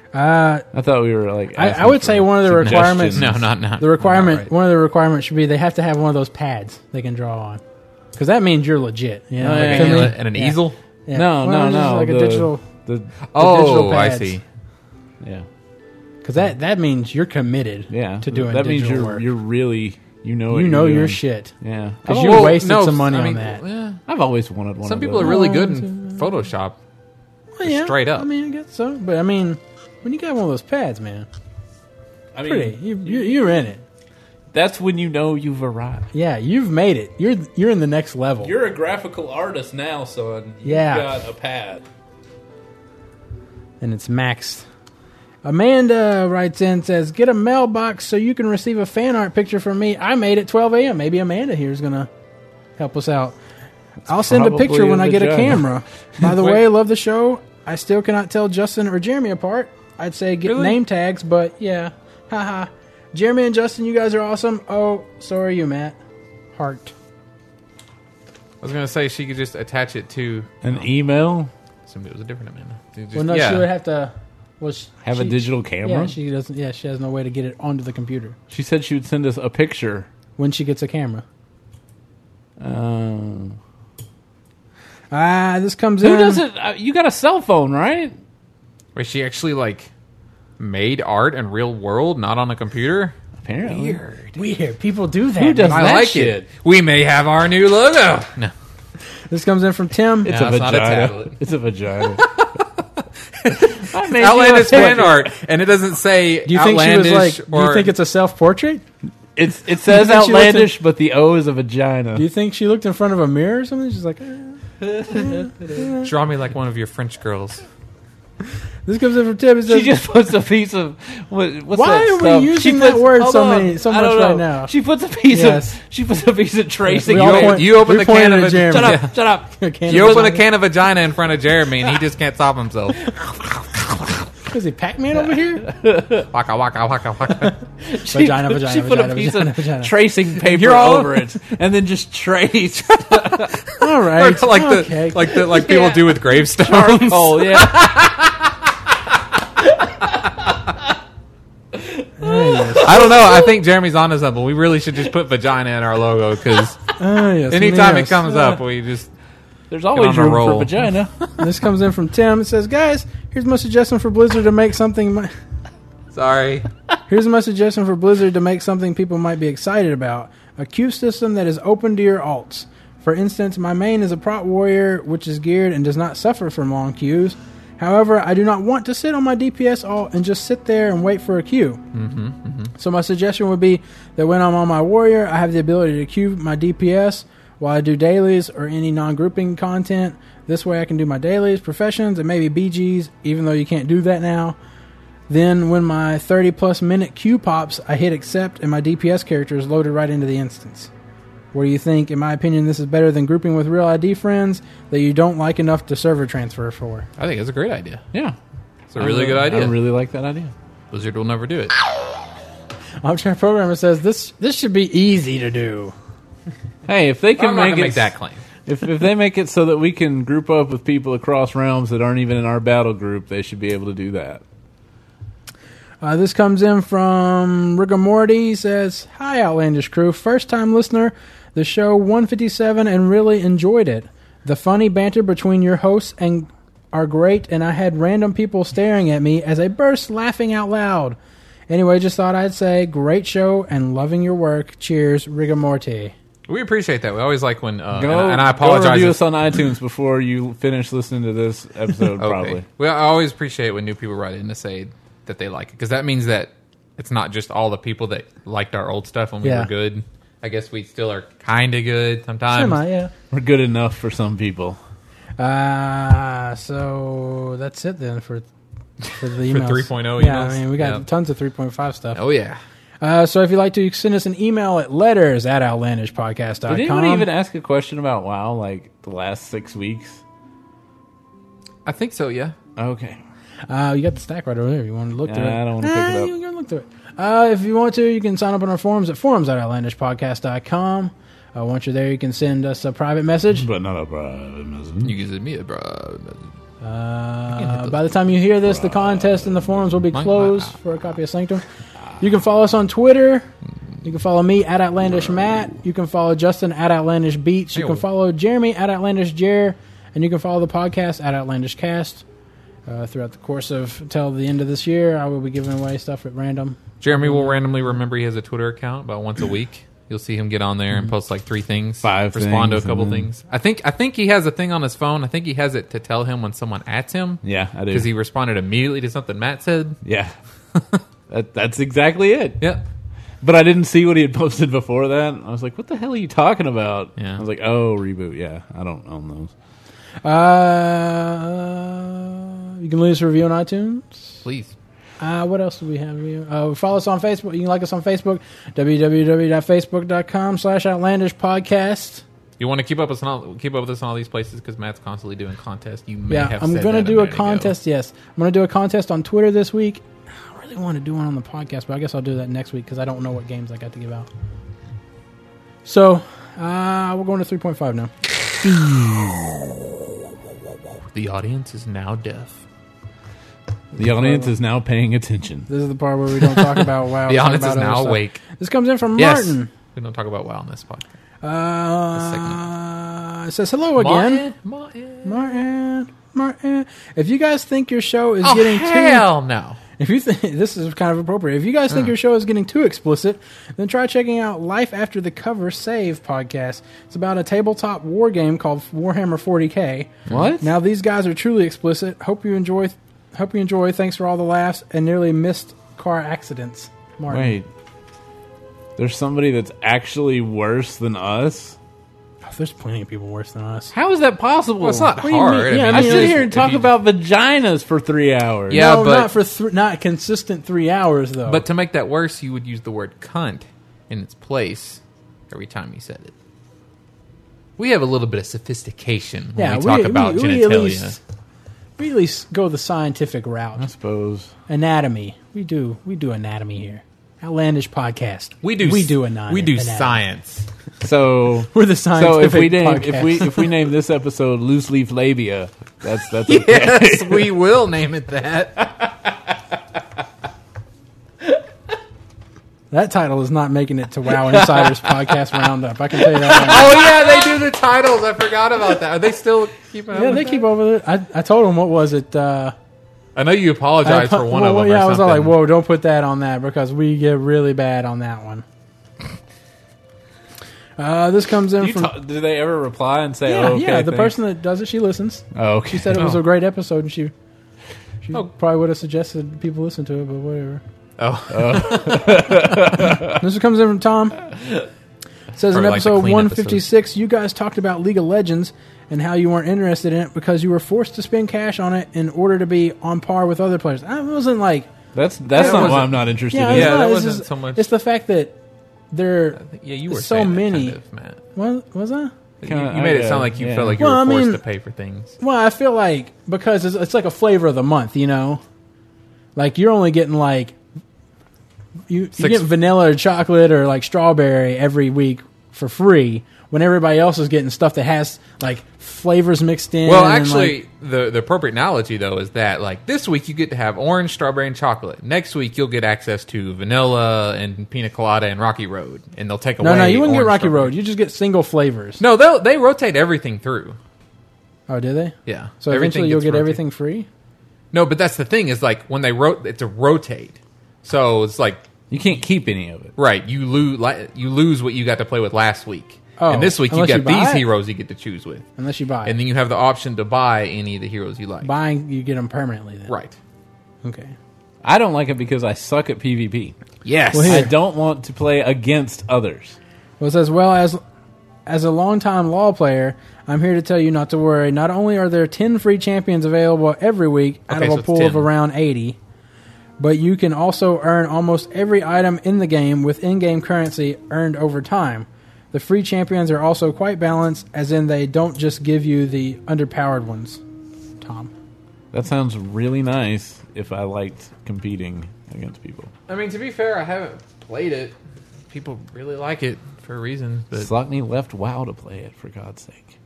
[SPEAKER 3] Uh,
[SPEAKER 4] I thought we were like
[SPEAKER 3] I, I
[SPEAKER 4] asking
[SPEAKER 3] would
[SPEAKER 4] for
[SPEAKER 3] say one of the
[SPEAKER 4] suggestions.
[SPEAKER 3] requirements.
[SPEAKER 5] No, not not
[SPEAKER 3] The requirement.
[SPEAKER 5] not right.
[SPEAKER 3] One of the requirements should be they have to have one of those pads they can draw on, because that means you're legit. You know,
[SPEAKER 4] Oh,
[SPEAKER 3] like,
[SPEAKER 4] yeah,
[SPEAKER 3] to
[SPEAKER 5] And
[SPEAKER 3] me-
[SPEAKER 4] yeah,
[SPEAKER 5] a- and an
[SPEAKER 3] yeah,
[SPEAKER 5] easel.
[SPEAKER 3] yeah.
[SPEAKER 4] No,
[SPEAKER 3] Well,
[SPEAKER 4] no,
[SPEAKER 3] just
[SPEAKER 4] no.
[SPEAKER 3] Like
[SPEAKER 4] the,
[SPEAKER 3] a digital,
[SPEAKER 4] the-
[SPEAKER 5] Oh, I
[SPEAKER 3] pads.
[SPEAKER 5] see.
[SPEAKER 4] yeah.
[SPEAKER 3] because that that means you're committed.
[SPEAKER 4] Yeah.
[SPEAKER 3] to doing
[SPEAKER 4] that means
[SPEAKER 3] digital
[SPEAKER 4] you're
[SPEAKER 3] work.
[SPEAKER 4] you're really you know what
[SPEAKER 3] you
[SPEAKER 4] you're
[SPEAKER 3] know your
[SPEAKER 4] doing.
[SPEAKER 3] shit
[SPEAKER 4] Yeah.
[SPEAKER 3] because
[SPEAKER 5] Oh,
[SPEAKER 3] you
[SPEAKER 5] well,
[SPEAKER 3] wasted
[SPEAKER 5] no,
[SPEAKER 3] some money
[SPEAKER 5] I
[SPEAKER 3] on
[SPEAKER 5] mean,
[SPEAKER 3] that.
[SPEAKER 5] yeah.
[SPEAKER 4] I've always wanted one.
[SPEAKER 5] Some
[SPEAKER 4] of
[SPEAKER 5] people are
[SPEAKER 4] those.
[SPEAKER 5] really good in Photoshop.
[SPEAKER 3] Well, yeah,
[SPEAKER 5] straight up.
[SPEAKER 3] I mean, I guess so. But I mean, when you got one of those pads, man,
[SPEAKER 4] I mean,
[SPEAKER 3] pretty. You, you, you're in it.
[SPEAKER 4] That's when you know you've arrived.
[SPEAKER 3] Yeah, you've made it. You're you're in the next level.
[SPEAKER 4] You're a graphical artist now, son. You've
[SPEAKER 3] Yeah.
[SPEAKER 4] got a pad.
[SPEAKER 3] and it's maxed. Amanda writes in says, "Get a mailbox so you can receive a fan art picture from me. I made at 12 a.m. Maybe Amanda here is gonna help us out. I'll send a
[SPEAKER 4] probably
[SPEAKER 3] picture when
[SPEAKER 4] in
[SPEAKER 3] I
[SPEAKER 4] the
[SPEAKER 3] get a
[SPEAKER 4] job. *laughs*
[SPEAKER 3] camera. By the
[SPEAKER 5] Wait.
[SPEAKER 3] way, love the show. I still cannot tell Justin or Jeremy apart. I'd say get
[SPEAKER 5] Really?
[SPEAKER 3] name tags, but yeah, haha. Jeremy and Justin, you guys are awesome. Oh, so are you, Matt. Heart.
[SPEAKER 5] I was gonna say she could just attach it to.
[SPEAKER 4] An email?
[SPEAKER 5] Assumed it was a different Amanda. Just-
[SPEAKER 3] Well, no,
[SPEAKER 5] yeah.
[SPEAKER 3] she would have to. Well, she,
[SPEAKER 4] Have a
[SPEAKER 3] she-
[SPEAKER 4] digital camera?
[SPEAKER 3] Yeah, she doesn't. Yeah, she has no way to get it onto the computer
[SPEAKER 4] She said she would send us a picture.
[SPEAKER 3] when she gets a camera."
[SPEAKER 4] Um,
[SPEAKER 3] Ah, this comes
[SPEAKER 4] who
[SPEAKER 3] in.
[SPEAKER 4] doesn't? Uh, you got a cell phone, right?
[SPEAKER 5] Wait, she actually like made art in real world, not on a computer.
[SPEAKER 4] Apparently.
[SPEAKER 5] Weird.
[SPEAKER 3] Weird. People do that.
[SPEAKER 4] Who does
[SPEAKER 5] I
[SPEAKER 4] that
[SPEAKER 5] like
[SPEAKER 4] shit?
[SPEAKER 5] it. We may have our new logo. No,
[SPEAKER 3] This comes in from Tim.
[SPEAKER 5] It's
[SPEAKER 4] It's
[SPEAKER 5] No,
[SPEAKER 4] a
[SPEAKER 5] it's not a
[SPEAKER 4] vagina.
[SPEAKER 5] tablet.
[SPEAKER 4] *laughs* It's
[SPEAKER 3] *laughs*
[SPEAKER 4] a vagina.
[SPEAKER 5] outlandish fan art, and it doesn't say
[SPEAKER 3] do you think she was
[SPEAKER 5] outlandish
[SPEAKER 3] like? Do
[SPEAKER 5] or
[SPEAKER 3] you think it's a self-portrait?
[SPEAKER 4] It's *laughs* it says
[SPEAKER 3] You think she looks
[SPEAKER 4] outlandish, but the O is a vagina.
[SPEAKER 3] Do you think she looked in front of a mirror or something? She's like, "Eh."
[SPEAKER 5] draw me like one of your French girls.
[SPEAKER 3] this comes in from Tim. It says,
[SPEAKER 4] *laughs* she just puts a piece of what, what's
[SPEAKER 3] Why
[SPEAKER 4] that
[SPEAKER 3] are we
[SPEAKER 4] stuff?
[SPEAKER 3] using
[SPEAKER 4] she
[SPEAKER 3] that
[SPEAKER 4] puts,
[SPEAKER 3] word
[SPEAKER 4] hold
[SPEAKER 3] so
[SPEAKER 4] on,
[SPEAKER 3] many- so
[SPEAKER 4] I don't
[SPEAKER 3] much right
[SPEAKER 4] know.
[SPEAKER 3] now?
[SPEAKER 4] She puts a piece
[SPEAKER 3] Yes.
[SPEAKER 4] of she puts a piece of tracing.
[SPEAKER 3] We all
[SPEAKER 4] on it.
[SPEAKER 3] point-
[SPEAKER 5] you open
[SPEAKER 3] we
[SPEAKER 5] the can
[SPEAKER 3] pointed
[SPEAKER 5] of
[SPEAKER 3] at
[SPEAKER 5] a-
[SPEAKER 3] Jeremy.
[SPEAKER 4] shut up! Shut
[SPEAKER 3] *laughs*
[SPEAKER 4] up!
[SPEAKER 3] A can
[SPEAKER 5] You
[SPEAKER 3] of
[SPEAKER 5] open a
[SPEAKER 3] vagina.
[SPEAKER 5] can of vagina in front of Jeremy, and he just can't
[SPEAKER 3] *laughs*
[SPEAKER 5] stop himself.
[SPEAKER 3] Is he Pac-Man over here?
[SPEAKER 5] *laughs* Waka waka waka waka.
[SPEAKER 4] She,
[SPEAKER 3] Vagina,
[SPEAKER 4] put-
[SPEAKER 3] vagina,
[SPEAKER 4] she put
[SPEAKER 3] vagina,
[SPEAKER 4] a piece
[SPEAKER 3] vagina,
[SPEAKER 4] of
[SPEAKER 3] vagina.
[SPEAKER 4] tracing paper
[SPEAKER 5] You're all-
[SPEAKER 4] over it, and then just *laughs* trace.
[SPEAKER 3] All
[SPEAKER 5] *laughs* Or
[SPEAKER 3] right.
[SPEAKER 5] like
[SPEAKER 3] okay.
[SPEAKER 5] the like the like
[SPEAKER 3] *laughs*
[SPEAKER 5] people do with gravestones.
[SPEAKER 4] oh yeah,
[SPEAKER 5] I don't know. I think Jeremy's onto something. We really should just put vagina in our logo *laughs* because
[SPEAKER 3] Ah, yes,
[SPEAKER 5] anytime
[SPEAKER 3] yes.
[SPEAKER 5] it comes up, we just
[SPEAKER 4] there's always
[SPEAKER 5] on a
[SPEAKER 4] room
[SPEAKER 5] roll.
[SPEAKER 4] for vagina.
[SPEAKER 3] This comes in from Tim. It says, "Guys, here's my suggestion for Blizzard to make something. Mi-
[SPEAKER 5] sorry.
[SPEAKER 3] here's my suggestion for Blizzard to make something people might be excited about: a queue system that is open to your alts. For instance, my main is a prop warrior, which is geared and does not suffer from long queues. However, I do not want to sit on my DPS alt and just sit there and wait for a queue. Mm-hmm, So my suggestion would be that when I'm on my warrior, I have the ability to queue my DPS while I do dailies or any non-grouping content. This way, I can do my dailies, professions, and maybe BGs, even though you can't do that now. Then, when my 30 plus minute queue pops, I hit accept and my DPS character is loaded right into the instance. What do you think? In my opinion, this is better than grouping with real ID friends that you don't like enough to server transfer for.
[SPEAKER 5] I think it's a great idea.
[SPEAKER 4] Yeah,
[SPEAKER 5] It's a really good idea.
[SPEAKER 4] I really like that idea.
[SPEAKER 5] Blizzard will never do it.
[SPEAKER 3] Armchair Programmer says this this should be easy to do.
[SPEAKER 4] Hey, if they can
[SPEAKER 5] I'm not
[SPEAKER 4] make
[SPEAKER 5] gonna
[SPEAKER 4] it
[SPEAKER 5] make that claim.
[SPEAKER 4] if, if they make it so that we can group up with people across realms that aren't even in our battle group, they should be able to do that.
[SPEAKER 3] Uh, this comes in from Rigor Morty says, Hi, Outlandish crew. First time listener, the show 157 and really enjoyed it. The funny banter between your hosts and are great, and I had random people staring at me as I burst laughing out loud. Anyway, just thought I'd say, great show and loving your work. Cheers, Rigor Morty.
[SPEAKER 5] We appreciate that. We always like when uh,
[SPEAKER 4] Go,
[SPEAKER 5] and, and I
[SPEAKER 4] Go
[SPEAKER 5] apologize.
[SPEAKER 4] review
[SPEAKER 5] if-
[SPEAKER 4] us on iTunes before you finish listening to this episode.
[SPEAKER 5] *laughs* Okay.
[SPEAKER 4] Probably.
[SPEAKER 5] Well, I always appreciate when new people write in to say that they like it because that means that it's not just all the people that liked our old stuff when we
[SPEAKER 3] Yeah.
[SPEAKER 5] were good. I guess we still are kind of good sometimes.
[SPEAKER 3] Am I? Yeah.
[SPEAKER 4] We're good enough for some people.
[SPEAKER 3] Uh, so that's it then for, for the
[SPEAKER 5] For
[SPEAKER 3] emails.
[SPEAKER 5] 3.0
[SPEAKER 3] Yeah,
[SPEAKER 5] emails?
[SPEAKER 3] I mean, we got
[SPEAKER 5] Yeah.
[SPEAKER 3] tons of 3.5 stuff.
[SPEAKER 5] Oh yeah.
[SPEAKER 3] Uh, so if you'd like to, you can send us an email at letters at outlandishpodcast.com.
[SPEAKER 4] Did anyone even ask a question about WoW like the last six weeks?
[SPEAKER 5] I think so. Yeah.
[SPEAKER 4] Okay.
[SPEAKER 3] uh, you got the stack right over there if you want to look through it.
[SPEAKER 4] I don't wanna pick it
[SPEAKER 3] Ah,
[SPEAKER 4] up.
[SPEAKER 3] You can look through it. Uh, if you want to, you can sign up on our forums at forums at outlandishpodcast.com. Uh, once you're there, you can send us a private message.
[SPEAKER 4] But not a problem.
[SPEAKER 5] You can send me a bro.
[SPEAKER 3] Uh, by the time you hear this, the contest in the forums will be closed for a copy of Sanctum. You can follow us on Twitter. You can follow me at Outlandish Matt. You can follow Justin at Outlandish Beats. You can
[SPEAKER 5] Ew.
[SPEAKER 3] follow Jeremy at Outlandish Jer. And you can follow the podcast at Outlandish Cast. Uh, throughout the course of till the end of this year, I will be giving away stuff at random.
[SPEAKER 5] Jeremy
[SPEAKER 3] Mm.
[SPEAKER 5] will randomly remember he has a Twitter account about once
[SPEAKER 3] *clears throat*
[SPEAKER 5] a week. You'll see him get on there
[SPEAKER 3] Mm.
[SPEAKER 5] and post like three things,
[SPEAKER 4] Five
[SPEAKER 5] respond
[SPEAKER 4] things,
[SPEAKER 5] to a couple
[SPEAKER 4] and then-
[SPEAKER 5] things. I think I think he has a thing on his phone. I think he has it to tell him when someone at him
[SPEAKER 4] Yeah, I do.
[SPEAKER 5] because he responded immediately to something Matt said.
[SPEAKER 4] yeah. *laughs* that, that's exactly it.
[SPEAKER 5] Yep.
[SPEAKER 4] But I didn't see what he had posted before that. I was like, "What the hell are you talking about?"
[SPEAKER 5] Yeah.
[SPEAKER 4] I was like, "Oh, reboot." Yeah, I don't own those.
[SPEAKER 3] Uh, you can leave us a review on iTunes.
[SPEAKER 5] Please.
[SPEAKER 3] Uh, what else do we have? here? Uh, follow us on Facebook. You can like us on Facebook, www.facebook.com slash outlandish podcast.
[SPEAKER 5] You want to keep up us on all, keep up with us on all these places because Matt's constantly doing contests. You may
[SPEAKER 3] Yeah,
[SPEAKER 5] have.
[SPEAKER 3] I'm
[SPEAKER 5] said
[SPEAKER 3] going to
[SPEAKER 5] that
[SPEAKER 3] do a
[SPEAKER 5] minute ago.
[SPEAKER 3] contest. Yes, I'm going to do a contest on Twitter this week. I really want to do one on the podcast, but I guess I'll do that next week because I don't know what games I got to give out. So uh, we're going to 3.5 now.
[SPEAKER 5] The audience is now deaf.
[SPEAKER 4] The audience is now paying attention.
[SPEAKER 3] This is the part where we don't talk
[SPEAKER 5] *laughs*
[SPEAKER 3] about wow.
[SPEAKER 5] The
[SPEAKER 3] talk
[SPEAKER 5] audience
[SPEAKER 3] about
[SPEAKER 5] is
[SPEAKER 3] other
[SPEAKER 5] now
[SPEAKER 3] stuff.
[SPEAKER 5] awake.
[SPEAKER 3] This comes in from
[SPEAKER 5] Yes.
[SPEAKER 3] Martin.
[SPEAKER 5] We don't talk about WoW on this podcast.
[SPEAKER 3] Uh, it says hello again.
[SPEAKER 5] Martin, Martin.
[SPEAKER 3] Martin, Martin. If you guys think your show is
[SPEAKER 5] Oh
[SPEAKER 3] getting
[SPEAKER 5] hell Uh. no!
[SPEAKER 3] too If you think *laughs* this is kind of appropriate, if you guys think your show is getting too explicit, then try checking out Life After the Cover Save podcast. It's about a tabletop war game called Warhammer 40k.
[SPEAKER 5] What?
[SPEAKER 3] Now these guys are truly explicit. Hope you enjoy. Hope you enjoy. Thanks for all the laughs and nearly missed car accidents. Martin.
[SPEAKER 4] Wait. There's somebody that's actually worse than us?
[SPEAKER 3] Oh, there's plenty of people worse than us.
[SPEAKER 4] How is that possible?
[SPEAKER 5] Well, it's not
[SPEAKER 3] do you mean?
[SPEAKER 5] hard.
[SPEAKER 3] Yeah, I
[SPEAKER 4] I,
[SPEAKER 3] mean,
[SPEAKER 4] sit
[SPEAKER 3] like,
[SPEAKER 4] here and
[SPEAKER 5] if
[SPEAKER 4] talk
[SPEAKER 5] you-
[SPEAKER 4] about vaginas for three hours.
[SPEAKER 5] Yeah,
[SPEAKER 3] no,
[SPEAKER 5] but-
[SPEAKER 3] not for th- not consistent three hours though.
[SPEAKER 5] But to make that worse, you would use the word cunt in its place every time you said it. We have a little bit of sophistication when we talk about genitalia.
[SPEAKER 3] at least, we at least go the scientific
[SPEAKER 4] I
[SPEAKER 3] route.
[SPEAKER 4] suppose.
[SPEAKER 3] Anatomy. We do we do anatomy here. Outlandish podcast.
[SPEAKER 5] we do
[SPEAKER 3] we
[SPEAKER 5] s-
[SPEAKER 3] do anatomy.
[SPEAKER 5] We do
[SPEAKER 3] anatomy.
[SPEAKER 5] science.
[SPEAKER 4] So
[SPEAKER 3] *laughs* We're the
[SPEAKER 4] so if we
[SPEAKER 3] scientific
[SPEAKER 4] name if we
[SPEAKER 3] podcast.
[SPEAKER 4] if we name this episode loose leaf labia, that's that's okay.
[SPEAKER 5] *laughs* yes, we will name it that.
[SPEAKER 3] That title is not making it to Wow
[SPEAKER 5] *laughs*
[SPEAKER 3] Insiders podcast roundup. I can tell you that. right
[SPEAKER 5] Oh yeah, *laughs* they do the titles. I forgot about that. Are they still keeping up? *laughs*
[SPEAKER 3] now. Yeah,
[SPEAKER 5] with
[SPEAKER 3] they
[SPEAKER 5] that?
[SPEAKER 3] keep over it. I, I told them what was it. Uh,
[SPEAKER 5] I know you
[SPEAKER 3] I-
[SPEAKER 5] apologized for one
[SPEAKER 3] well,
[SPEAKER 5] of them.
[SPEAKER 3] Yeah,
[SPEAKER 5] or
[SPEAKER 3] I was all like,
[SPEAKER 5] something.
[SPEAKER 3] "Whoa, don't put that on that because we get really bad on that
[SPEAKER 5] *laughs*
[SPEAKER 3] one." Uh, this comes in
[SPEAKER 4] You
[SPEAKER 3] from
[SPEAKER 4] ta- do they ever reply and say,
[SPEAKER 3] yeah,
[SPEAKER 4] oh, okay,
[SPEAKER 3] yeah. The
[SPEAKER 4] thanks.
[SPEAKER 3] person that does it, she listens.
[SPEAKER 4] Oh, okay.
[SPEAKER 3] She said it was a great episode, and she she
[SPEAKER 5] Oh.
[SPEAKER 3] probably would have suggested people listen to it, but whatever.
[SPEAKER 5] Oh,
[SPEAKER 3] *laughs* this one comes in from Tom. Says in
[SPEAKER 5] Or like the
[SPEAKER 3] episode
[SPEAKER 5] clean
[SPEAKER 3] 156, you guys talked about League of Legends and how you weren't interested in it because you were forced to spend cash on it in order to be on par with other players. I wasn't like,
[SPEAKER 4] that's that's
[SPEAKER 5] That
[SPEAKER 4] not why
[SPEAKER 5] wasn't-
[SPEAKER 4] I'm not interested
[SPEAKER 3] yeah,
[SPEAKER 4] in.
[SPEAKER 3] it's
[SPEAKER 5] Yeah,
[SPEAKER 3] not,
[SPEAKER 5] that
[SPEAKER 3] it's
[SPEAKER 5] wasn't
[SPEAKER 3] just-
[SPEAKER 5] so much-
[SPEAKER 3] It's the fact that they're
[SPEAKER 5] yeah, you were
[SPEAKER 3] so
[SPEAKER 5] saying that
[SPEAKER 3] many.
[SPEAKER 5] Kind of, Matt.
[SPEAKER 3] what was I?
[SPEAKER 5] You,
[SPEAKER 4] Kinda,
[SPEAKER 5] you made it
[SPEAKER 4] yeah,
[SPEAKER 5] sound like you
[SPEAKER 4] yeah.
[SPEAKER 5] felt like you
[SPEAKER 3] Well, I
[SPEAKER 5] were forced
[SPEAKER 3] mean-
[SPEAKER 5] to pay for things.
[SPEAKER 3] Well, I feel like because it's, it's like a flavor of the month, you know, like you're only getting like you, you
[SPEAKER 5] Six-
[SPEAKER 3] get vanilla or chocolate or like strawberry every week for free when everybody else is getting stuff that has like flavors mixed in.
[SPEAKER 5] Well,
[SPEAKER 3] and,
[SPEAKER 5] actually,
[SPEAKER 3] like-
[SPEAKER 5] the the appropriate analogy though is that like this week you get to have orange, strawberry, and chocolate. Next week you'll get access to vanilla and pina colada and Rocky Road, and they'll take away.
[SPEAKER 3] no, no, you wouldn't get
[SPEAKER 5] orange,
[SPEAKER 3] Rocky
[SPEAKER 5] strawberry.
[SPEAKER 3] Road. You just get single flavors.
[SPEAKER 5] No, they will they rotate everything through.
[SPEAKER 3] Oh, do they?
[SPEAKER 5] Yeah.
[SPEAKER 3] So
[SPEAKER 5] Everything
[SPEAKER 3] eventually you'll
[SPEAKER 5] gets
[SPEAKER 3] get
[SPEAKER 5] rotated.
[SPEAKER 3] everything free.
[SPEAKER 5] No, but that's the thing is like when they wrote it's a rotate, so it's like
[SPEAKER 4] You can't keep any of it.
[SPEAKER 5] right you lose like, you lose what you got to play with last week,
[SPEAKER 3] Oh,
[SPEAKER 5] and this week you
[SPEAKER 3] unless
[SPEAKER 5] got
[SPEAKER 3] you buy
[SPEAKER 5] these
[SPEAKER 3] it.
[SPEAKER 5] heroes you get to choose with,
[SPEAKER 3] Unless you buy,
[SPEAKER 5] and then you have the option to buy any of the heroes you like.
[SPEAKER 3] buying you get them permanently. Then
[SPEAKER 5] Right.
[SPEAKER 3] Okay.
[SPEAKER 4] I don't like it because I suck at PvP.
[SPEAKER 5] Yes.
[SPEAKER 3] Well,
[SPEAKER 4] I
[SPEAKER 3] here-
[SPEAKER 4] don't want to play against others.
[SPEAKER 3] Well, it says, well, as as a longtime law player, I'm here to tell you not to worry. Not only are there 10 free champions available every week out
[SPEAKER 5] Okay,
[SPEAKER 3] of
[SPEAKER 5] so
[SPEAKER 3] a
[SPEAKER 5] it's
[SPEAKER 3] pool of
[SPEAKER 5] 10.
[SPEAKER 3] around 80, but you can also earn almost every item in the game with in-game currency earned over time. The free champions are also quite balanced, as in they don't just give you the underpowered ones. Tom.
[SPEAKER 4] That sounds really nice if I liked competing against people.
[SPEAKER 5] I mean, to be fair, I haven't played it. People really like it for a reason, but
[SPEAKER 4] Slotney left WoW to play it, for God's sake.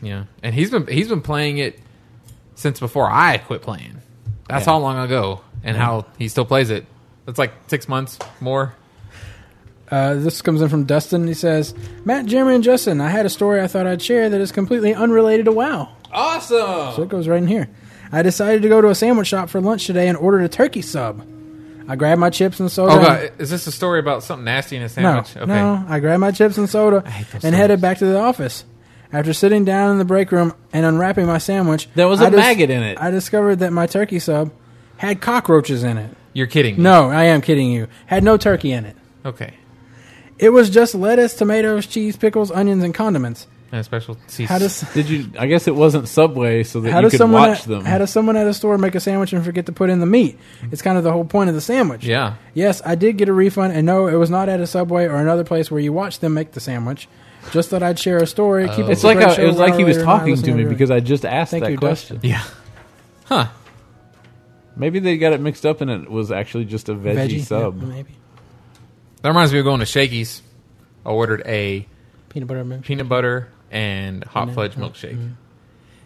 [SPEAKER 5] yeah. And he's been he's been playing it since before I quit playing. That's
[SPEAKER 4] Yeah.
[SPEAKER 5] how long ago, and how he still plays it. That's like six months more.
[SPEAKER 3] Uh, this comes in from Dustin. He says, Matt, Jeremy, and Justin, I had a story I thought I'd share that is completely unrelated to WoW.
[SPEAKER 5] Awesome.
[SPEAKER 3] So it goes right in here. I decided to go to a sandwich shop for lunch today and ordered a turkey sub. I grabbed my chips and soda.
[SPEAKER 5] Oh
[SPEAKER 3] and-
[SPEAKER 5] god, is this a story about something nasty in a
[SPEAKER 3] no,
[SPEAKER 5] sandwich?
[SPEAKER 3] no. I grabbed my chips and soda and
[SPEAKER 5] hate those
[SPEAKER 3] headed
[SPEAKER 5] stories.
[SPEAKER 3] back to the office. After sitting down in the break room and unwrapping my sandwich,
[SPEAKER 4] There was a
[SPEAKER 3] I dis-
[SPEAKER 4] maggot in it.
[SPEAKER 3] I discovered that my turkey sub had cockroaches in it.
[SPEAKER 5] You're kidding. me.
[SPEAKER 3] No, I am kidding you. Had no turkey in it.
[SPEAKER 5] Okay.
[SPEAKER 3] It was just lettuce, tomatoes, cheese, pickles, onions, and condiments.
[SPEAKER 5] And a special cease.
[SPEAKER 3] How does
[SPEAKER 4] Did you? I guess it wasn't Subway, so that
[SPEAKER 3] how
[SPEAKER 4] you
[SPEAKER 3] does
[SPEAKER 4] could
[SPEAKER 3] someone
[SPEAKER 4] watch
[SPEAKER 3] at,
[SPEAKER 4] them.
[SPEAKER 3] how does someone at a store make a sandwich and forget to put in the meat? It's kind of the whole point of the sandwich.
[SPEAKER 5] Yeah.
[SPEAKER 3] Yes, I did get a refund, and no, it was not at a Subway or another place where you watch them make the sandwich. Just thought I'd share a story. Keep up
[SPEAKER 4] Oh. it's
[SPEAKER 3] the
[SPEAKER 4] like
[SPEAKER 3] great
[SPEAKER 4] I,
[SPEAKER 3] show,
[SPEAKER 4] it was like he was
[SPEAKER 3] moderator, and I
[SPEAKER 4] talking
[SPEAKER 3] listen
[SPEAKER 4] to me
[SPEAKER 3] every-
[SPEAKER 4] because I just asked
[SPEAKER 3] Thank
[SPEAKER 4] that
[SPEAKER 3] you,
[SPEAKER 4] question.
[SPEAKER 5] Yeah. Huh.
[SPEAKER 4] Maybe they got it mixed up and it was actually just a veggie,
[SPEAKER 3] veggie
[SPEAKER 4] sub.
[SPEAKER 3] yeah, maybe
[SPEAKER 5] That reminds me of going to Shakey's. I ordered a
[SPEAKER 3] peanut butter milk.
[SPEAKER 5] peanut butter and hot fudge milkshake.
[SPEAKER 4] mm-hmm.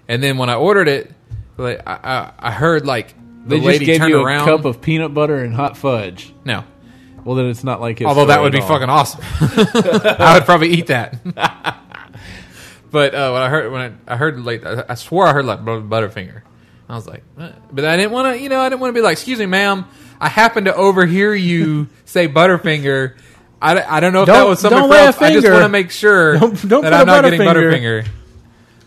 [SPEAKER 5] And then when I ordered it, like I, I, I heard like the
[SPEAKER 4] They just
[SPEAKER 5] lady
[SPEAKER 4] gave
[SPEAKER 5] turn
[SPEAKER 4] you
[SPEAKER 5] around.
[SPEAKER 4] a cup of peanut butter and hot fudge.
[SPEAKER 5] no,
[SPEAKER 4] Well, then it's not like his
[SPEAKER 5] although that
[SPEAKER 4] story
[SPEAKER 5] would be
[SPEAKER 4] at all.
[SPEAKER 5] fucking awesome. *laughs* I would probably eat that. *laughs* but uh, when I heard when I, I heard like I, I "Uh," swore I heard like Butter- Butterfinger. I was like, what? but I didn't want to. You know, I didn't want to be like, excuse me, ma'am. I happened to overhear you say Butterfinger. I, d- I don't know if that
[SPEAKER 3] Don't-
[SPEAKER 5] was something
[SPEAKER 3] don't lay a
[SPEAKER 5] else. I just
[SPEAKER 3] finger.
[SPEAKER 5] want to make
[SPEAKER 3] *laughs*
[SPEAKER 5] sure
[SPEAKER 3] Don't- don't
[SPEAKER 5] that
[SPEAKER 3] put
[SPEAKER 5] I'm
[SPEAKER 3] a
[SPEAKER 5] not getting
[SPEAKER 3] Butterfinger.
[SPEAKER 5] Butterfinger.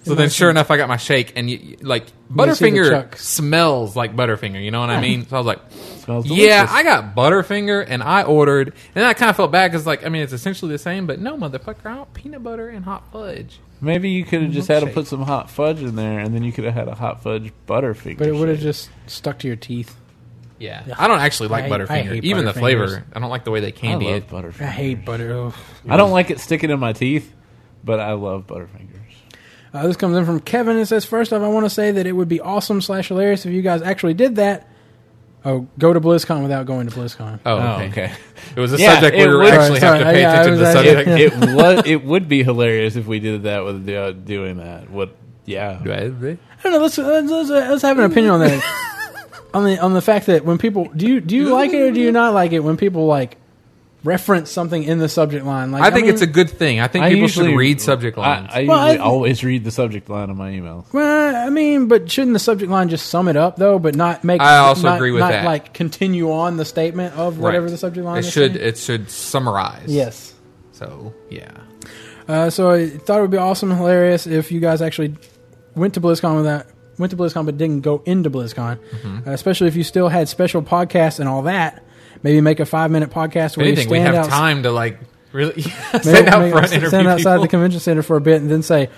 [SPEAKER 5] So then, sure enough, I got my shake, and you, you- like
[SPEAKER 3] You see the
[SPEAKER 5] Butterfinger
[SPEAKER 3] chucks.
[SPEAKER 5] smells like Butterfinger. You know
[SPEAKER 3] *laughs*
[SPEAKER 5] what I mean? So I was like,
[SPEAKER 4] Smells
[SPEAKER 5] "Yeah,
[SPEAKER 4] delicious.
[SPEAKER 5] I got Butterfinger, and I ordered." And then I kind of felt bad because, like, I mean, it's essentially the same, but no, motherfucker, I want peanut butter and hot fudge.
[SPEAKER 4] Maybe you could have just had to
[SPEAKER 5] Milkshake.
[SPEAKER 4] put some hot fudge in there, and then you could have had a hot fudge butterfinger.
[SPEAKER 3] But it would have
[SPEAKER 4] shake.
[SPEAKER 3] just stuck to your teeth.
[SPEAKER 5] Yeah, I don't actually like
[SPEAKER 3] I- I
[SPEAKER 5] Butterfinger,
[SPEAKER 3] hate
[SPEAKER 5] even the
[SPEAKER 3] Butterfingers.
[SPEAKER 5] flavor. I don't like the way they
[SPEAKER 4] I
[SPEAKER 5] candy
[SPEAKER 4] love
[SPEAKER 5] it.
[SPEAKER 3] I
[SPEAKER 4] butterfinger.
[SPEAKER 3] hate butter. ugh.
[SPEAKER 4] I don't like it sticking in my teeth, but I love butterfingers.
[SPEAKER 3] Uh, this comes in from Kevin and says, First off, I want to say that it would be awesome slash hilarious if you guys actually did that. Oh, go to BlizzCon without going to BlizzCon.
[SPEAKER 5] Oh,
[SPEAKER 4] Oh,
[SPEAKER 5] okay.
[SPEAKER 4] okay.
[SPEAKER 5] It was a
[SPEAKER 4] Yeah,
[SPEAKER 5] subject we
[SPEAKER 4] it
[SPEAKER 5] were
[SPEAKER 4] would-
[SPEAKER 5] actually
[SPEAKER 3] Sorry,
[SPEAKER 5] have to pay
[SPEAKER 3] yeah, I
[SPEAKER 5] attention to the
[SPEAKER 3] was actually-
[SPEAKER 5] subject.
[SPEAKER 4] *laughs* it, it was. It would be hilarious if we did that with uh, doing that. What? Yeah.
[SPEAKER 3] I don't know. Let's let's, let's, let's have an opinion on that.
[SPEAKER 5] *laughs*
[SPEAKER 3] on the on the fact that when people do you do you like it or do you not like it when people like reference something in the subject line? Like
[SPEAKER 5] I think
[SPEAKER 3] mean,
[SPEAKER 5] it's a good thing. I think
[SPEAKER 4] I
[SPEAKER 5] people
[SPEAKER 4] usually-
[SPEAKER 5] should read subject
[SPEAKER 4] I-
[SPEAKER 5] lines.
[SPEAKER 4] I,
[SPEAKER 3] Well,
[SPEAKER 4] usually
[SPEAKER 3] I-
[SPEAKER 4] always read the subject line of my emails.
[SPEAKER 3] Well, I mean, but shouldn't the subject line just sum it up though, but not make?
[SPEAKER 5] I also
[SPEAKER 3] not-
[SPEAKER 5] agree with
[SPEAKER 3] not,
[SPEAKER 5] that.
[SPEAKER 3] Like continue on the statement of whatever
[SPEAKER 5] Right.
[SPEAKER 3] the subject line.
[SPEAKER 5] It
[SPEAKER 3] is
[SPEAKER 5] should
[SPEAKER 3] saying?
[SPEAKER 5] it should summarize.
[SPEAKER 3] Yes.
[SPEAKER 5] So yeah.
[SPEAKER 3] Uh, so I thought it would be awesome, and hilarious if you guys actually went to BlizzCon without went to BlizzCon but didn't go into BlizzCon,
[SPEAKER 5] Mm-hmm.
[SPEAKER 3] uh, especially if you still had special podcasts and all that. Maybe make a five minute podcast
[SPEAKER 5] If
[SPEAKER 3] where
[SPEAKER 5] anything,
[SPEAKER 3] you
[SPEAKER 5] we
[SPEAKER 3] stand
[SPEAKER 5] have
[SPEAKER 3] out,
[SPEAKER 5] time to like really *laughs* stand
[SPEAKER 3] maybe-
[SPEAKER 5] out
[SPEAKER 3] maybe
[SPEAKER 5] front,
[SPEAKER 3] stand
[SPEAKER 5] interview
[SPEAKER 3] outside
[SPEAKER 5] people.
[SPEAKER 3] the convention center for a bit, and then say,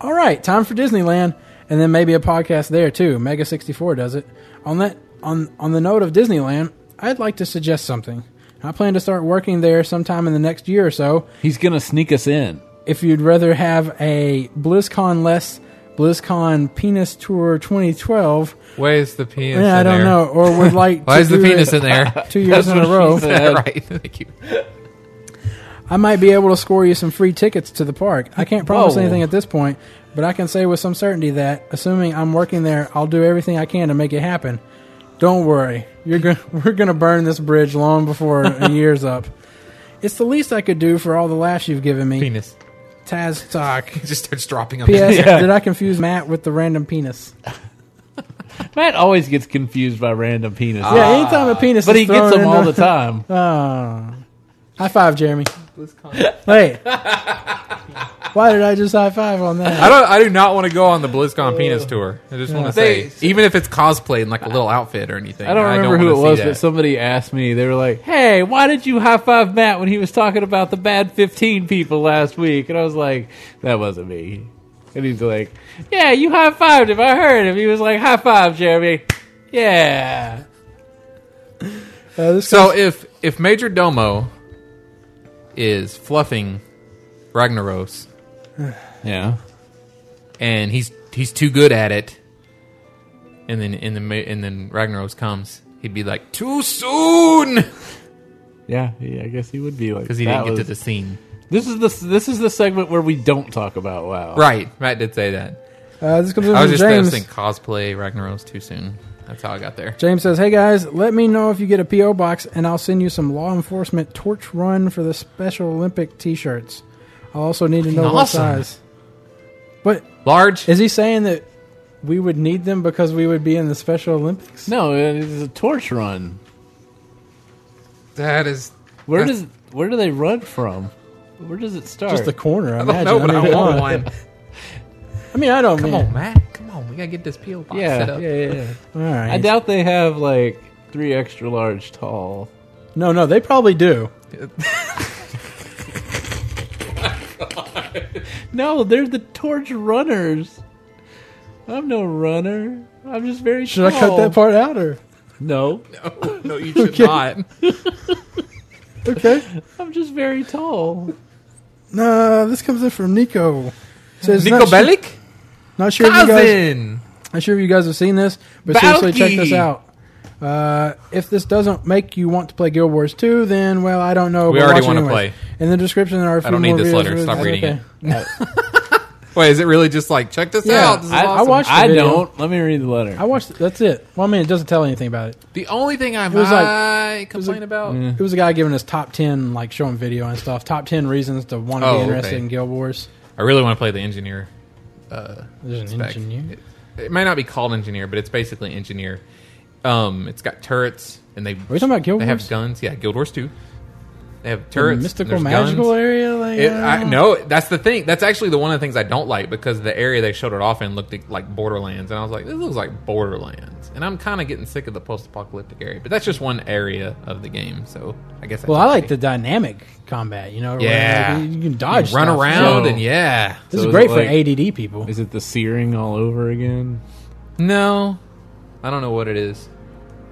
[SPEAKER 3] "All right, time for Disneyland," and then maybe a podcast there too. Mega sixty four does it. On that on on the note of Disneyland, I'd like to suggest something. I plan to start working there sometime in the next year or so
[SPEAKER 4] He's gonna sneak us in.
[SPEAKER 3] if you'd rather have a BlizzCon less BlizzCon penis tour 2012,
[SPEAKER 5] Where's the penis?
[SPEAKER 3] yeah, I
[SPEAKER 5] in
[SPEAKER 3] don't
[SPEAKER 5] there?
[SPEAKER 3] know, or
[SPEAKER 5] *laughs*
[SPEAKER 3] would like
[SPEAKER 5] Why
[SPEAKER 3] to
[SPEAKER 5] is the
[SPEAKER 3] do
[SPEAKER 5] penis
[SPEAKER 3] it
[SPEAKER 5] in *laughs*
[SPEAKER 4] *laughs*
[SPEAKER 5] there?
[SPEAKER 3] two years in a row,
[SPEAKER 5] right. Thank you.
[SPEAKER 3] I might be able to score you some free tickets to the park. I can't promise
[SPEAKER 4] Whoa.
[SPEAKER 3] anything at this point, but I can say with some certainty that, assuming I'm working there, I'll do everything I can to make it happen. Don't worry, you're going we're gonna *laughs* burn this bridge long before
[SPEAKER 5] *laughs*
[SPEAKER 3] a year's up. It's the least I could do for all the laughs you've given me.
[SPEAKER 5] Penis.
[SPEAKER 3] Taz
[SPEAKER 5] *laughs*
[SPEAKER 3] talk.
[SPEAKER 5] It just starts dropping on
[SPEAKER 3] P.S.
[SPEAKER 5] the
[SPEAKER 3] Did I confuse Matt with the random penis?
[SPEAKER 4] Matt always gets confused by random penis.
[SPEAKER 5] Ah.
[SPEAKER 3] Yeah, anytime a penis,
[SPEAKER 4] but
[SPEAKER 3] is
[SPEAKER 4] he gets
[SPEAKER 3] thrown
[SPEAKER 4] them
[SPEAKER 3] in
[SPEAKER 4] all
[SPEAKER 3] the-
[SPEAKER 4] the time.
[SPEAKER 3] Oh. *laughs* High five, Jeremy. Wait, *laughs* why did I just high five on that?
[SPEAKER 5] I don't. I do not want to go on the BlizzCon penis tour. I just want to
[SPEAKER 4] Oh. They-
[SPEAKER 5] say, even if it's cosplay in like a little outfit or anything,
[SPEAKER 4] *laughs* I don't remember who it
[SPEAKER 5] wanna
[SPEAKER 4] was,
[SPEAKER 5] see
[SPEAKER 4] but
[SPEAKER 5] that.
[SPEAKER 4] somebody asked me. They were like, "Hey, why did you high five Matt when he was talking about the bad fifteen people last week?" And I was like, "That wasn't me." And he's like, "Yeah, you high fived him. I heard him." He was like, "High five, Jeremy." Yeah.
[SPEAKER 3] Uh, this
[SPEAKER 5] So if if Major Domo is fluffing Ragnaros
[SPEAKER 4] Yeah.
[SPEAKER 5] and he's he's too good at it, and then and then Ma- and then Ragnaros comes, he'd be like too soon
[SPEAKER 4] Yeah, yeah, I guess he would be like
[SPEAKER 5] because he
[SPEAKER 4] "That
[SPEAKER 5] didn't get to
[SPEAKER 4] was-
[SPEAKER 5] the scene.
[SPEAKER 4] This is the this is the segment where we don't talk about wow.
[SPEAKER 5] Right, Matt did say that.
[SPEAKER 3] uh, this comes in
[SPEAKER 5] I was
[SPEAKER 3] from
[SPEAKER 5] just I
[SPEAKER 3] James.
[SPEAKER 5] was thinking cosplay Ragnaros too soon. That's how I got there.
[SPEAKER 3] James says, "Hey guys, let me know if you get a PO box, and I'll send you some law enforcement torch run for the Special Olympic T-shirts. I'll also need to know what
[SPEAKER 5] Awesome.
[SPEAKER 3] size." But
[SPEAKER 5] Large.
[SPEAKER 3] is he saying that we would need them because we would be in the Special Olympics?
[SPEAKER 4] No, it's a torch run.
[SPEAKER 5] That is.
[SPEAKER 4] Where
[SPEAKER 5] That's-
[SPEAKER 4] does where do they run from? Where does it start?
[SPEAKER 3] Just the corner. I
[SPEAKER 5] I don't know, but
[SPEAKER 3] *laughs*
[SPEAKER 5] I want one.
[SPEAKER 3] I mean, I don't.
[SPEAKER 5] Come
[SPEAKER 3] mean,
[SPEAKER 5] on, Matt. Come on, we gotta get this peel box set
[SPEAKER 4] yeah, yeah,
[SPEAKER 5] up.
[SPEAKER 4] yeah, yeah.
[SPEAKER 3] All right.
[SPEAKER 4] I doubt they have like three extra large tall.
[SPEAKER 3] No, no, they probably do.
[SPEAKER 4] No, they're the torch runners. I'm no runner. I'm just very.
[SPEAKER 3] Should I cut that part out or?
[SPEAKER 4] No,
[SPEAKER 3] *laughs*
[SPEAKER 5] No, you should not.
[SPEAKER 3] Okay.
[SPEAKER 4] I'm just very tall.
[SPEAKER 3] No, this comes in from Nico. Says,
[SPEAKER 5] Nico
[SPEAKER 3] not Sure,
[SPEAKER 5] Bellic,
[SPEAKER 3] not sure if you guys,
[SPEAKER 5] cousin.
[SPEAKER 3] not sure if you guys have seen this, but seriously, check this
[SPEAKER 5] Balky.
[SPEAKER 3] out. Uh, if this doesn't make you want to play Guild Wars 2, then well, I don't know.
[SPEAKER 5] We
[SPEAKER 3] but
[SPEAKER 5] already
[SPEAKER 3] watch
[SPEAKER 5] wanna
[SPEAKER 3] anyways.
[SPEAKER 5] play.
[SPEAKER 3] In the description, there are. a few
[SPEAKER 5] don't need
[SPEAKER 3] more
[SPEAKER 5] this
[SPEAKER 3] videos
[SPEAKER 5] letter.
[SPEAKER 3] with-
[SPEAKER 5] Stop reading it.
[SPEAKER 3] *laughs* okay.
[SPEAKER 5] Wait, is it really just like check this
[SPEAKER 3] Yeah,
[SPEAKER 5] out? This is
[SPEAKER 3] I- I
[SPEAKER 5] awesome.
[SPEAKER 3] watched-
[SPEAKER 4] I
[SPEAKER 3] video.
[SPEAKER 4] don't. Let me read the letter.
[SPEAKER 3] I watched. It. That's it. Well, I mean, it doesn't tell anything about it.
[SPEAKER 5] the only thing I
[SPEAKER 3] was like-
[SPEAKER 5] might complain about.
[SPEAKER 3] It was a guy giving us top ten, like showing video and stuff. Top ten reasons to want to
[SPEAKER 5] Oh,
[SPEAKER 3] be
[SPEAKER 5] okay.
[SPEAKER 3] interested in Guild Wars.
[SPEAKER 5] I really want to play the engineer. Uh,
[SPEAKER 3] There's an
[SPEAKER 5] spec.
[SPEAKER 3] engineer.
[SPEAKER 5] It, it might not be called engineer, but it's basically engineer. Um, it's got turrets, and they. Are
[SPEAKER 3] we talking about Guild
[SPEAKER 5] They
[SPEAKER 3] Wars?
[SPEAKER 5] have guns. Yeah, Guild Wars Two. They have turrets. and
[SPEAKER 3] mystical
[SPEAKER 5] there's
[SPEAKER 3] magical
[SPEAKER 5] guns.
[SPEAKER 3] area. Like, uh,
[SPEAKER 5] It,
[SPEAKER 3] I
[SPEAKER 5] I,
[SPEAKER 3] don't know.
[SPEAKER 5] no, that's the thing. That's actually the one of the things I don't like because the area they showed it off in looked like Borderlands, and I was like, this looks like Borderlands, and I'm kind of getting sick of the post-apocalyptic area. But that's just one area of the game, so I guess. That's
[SPEAKER 3] Well, I like
[SPEAKER 5] okay.
[SPEAKER 3] the dynamic combat. You know, where,
[SPEAKER 5] Yeah.
[SPEAKER 3] like, you can dodge,
[SPEAKER 5] run
[SPEAKER 3] stuff.
[SPEAKER 5] around
[SPEAKER 4] So-
[SPEAKER 5] and yeah.
[SPEAKER 3] This
[SPEAKER 4] So
[SPEAKER 3] is
[SPEAKER 4] is
[SPEAKER 3] great
[SPEAKER 4] it
[SPEAKER 3] for
[SPEAKER 4] like-
[SPEAKER 3] ADD people.
[SPEAKER 4] Is it the searing all over again?
[SPEAKER 5] No, I don't know what it is,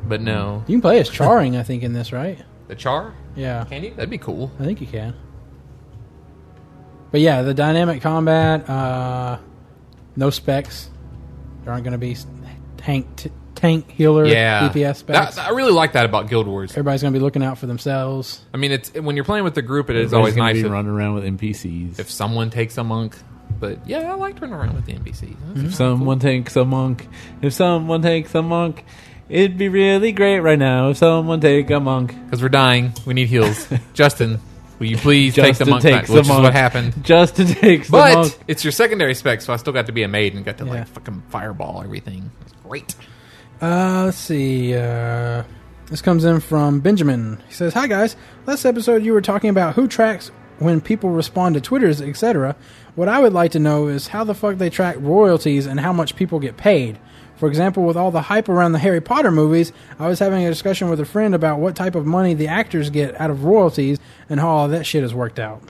[SPEAKER 5] but no,
[SPEAKER 3] You can play as charring, I think, in this, right?
[SPEAKER 5] the char.
[SPEAKER 3] Yeah,
[SPEAKER 5] Can you? That'd be cool.
[SPEAKER 3] I think you can. But yeah, the dynamic combat, uh, no specs. There aren't going to be s- tank t- tank healer
[SPEAKER 5] Yeah,
[SPEAKER 3] DPS
[SPEAKER 5] That-
[SPEAKER 3] specs.
[SPEAKER 5] I really like that about Guild Wars.
[SPEAKER 3] Everybody's going to be looking out for themselves.
[SPEAKER 5] I mean, it's when you're playing with the group, it is
[SPEAKER 4] Or
[SPEAKER 5] always
[SPEAKER 4] gonna
[SPEAKER 5] nice
[SPEAKER 4] be
[SPEAKER 5] if,
[SPEAKER 4] running around with NPCs.
[SPEAKER 5] if
[SPEAKER 4] If
[SPEAKER 5] someone takes a monk. But yeah, I liked running around with the NPCs.
[SPEAKER 3] Mm-hmm.
[SPEAKER 4] someone takes a monk, if someone takes a monk, it'd be really great right now. If someone take a monk,
[SPEAKER 5] Because we're dying. We
[SPEAKER 3] *laughs*
[SPEAKER 5] need heals. Justin, will you please take the
[SPEAKER 4] Justin
[SPEAKER 5] monk back?
[SPEAKER 4] takes the
[SPEAKER 5] Which is
[SPEAKER 4] monk.
[SPEAKER 5] what happened.
[SPEAKER 4] *laughs* Justin takes the
[SPEAKER 5] But
[SPEAKER 4] monk.
[SPEAKER 5] it's your secondary spec, so I still got to be a maid and got to
[SPEAKER 3] Yeah.
[SPEAKER 5] like fucking fireball everything. It's great.
[SPEAKER 3] Uh, let's see. Uh, this comes in from Benjamin. He says, "Hi guys. Last episode you were talking about who tracks when people respond to Twitters, etc. What I would like to know is how the fuck they track royalties and how much people get paid. For example, with all the hype around the Harry Potter movies, I was having a discussion with a friend about what type of money the actors get out of royalties and how all that shit is worked out."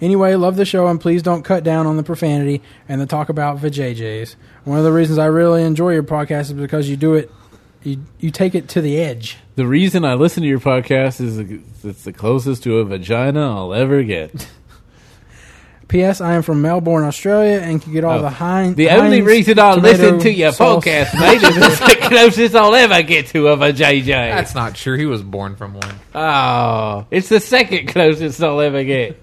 [SPEAKER 3] Anyway, love the show and please don't cut down on the profanity and the talk about vajayjays. One of the reasons I really enjoy your podcast is because you do it, you you take it to the edge.
[SPEAKER 4] The reason I listen to your podcast is it's the closest to a vagina I'll ever get.
[SPEAKER 3] P.S. I am from Melbourne, Australia, and can get all
[SPEAKER 4] Oh.
[SPEAKER 3] the Heinz.
[SPEAKER 4] The only
[SPEAKER 3] Heinz
[SPEAKER 4] reason I
[SPEAKER 3] tomato
[SPEAKER 4] listen to your
[SPEAKER 3] sauce-
[SPEAKER 4] podcast, mate, is it's the *laughs* closest I'll ever get to of a JJ.
[SPEAKER 5] That's not true. He was born from one.
[SPEAKER 4] oh, it's the second closest I'll ever get.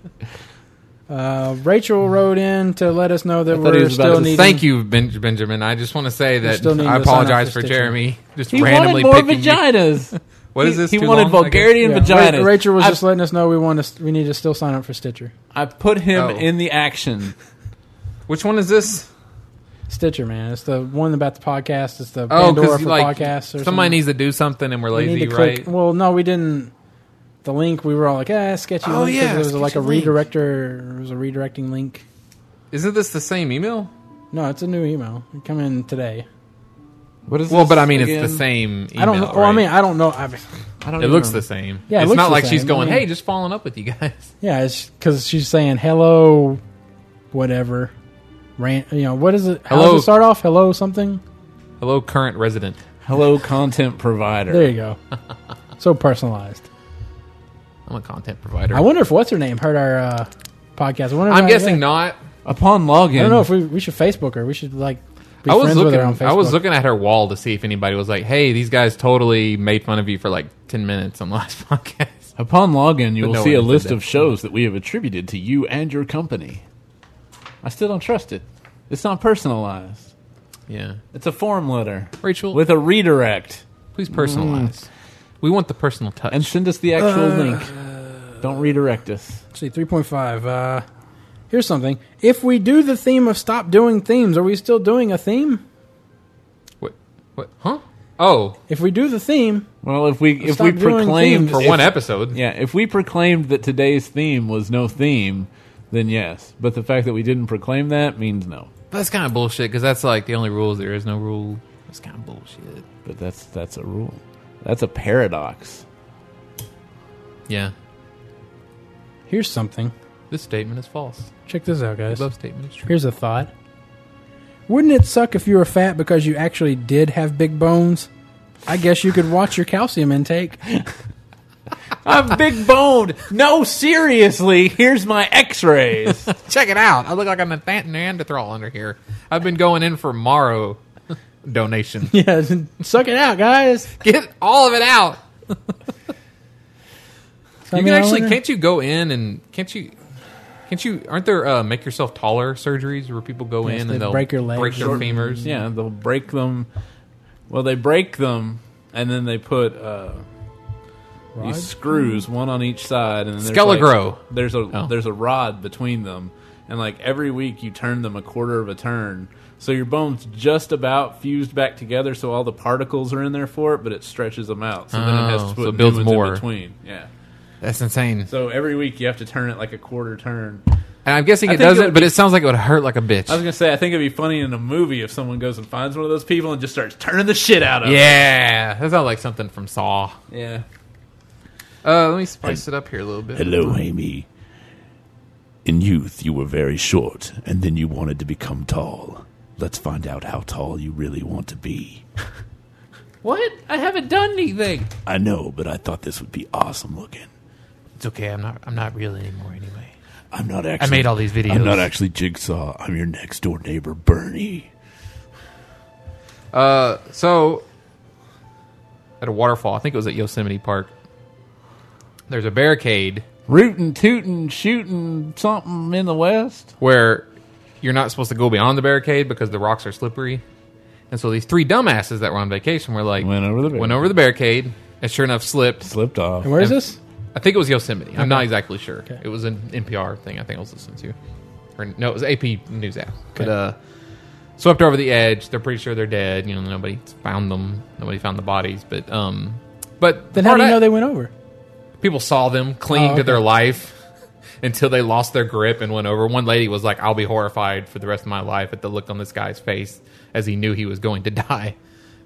[SPEAKER 3] Uh, Rachel wrote in to let us know that
[SPEAKER 4] thought he
[SPEAKER 3] we're
[SPEAKER 4] was about
[SPEAKER 3] still
[SPEAKER 4] to say-
[SPEAKER 3] needing.
[SPEAKER 5] Thank you, ben- Benjamin. I just want to say that
[SPEAKER 3] still needing
[SPEAKER 5] I
[SPEAKER 3] to sign up
[SPEAKER 5] apologize
[SPEAKER 3] for
[SPEAKER 5] for
[SPEAKER 3] Stitcher.
[SPEAKER 5] Jeremy just
[SPEAKER 4] He
[SPEAKER 5] randomly
[SPEAKER 4] wanted more
[SPEAKER 5] picking you.
[SPEAKER 4] vaginas.
[SPEAKER 5] What is
[SPEAKER 4] He-
[SPEAKER 5] this?
[SPEAKER 4] He
[SPEAKER 5] too long? I
[SPEAKER 4] wanted
[SPEAKER 5] guess-
[SPEAKER 4] vulgarity and
[SPEAKER 3] Yeah,
[SPEAKER 4] vaginas.
[SPEAKER 3] Ra- Rachel was
[SPEAKER 4] I,
[SPEAKER 3] just letting us know we want to. s- We need to still sign up for Stitcher.
[SPEAKER 4] I put him
[SPEAKER 5] Oh.
[SPEAKER 4] in the action.
[SPEAKER 5] Which one is this?
[SPEAKER 3] Stitcher, man, it's the one about the podcast. It's the
[SPEAKER 5] Oh,
[SPEAKER 3] Pandora
[SPEAKER 5] because
[SPEAKER 3] for
[SPEAKER 5] like
[SPEAKER 3] podcasts. Or
[SPEAKER 5] somebody
[SPEAKER 3] something.
[SPEAKER 5] needs to do something and we're
[SPEAKER 3] We
[SPEAKER 5] lazy,
[SPEAKER 3] need to
[SPEAKER 5] right?
[SPEAKER 3] click. Well, no, we didn't. The link we were all like, ah, sketchy.
[SPEAKER 5] Oh,
[SPEAKER 3] link, 'cause
[SPEAKER 5] yeah,
[SPEAKER 3] it was like a
[SPEAKER 5] sketchy link.
[SPEAKER 3] redirector. It was a redirecting link.
[SPEAKER 5] Isn't this the same email?
[SPEAKER 3] No, it's a new email. It come in today.
[SPEAKER 4] What is
[SPEAKER 5] Well,
[SPEAKER 4] this
[SPEAKER 5] but I mean,
[SPEAKER 4] again?
[SPEAKER 5] it's the same email.
[SPEAKER 3] I don't know. Well, I
[SPEAKER 5] right?
[SPEAKER 3] mean, I don't know. I mean,
[SPEAKER 4] I don't
[SPEAKER 5] It
[SPEAKER 4] even
[SPEAKER 5] looks
[SPEAKER 4] know.
[SPEAKER 5] the same.
[SPEAKER 3] Yeah, it
[SPEAKER 5] it's
[SPEAKER 3] looks
[SPEAKER 5] not
[SPEAKER 3] the
[SPEAKER 5] like she's
[SPEAKER 3] same.
[SPEAKER 5] going,
[SPEAKER 3] I mean-
[SPEAKER 5] "Hey, just following up with you
[SPEAKER 3] *laughs*
[SPEAKER 5] guys."
[SPEAKER 3] yeah, it's because she's saying hello, whatever. Rant. You know what is it? How does
[SPEAKER 5] Hello.
[SPEAKER 3] it start off? Hello something.
[SPEAKER 5] Hello, current resident.
[SPEAKER 4] Hello, content provider.
[SPEAKER 3] There you
[SPEAKER 5] *laughs*
[SPEAKER 3] go. so personalized.
[SPEAKER 5] I'm a content provider.
[SPEAKER 3] I wonder if what's her name heard our uh, podcast. I wonder.
[SPEAKER 5] I'm
[SPEAKER 3] if-
[SPEAKER 5] guessing
[SPEAKER 3] yeah.
[SPEAKER 5] not.
[SPEAKER 4] Upon login,
[SPEAKER 3] I don't know if we we should Facebook her. We should like. Be
[SPEAKER 5] I was
[SPEAKER 3] friends with her on
[SPEAKER 5] looking.
[SPEAKER 3] Facebook.
[SPEAKER 5] I was looking at her wall to see if anybody was like, "Hey, these guys totally made fun of you for like ten minutes on the *laughs* last podcast."
[SPEAKER 4] upon login, you
[SPEAKER 5] But
[SPEAKER 4] will
[SPEAKER 5] no
[SPEAKER 4] see a
[SPEAKER 5] one did
[SPEAKER 4] list
[SPEAKER 5] that.
[SPEAKER 4] of shows that we have attributed to you and your company. I still don't trust it. It's not personalized.
[SPEAKER 5] Yeah,
[SPEAKER 4] It's a form letter
[SPEAKER 5] Rachel,
[SPEAKER 4] with a redirect,
[SPEAKER 5] please personalize.
[SPEAKER 3] Mm.
[SPEAKER 5] We want the personal touch.
[SPEAKER 4] and send us the actual
[SPEAKER 3] Uh,
[SPEAKER 4] link. Don't redirect us.
[SPEAKER 3] Let's see, 3.5. Uh, here's something. If we do the theme of stop doing themes, are we still doing a theme?
[SPEAKER 5] what? What? Huh? Oh,
[SPEAKER 3] If we do the theme,
[SPEAKER 4] Well, if we if
[SPEAKER 3] Stop
[SPEAKER 4] we
[SPEAKER 3] doing
[SPEAKER 4] proclaimed
[SPEAKER 3] themes.
[SPEAKER 5] for
[SPEAKER 4] if-
[SPEAKER 5] one episode.
[SPEAKER 4] yeah, if we proclaimed that today's theme was no theme, then yes. But the fact that we didn't proclaim that means no.
[SPEAKER 5] That's kind of bullshit because that's like the only rules. There is no rule. That's kind of bullshit.
[SPEAKER 4] But that's that's a rule. That's a paradox.
[SPEAKER 5] Yeah,
[SPEAKER 3] here's something.
[SPEAKER 5] this statement is false.
[SPEAKER 3] Check this out, guys.
[SPEAKER 5] Love statement is true.
[SPEAKER 3] Here's a thought. Wouldn't it suck if you were fat because you actually did have big bones? I guess you could watch your calcium intake.
[SPEAKER 4] I'm big boned. No, seriously. Here's my X-rays.
[SPEAKER 5] Check it out. I look like I'm a fat Neanderthal under here. I've been going in for Morrow *laughs* donation.
[SPEAKER 3] yeah, suck it out, guys.
[SPEAKER 5] Get all of it out.
[SPEAKER 3] I
[SPEAKER 5] You
[SPEAKER 3] mean,
[SPEAKER 5] can
[SPEAKER 3] I
[SPEAKER 5] actually
[SPEAKER 3] wonder-
[SPEAKER 5] can't you go in and can't you can't you aren't there uh, make yourself taller surgeries where people go
[SPEAKER 3] Yes,
[SPEAKER 5] in
[SPEAKER 3] they
[SPEAKER 5] and they'll
[SPEAKER 3] break your legs.
[SPEAKER 5] break their
[SPEAKER 3] Short-
[SPEAKER 5] femurs?
[SPEAKER 4] yeah, they'll break them. Well, they break them, and then they put uh, these screws, one on each side, and then there's like-
[SPEAKER 5] Skelegro.
[SPEAKER 4] There's a
[SPEAKER 5] Oh.
[SPEAKER 4] there's a rod between them, and like every week you turn them a quarter of a turn So your bones just about fused back together, so all the particles are in there for it, but it stretches them out. So then it has
[SPEAKER 5] Oh,
[SPEAKER 4] to
[SPEAKER 5] so
[SPEAKER 4] put
[SPEAKER 5] it
[SPEAKER 4] new
[SPEAKER 5] builds
[SPEAKER 4] ones
[SPEAKER 5] more.
[SPEAKER 4] in between. Yeah.
[SPEAKER 5] That's insane.
[SPEAKER 4] So every week you have to turn it like a quarter turn.
[SPEAKER 5] And I'm guessing
[SPEAKER 4] I
[SPEAKER 5] it
[SPEAKER 4] think it
[SPEAKER 5] doesn't,
[SPEAKER 4] would
[SPEAKER 5] but
[SPEAKER 4] be-
[SPEAKER 5] it sounds like it would hurt like a bitch.
[SPEAKER 4] I was gonna say I think it'd be funny in a movie if someone goes and finds one of those people and just starts turning the shit out of it.
[SPEAKER 5] yeah, that sounds like something from Saw.
[SPEAKER 4] Yeah.
[SPEAKER 5] Uh, let me spice it up here a little bit.
[SPEAKER 9] Hello, Amy. In youth, you were very short, and then you wanted to become tall. Let's find out how tall you really want to be.
[SPEAKER 5] What? I haven't done anything.
[SPEAKER 9] I know, but I thought this would be awesome looking.
[SPEAKER 5] It's okay. I'm not. I'm not real anymore. Anyway.
[SPEAKER 9] I'm not actually.
[SPEAKER 5] made all these videos.
[SPEAKER 9] I'm not actually Jigsaw. I'm your next door neighbor, Bernie.
[SPEAKER 5] Uh, so at a waterfall, I think it was at Yosemite Park. There's a barricade
[SPEAKER 4] Rootin', tootin', shooting something in the west.
[SPEAKER 5] where you're not supposed to go beyond the barricade because the rocks are slippery. And so these three dumbasses that were on vacation were like
[SPEAKER 4] Went over the
[SPEAKER 5] went over the barricade and sure enough slipped.
[SPEAKER 4] Slipped off.
[SPEAKER 3] And where is this?
[SPEAKER 5] I think it was Yosemite. I'm not exactly sure. It was an NPR thing. I think I was listening to, or no, it was AP News app. But uh, swept over the edge. They're pretty sure they're dead. You know, nobody found them. Nobody found the bodies. But um, but
[SPEAKER 3] Then how
[SPEAKER 5] part
[SPEAKER 3] do you
[SPEAKER 5] of-
[SPEAKER 3] know they went over?
[SPEAKER 5] people saw them clinging
[SPEAKER 3] Oh,
[SPEAKER 5] to
[SPEAKER 3] okay.
[SPEAKER 5] their life *laughs* until they lost their grip and went over. One lady was like, "I'll be horrified for the rest of my life at the look on this guy's face as he knew he was going to *laughs* die."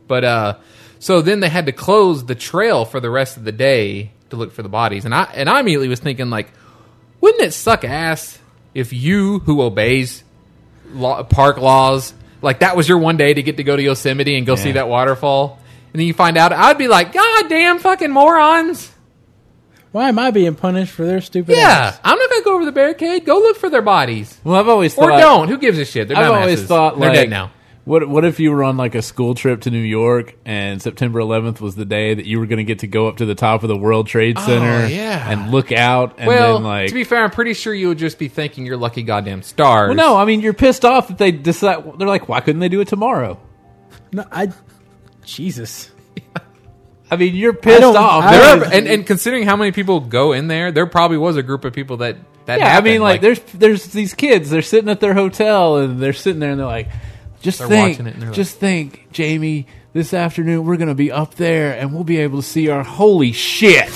[SPEAKER 5] But uh, so then they had to close the trail for the rest of the day to look for the bodies, and I and I immediately was thinking like, wouldn't it suck ass if you who obeys law, park laws like that was your one day to get to go to Yosemite and go see that waterfall? And then you find out, I'd be like, God damn fucking morons.
[SPEAKER 3] Why am I being punished for their stupid
[SPEAKER 5] Yeah,
[SPEAKER 3] acts?
[SPEAKER 5] I'm not gonna go over the barricade. Go look for their bodies,
[SPEAKER 4] Well, I've always
[SPEAKER 5] or
[SPEAKER 4] thought,
[SPEAKER 5] don't. Who gives a shit? They're
[SPEAKER 4] I've
[SPEAKER 5] dumbasses.
[SPEAKER 4] always thought
[SPEAKER 5] they're
[SPEAKER 4] like,
[SPEAKER 5] dead now.
[SPEAKER 4] What What if you were on like a school trip to New York and September 11th was the day that you were going to get to go up to the top of the World Trade Center
[SPEAKER 5] Oh, yeah.
[SPEAKER 4] and look out and
[SPEAKER 5] well,
[SPEAKER 4] then like
[SPEAKER 5] to be fair, I'm pretty sure you would just be thanking your lucky goddamn stars.
[SPEAKER 4] Well, no, I mean you're pissed off that they decide they're like, why couldn't they do it tomorrow?
[SPEAKER 3] No, I. Jesus.
[SPEAKER 4] I mean, you're pissed
[SPEAKER 3] don't-
[SPEAKER 4] off.
[SPEAKER 3] I
[SPEAKER 5] There
[SPEAKER 3] don't-
[SPEAKER 5] are- and, and considering how many people go in there, there probably was a group of people that that.
[SPEAKER 4] yeah, I
[SPEAKER 5] happened.
[SPEAKER 4] mean, like, there's there's these kids. They're sitting at their hotel and they're sitting there and they're like, just
[SPEAKER 5] They're
[SPEAKER 4] think,
[SPEAKER 5] watching it and they're like-
[SPEAKER 4] just think, Jamie. This afternoon we're gonna be up there and we'll be able to see our holy shit.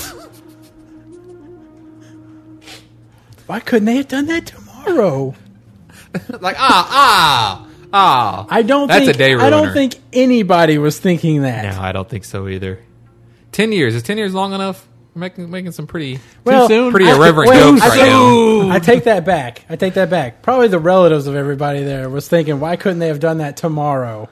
[SPEAKER 3] Why couldn't they have done that tomorrow?
[SPEAKER 5] like ah ah ah.
[SPEAKER 3] I don't
[SPEAKER 5] That's
[SPEAKER 3] think
[SPEAKER 5] a day
[SPEAKER 3] I
[SPEAKER 5] ruiner.
[SPEAKER 3] don't think anybody was thinking that.
[SPEAKER 5] No, I don't think so either. Ten years is ten years long enough? We're making making some pretty
[SPEAKER 3] Well,
[SPEAKER 4] soon?
[SPEAKER 5] pretty
[SPEAKER 3] I-
[SPEAKER 5] irreverent
[SPEAKER 3] well,
[SPEAKER 5] jokes
[SPEAKER 3] I
[SPEAKER 5] right
[SPEAKER 3] think-
[SPEAKER 5] now.
[SPEAKER 3] I take that back. I take that back. Probably the relatives of everybody there was thinking, why couldn't they have done that tomorrow?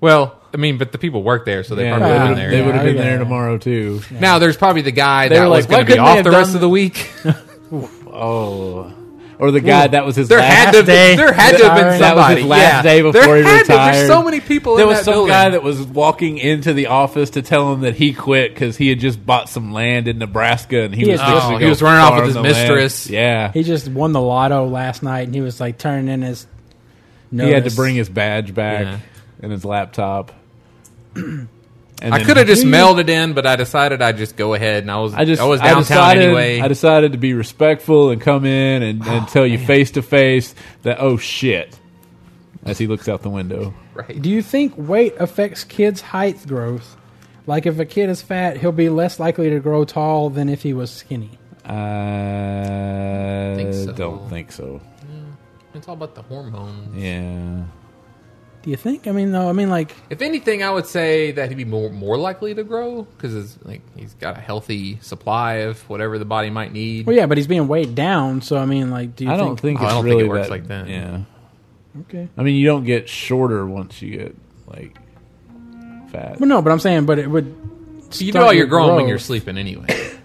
[SPEAKER 5] Well, I mean, but the people work there, so they probably
[SPEAKER 3] would've
[SPEAKER 5] live
[SPEAKER 3] been
[SPEAKER 5] in
[SPEAKER 3] there.
[SPEAKER 4] They
[SPEAKER 3] Yeah,
[SPEAKER 4] would have
[SPEAKER 3] I
[SPEAKER 4] been
[SPEAKER 3] get
[SPEAKER 4] there
[SPEAKER 3] it.
[SPEAKER 4] tomorrow too.
[SPEAKER 5] Now there's probably the guy
[SPEAKER 4] They
[SPEAKER 5] that
[SPEAKER 4] were
[SPEAKER 5] was
[SPEAKER 4] like,
[SPEAKER 5] going
[SPEAKER 4] "Why
[SPEAKER 5] to be
[SPEAKER 4] couldn't they
[SPEAKER 5] off
[SPEAKER 4] have
[SPEAKER 5] the rest
[SPEAKER 4] done
[SPEAKER 5] of the week.
[SPEAKER 4] Oh, or the guy that was his
[SPEAKER 5] There
[SPEAKER 4] last
[SPEAKER 5] had to
[SPEAKER 3] day.
[SPEAKER 5] there had to have been somebody.
[SPEAKER 4] That was his last
[SPEAKER 5] yeah.
[SPEAKER 4] day before
[SPEAKER 5] there
[SPEAKER 4] he
[SPEAKER 5] had to-
[SPEAKER 4] retired.
[SPEAKER 5] there's so many people
[SPEAKER 4] There
[SPEAKER 5] in
[SPEAKER 4] was
[SPEAKER 5] that
[SPEAKER 4] some
[SPEAKER 5] building.
[SPEAKER 4] guy that was walking into the office to tell him that he quit because he had just bought some land in Nebraska and he,
[SPEAKER 3] He
[SPEAKER 4] was
[SPEAKER 3] had
[SPEAKER 4] fixing
[SPEAKER 5] just-
[SPEAKER 4] to
[SPEAKER 5] Oh, he
[SPEAKER 4] go
[SPEAKER 5] was running off with
[SPEAKER 4] farm
[SPEAKER 5] his
[SPEAKER 4] the land.
[SPEAKER 5] mistress.
[SPEAKER 4] Yeah,
[SPEAKER 3] He just won the lotto last night, and he was like turning in his.
[SPEAKER 4] he had to
[SPEAKER 3] notice.
[SPEAKER 4] bring his badge back
[SPEAKER 5] Yeah.
[SPEAKER 4] and his laptop. And
[SPEAKER 5] I
[SPEAKER 4] then
[SPEAKER 5] could have just mailed it in, but I decided I'd just go ahead and I was I,
[SPEAKER 4] I just
[SPEAKER 5] was
[SPEAKER 4] I
[SPEAKER 5] downtown
[SPEAKER 4] decided,
[SPEAKER 5] anyway. Oh,
[SPEAKER 4] I decided to be respectful and come in and, and tell you face to face that oh shit, as he looks out the window.
[SPEAKER 3] Do you think weight affects kids' height growth? Like if a kid is fat, he'll be less likely to grow tall than if he was skinny.
[SPEAKER 4] I
[SPEAKER 5] Think so.
[SPEAKER 4] don't think so.
[SPEAKER 5] it's all about the hormones.
[SPEAKER 4] Yeah.
[SPEAKER 3] Do you think? I mean, no. I mean, like
[SPEAKER 5] If anything, I would say that he'd be more more likely to grow because like he's got a healthy supply of whatever the body might need.
[SPEAKER 3] Well, yeah, but he's being weighed down. So I mean, like, do you
[SPEAKER 4] I don't
[SPEAKER 3] think,
[SPEAKER 4] think
[SPEAKER 5] Oh, I
[SPEAKER 4] it's
[SPEAKER 5] don't think it
[SPEAKER 4] really
[SPEAKER 5] works
[SPEAKER 4] that-
[SPEAKER 5] like that.
[SPEAKER 4] Yeah.
[SPEAKER 3] Okay.
[SPEAKER 4] I mean, you don't get shorter once you get like fat.
[SPEAKER 3] Well, no, but I'm saying, but it would.
[SPEAKER 5] So you
[SPEAKER 3] start
[SPEAKER 5] know all you're growing when
[SPEAKER 3] growth.
[SPEAKER 5] you're sleeping anyway. Isn't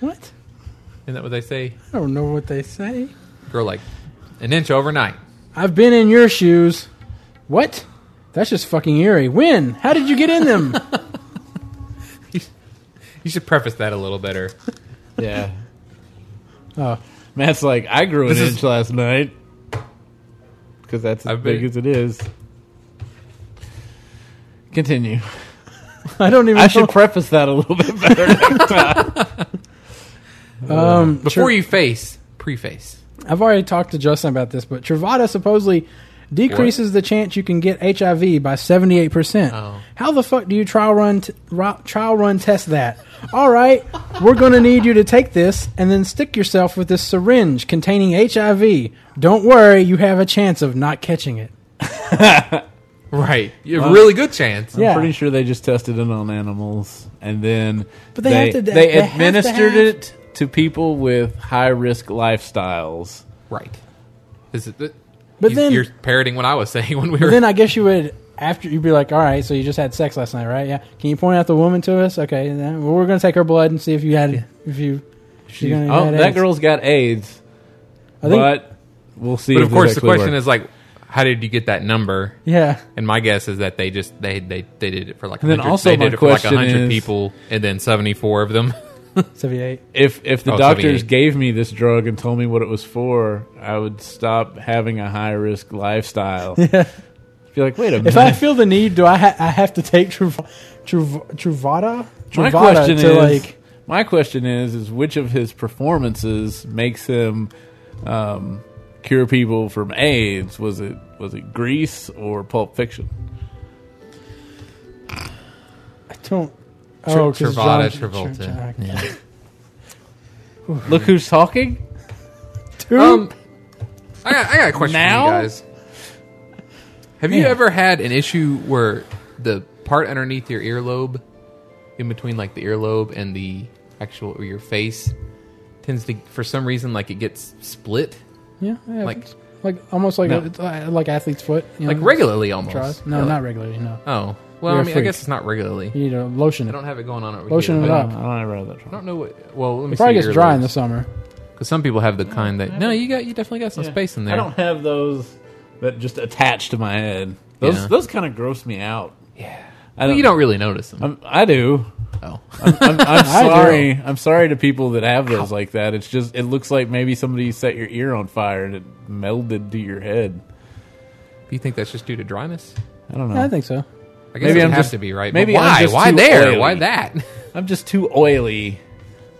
[SPEAKER 3] What?
[SPEAKER 5] that what they say?
[SPEAKER 3] I don't know what they say.
[SPEAKER 5] Grow like an inch overnight.
[SPEAKER 3] I've been in your shoes. What? That's just fucking eerie. When? How did you get in
[SPEAKER 5] *laughs*
[SPEAKER 3] them?
[SPEAKER 5] You should preface that a little better.
[SPEAKER 4] Yeah.
[SPEAKER 3] Oh.
[SPEAKER 4] Matt's like, I grew an
[SPEAKER 5] This is-
[SPEAKER 4] inch last night because that's as
[SPEAKER 5] I've been-
[SPEAKER 4] big as it is. Continue.
[SPEAKER 3] I don't even.
[SPEAKER 4] I
[SPEAKER 3] know.
[SPEAKER 4] should preface that a little bit better. next time.
[SPEAKER 3] um,
[SPEAKER 5] Before
[SPEAKER 3] Tra-
[SPEAKER 5] you face, preface.
[SPEAKER 3] I've already talked to Justin about this, but Travada supposedly decreases the chance you can get HIV by 78%.
[SPEAKER 5] Oh.
[SPEAKER 3] How the fuck do you trial run t- ro- trial run test that? All right, we're going to need you to take this and then stick yourself with this syringe containing HIV. Don't worry, you have a chance of not catching it.
[SPEAKER 5] Right. You have a really good chance.
[SPEAKER 3] Yeah.
[SPEAKER 4] Pretty sure they just tested it on animals, and then
[SPEAKER 3] But they have to- they-
[SPEAKER 4] they
[SPEAKER 3] they have to
[SPEAKER 4] administered
[SPEAKER 3] have-
[SPEAKER 4] it to people with high risk lifestyles.
[SPEAKER 5] Right. This is the,
[SPEAKER 3] But
[SPEAKER 5] you,
[SPEAKER 3] then-
[SPEAKER 5] you're parroting what I was *laughs* saying when we were.
[SPEAKER 3] But *laughs* then I guess you would after you'd be like, all right, so you just had sex last night, right? Yeah. Can you point out the woman to us? Okay. and then- well, we're going to take her blood and see if you had if you. She's,
[SPEAKER 4] Oh, that girl's got AIDS,
[SPEAKER 3] I think,
[SPEAKER 4] but we'll see.
[SPEAKER 5] but
[SPEAKER 4] if
[SPEAKER 5] of course,
[SPEAKER 4] this
[SPEAKER 5] the
[SPEAKER 4] actually
[SPEAKER 5] question
[SPEAKER 4] works.
[SPEAKER 5] is like, how did you get that number?
[SPEAKER 3] yeah.
[SPEAKER 5] And my guess is that they just they they, they did it for like
[SPEAKER 4] And then
[SPEAKER 5] 100
[SPEAKER 4] also
[SPEAKER 5] they
[SPEAKER 4] my
[SPEAKER 5] did it for like
[SPEAKER 4] question
[SPEAKER 5] 100
[SPEAKER 4] is-
[SPEAKER 5] people and then 74 of them. *laughs*
[SPEAKER 3] 78.
[SPEAKER 4] if if the
[SPEAKER 5] Oh,
[SPEAKER 4] doctors
[SPEAKER 5] 78.
[SPEAKER 4] gave me this drug and told me what it was for, I would stop having a high
[SPEAKER 3] *laughs*
[SPEAKER 4] risk lifestyle. Be like, wait a minute.
[SPEAKER 3] If
[SPEAKER 4] *laughs*
[SPEAKER 3] I feel the need, do I ha- I have to take Truv- Truv- Truvada? Truvada
[SPEAKER 4] my question
[SPEAKER 3] to
[SPEAKER 4] is,
[SPEAKER 3] like
[SPEAKER 4] my question is, is which of his performances makes him um, cure people from AIDS? Was it was it Grease or Pulp Fiction?
[SPEAKER 3] I don't. Oh, 'cause
[SPEAKER 5] Truvada,
[SPEAKER 3] John-
[SPEAKER 5] Travolta.
[SPEAKER 3] Tr- Tr-
[SPEAKER 4] Look who's talking.
[SPEAKER 3] Dude,
[SPEAKER 5] Um, I got, I got a question for
[SPEAKER 4] Now?
[SPEAKER 5] you guys. Have you
[SPEAKER 3] Yeah.
[SPEAKER 5] ever had an issue where the part underneath your earlobe, in between like the earlobe and the actual or your face, tends to for some reason like it gets split
[SPEAKER 3] yeah, yeah,
[SPEAKER 5] like-
[SPEAKER 3] it's like almost like
[SPEAKER 5] No.
[SPEAKER 3] a, it's, uh, like athlete's foot, you
[SPEAKER 5] like
[SPEAKER 3] know,
[SPEAKER 5] regularly almost?
[SPEAKER 3] tries. No,
[SPEAKER 5] Or, like-
[SPEAKER 3] not regularly. No,
[SPEAKER 5] Oh, well,
[SPEAKER 3] You're
[SPEAKER 5] I
[SPEAKER 3] a
[SPEAKER 5] mean, I
[SPEAKER 3] freak.
[SPEAKER 5] guess it's not regularly.
[SPEAKER 3] you need a lotion.
[SPEAKER 5] I don't have it going on over
[SPEAKER 3] Lotion
[SPEAKER 5] here.
[SPEAKER 3] it
[SPEAKER 5] but
[SPEAKER 3] up.
[SPEAKER 4] I don't ever had that
[SPEAKER 5] I
[SPEAKER 4] trouble.
[SPEAKER 5] don't know what. Well, let me
[SPEAKER 3] It probably gets dry in the summer.
[SPEAKER 5] because some people have the kind that. No, you got you definitely got some space in there.
[SPEAKER 4] I don't have those that just attach to my head. Those
[SPEAKER 5] Yeah.
[SPEAKER 4] those kind of gross me out. Yeah, I
[SPEAKER 5] Well,
[SPEAKER 4] don't.
[SPEAKER 5] you don't really notice them.
[SPEAKER 4] I'm, I do.
[SPEAKER 5] oh,
[SPEAKER 4] I'm, *laughs* I'm sorry. I'm sorry to people that have those like that. It's just it looks like maybe somebody set your ear on fire and it melded to your head.
[SPEAKER 5] do you think that's just due to dryness?
[SPEAKER 4] I don't know.
[SPEAKER 3] Yeah, I think so.
[SPEAKER 5] I guess
[SPEAKER 4] Maybe
[SPEAKER 5] it
[SPEAKER 4] I'm
[SPEAKER 5] has
[SPEAKER 4] just-
[SPEAKER 5] to be right.
[SPEAKER 4] maybe
[SPEAKER 5] but
[SPEAKER 4] I'm
[SPEAKER 5] why?
[SPEAKER 4] just
[SPEAKER 5] why
[SPEAKER 4] too
[SPEAKER 5] there?
[SPEAKER 4] oily.
[SPEAKER 5] Why that?
[SPEAKER 4] I'm just too oily.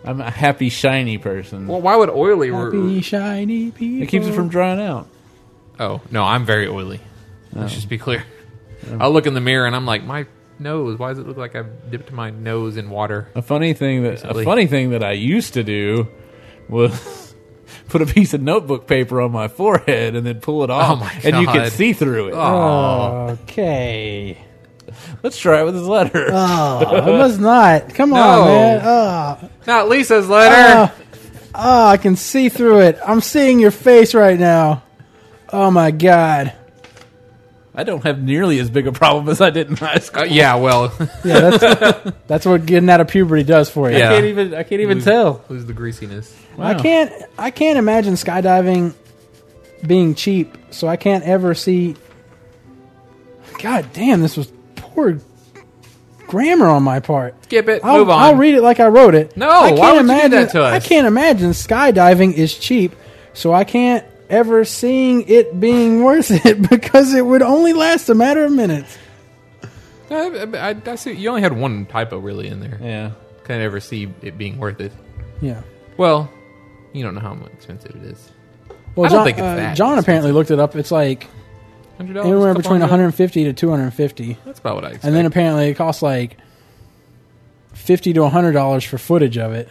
[SPEAKER 4] I'm a happy shiny person.
[SPEAKER 5] *laughs* Well, why would oily?
[SPEAKER 3] Happy shiny people.
[SPEAKER 4] it keeps it from drying out.
[SPEAKER 5] oh no, I'm very oily.
[SPEAKER 4] Oh.
[SPEAKER 5] Let's just be clear. I look in the mirror and I'm like, my nose. Why does it look like I've dipped my nose in water?
[SPEAKER 4] A funny thing that
[SPEAKER 5] Basically.
[SPEAKER 4] a funny thing that I used to do was *laughs* put a piece of notebook paper on my forehead and then pull it off,
[SPEAKER 5] Oh my
[SPEAKER 4] and you could
[SPEAKER 5] God. Oh.
[SPEAKER 4] see through it.
[SPEAKER 3] Okay.
[SPEAKER 4] *laughs* Let's try it with this letter.
[SPEAKER 5] Ah.
[SPEAKER 3] Oh, it was not. Come on,
[SPEAKER 5] No.
[SPEAKER 3] man. Oh,
[SPEAKER 5] Not Lisa's
[SPEAKER 3] oh,
[SPEAKER 5] letter.
[SPEAKER 3] oh, I can see through it. I'm seeing your face right now. Oh my god.
[SPEAKER 4] *laughs* I don't have nearly as big a problem as I did in high school.
[SPEAKER 5] Uh, yeah, well, *laughs*
[SPEAKER 3] Yeah, that's that's what getting out of puberty does for you.
[SPEAKER 5] Yeah.
[SPEAKER 4] I can't even. I can't even
[SPEAKER 5] Lose-
[SPEAKER 4] tell.
[SPEAKER 5] Lose the greasiness.
[SPEAKER 3] I can't I can't imagine skydiving being cheap, so I can't ever see God damn, this was poor grammar on my part.
[SPEAKER 5] Skip it.
[SPEAKER 3] I'll,
[SPEAKER 5] move on.
[SPEAKER 3] I'll read it like I wrote it.
[SPEAKER 5] No,
[SPEAKER 3] I can't
[SPEAKER 5] why would you do
[SPEAKER 3] imagine,
[SPEAKER 5] that to us?
[SPEAKER 3] I can't imagine skydiving is cheap, so I can't ever seeing it being *laughs* worth it because it would only last a matter of minutes.
[SPEAKER 5] No, I, I, I see, you only had one typo really in there.
[SPEAKER 4] Yeah.
[SPEAKER 5] Can't ever see it being worth it.
[SPEAKER 3] Yeah.
[SPEAKER 5] Well, you don't know how much expensive it is.
[SPEAKER 3] Well,
[SPEAKER 5] I don't
[SPEAKER 3] John,
[SPEAKER 5] think it's
[SPEAKER 3] uh,
[SPEAKER 5] that Oh,
[SPEAKER 3] John apparently looked it up. It's like
[SPEAKER 5] Hundred dollars.
[SPEAKER 3] anywhere between 150 to 250.
[SPEAKER 5] That's about what I expect.
[SPEAKER 3] and then apparently it costs like fifty to hundred dollars for footage of it.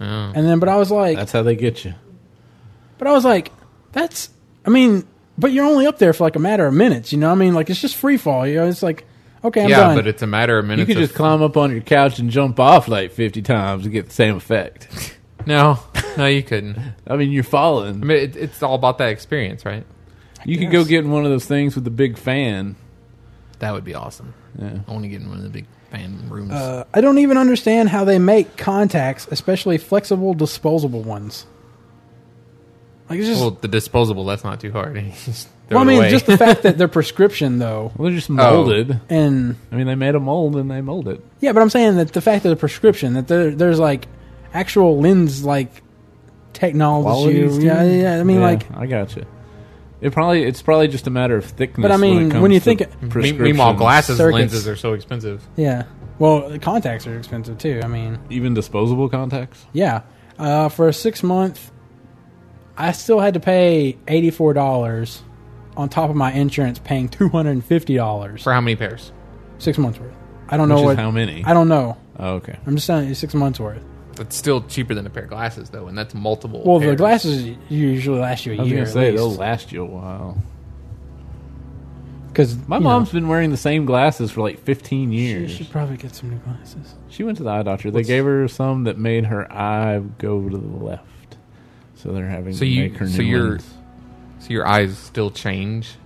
[SPEAKER 5] Oh.
[SPEAKER 3] And then, but I was like,
[SPEAKER 4] That's how they get you.
[SPEAKER 3] but I was like, that's, I mean, but you're only up there for like a matter of minutes, you know? what I mean, like it's just free fall, you know? It's like, okay, I'm
[SPEAKER 5] yeah,
[SPEAKER 3] done.
[SPEAKER 5] but it's a matter of
[SPEAKER 4] You
[SPEAKER 5] minutes.
[SPEAKER 4] could just
[SPEAKER 5] of,
[SPEAKER 4] climb up on your couch and jump off like fifty times and get the same effect.
[SPEAKER 5] *laughs* no, no, you couldn't. I
[SPEAKER 4] I mean, you're falling.
[SPEAKER 5] mean, it, it's all about that experience, right?
[SPEAKER 4] you could go
[SPEAKER 3] guess.
[SPEAKER 4] get in one of those things with the big fan.
[SPEAKER 5] That would be awesome.
[SPEAKER 4] Yeah.
[SPEAKER 5] I want to get in one of the big fan rooms.
[SPEAKER 3] uh, I don't even understand how they make contacts, especially flexible, disposable ones. Like it's just,
[SPEAKER 5] well,
[SPEAKER 3] well,
[SPEAKER 5] the disposable. That's not too hard. *laughs* You just throw
[SPEAKER 3] I
[SPEAKER 5] it
[SPEAKER 3] mean,
[SPEAKER 5] away.
[SPEAKER 3] just the fact
[SPEAKER 5] *laughs*
[SPEAKER 3] that they're prescription though,
[SPEAKER 4] Well, they're just molded.
[SPEAKER 3] and
[SPEAKER 4] I mean, they made a mold and they mold it.
[SPEAKER 3] Yeah, but I'm saying that the fact that the prescription that there, there's like actual lens like technology.
[SPEAKER 4] Qualities,
[SPEAKER 3] Yeah,
[SPEAKER 4] dude?
[SPEAKER 3] yeah. I mean,
[SPEAKER 4] Yeah,
[SPEAKER 3] like,
[SPEAKER 4] I got you. It probably it's probably just a matter of thickness.
[SPEAKER 3] But I mean,
[SPEAKER 4] when, it comes
[SPEAKER 3] when you
[SPEAKER 4] to
[SPEAKER 3] think- Me-
[SPEAKER 5] Me-
[SPEAKER 4] prescriptions.
[SPEAKER 5] meanwhile, glasses
[SPEAKER 3] Circuits.
[SPEAKER 5] lenses are so expensive.
[SPEAKER 3] yeah. Well, the contacts are expensive too. I mean,
[SPEAKER 4] even disposable contacts.
[SPEAKER 3] yeah. Uh, for a six month, I still had to pay eighty four dollars on top of my insurance paying two hundred and fifty dollars
[SPEAKER 5] For how many pairs?
[SPEAKER 3] six months worth. I don't
[SPEAKER 4] Which
[SPEAKER 3] know
[SPEAKER 4] is
[SPEAKER 3] what
[SPEAKER 4] how many?
[SPEAKER 3] I don't know.
[SPEAKER 4] Oh, okay.
[SPEAKER 3] I'm just saying it's six months worth.
[SPEAKER 5] That's still cheaper than a pair of glasses, though, and that's multiple.
[SPEAKER 3] Well, the
[SPEAKER 5] pairs.
[SPEAKER 3] glasses usually last you
[SPEAKER 4] I
[SPEAKER 3] a
[SPEAKER 4] was
[SPEAKER 3] year
[SPEAKER 4] gonna say
[SPEAKER 3] at
[SPEAKER 4] they'll
[SPEAKER 3] least.
[SPEAKER 4] last you a while.
[SPEAKER 3] Because
[SPEAKER 4] My mom's been wearing the same glasses for like 15
[SPEAKER 3] she
[SPEAKER 4] years. She,
[SPEAKER 3] should probably get some new glasses.
[SPEAKER 4] went to the eye doctor. They gave her some that made her eye go to the left. So they're having
[SPEAKER 5] So
[SPEAKER 4] to
[SPEAKER 5] you-
[SPEAKER 4] make her
[SPEAKER 5] so
[SPEAKER 4] new
[SPEAKER 5] you're-
[SPEAKER 4] ones.
[SPEAKER 5] So your eyes still change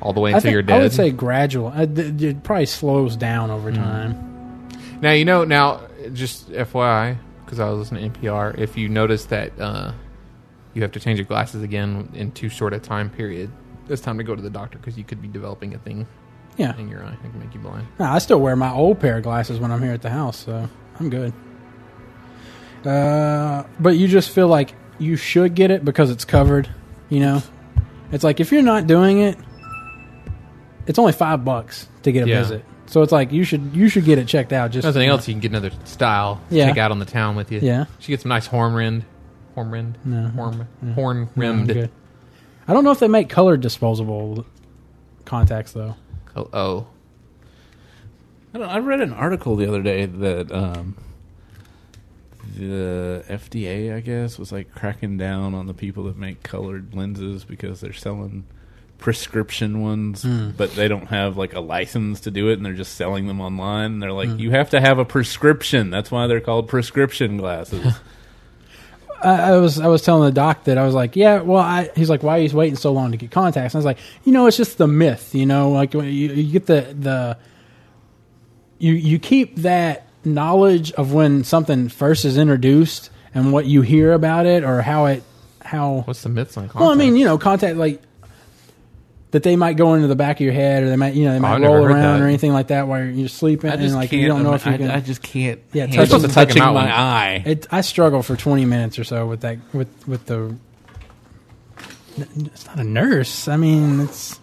[SPEAKER 5] all the way
[SPEAKER 3] I,
[SPEAKER 5] until
[SPEAKER 3] think-
[SPEAKER 5] you're dead.
[SPEAKER 3] I would say gradual. Uh, th- it probably slows down
[SPEAKER 4] Hmm.
[SPEAKER 3] over time.
[SPEAKER 5] Now you know. Now, just FYI, because I was listening to NPR. If you notice that uh, you have to change your glasses again in too short a time period, it's time to go to the doctor because you could be developing a thing
[SPEAKER 3] Yeah.
[SPEAKER 5] in your eye that can make you blind.
[SPEAKER 3] No, I still wear my old pair of glasses when I'm here at the house, so I'm good. Uh, but you just feel like you should get it because it's covered, you know? It's like if you're not doing it, it's only five bucks to get a
[SPEAKER 5] Yeah.
[SPEAKER 3] visit. So it's like you should you should get it checked out just
[SPEAKER 5] Nothing else, you can get another style. to
[SPEAKER 3] Yeah.
[SPEAKER 5] Take out on the town with you.
[SPEAKER 3] Yeah.
[SPEAKER 5] She gets some nice horn rimmed, horn rimmed,
[SPEAKER 3] No.
[SPEAKER 5] horn horn
[SPEAKER 3] No, I'm
[SPEAKER 5] rimmed.
[SPEAKER 3] good. I don't know if they make colored disposable contacts though.
[SPEAKER 5] oh, oh,
[SPEAKER 4] I, don't, I read an article the other day that um, the FDA, I guess, was like cracking down on the people that make colored lenses because they're selling prescription ones, but they don't have like a license to do it, and they're just selling them online. And they're like, you have to have a prescription. That's why they're called prescription *laughs* glasses.
[SPEAKER 3] I, I was I was telling the doc that I was like, yeah, well, I, he's like, why are you waiting so long to get contacts? And I was like, you know, it's just the myth, you know, like when you, you get the the you you keep that knowledge of when something first is introduced and what you hear about it or how it how
[SPEAKER 5] what's the myths on contact?
[SPEAKER 3] well, I mean, you know, contact like that they might go into the back of your head or they might you know they might
[SPEAKER 5] I never
[SPEAKER 3] roll
[SPEAKER 5] heard
[SPEAKER 3] around
[SPEAKER 5] that.
[SPEAKER 3] or anything like that while you're sleeping and like you don't know if you can.
[SPEAKER 4] I, just can't.
[SPEAKER 3] Yeah, handle
[SPEAKER 4] touch
[SPEAKER 3] touch-
[SPEAKER 5] touching
[SPEAKER 4] touching
[SPEAKER 5] my
[SPEAKER 4] my eye.
[SPEAKER 3] It, I struggle for twenty minutes or so with that with with the. It's not a nurse. I mean, it's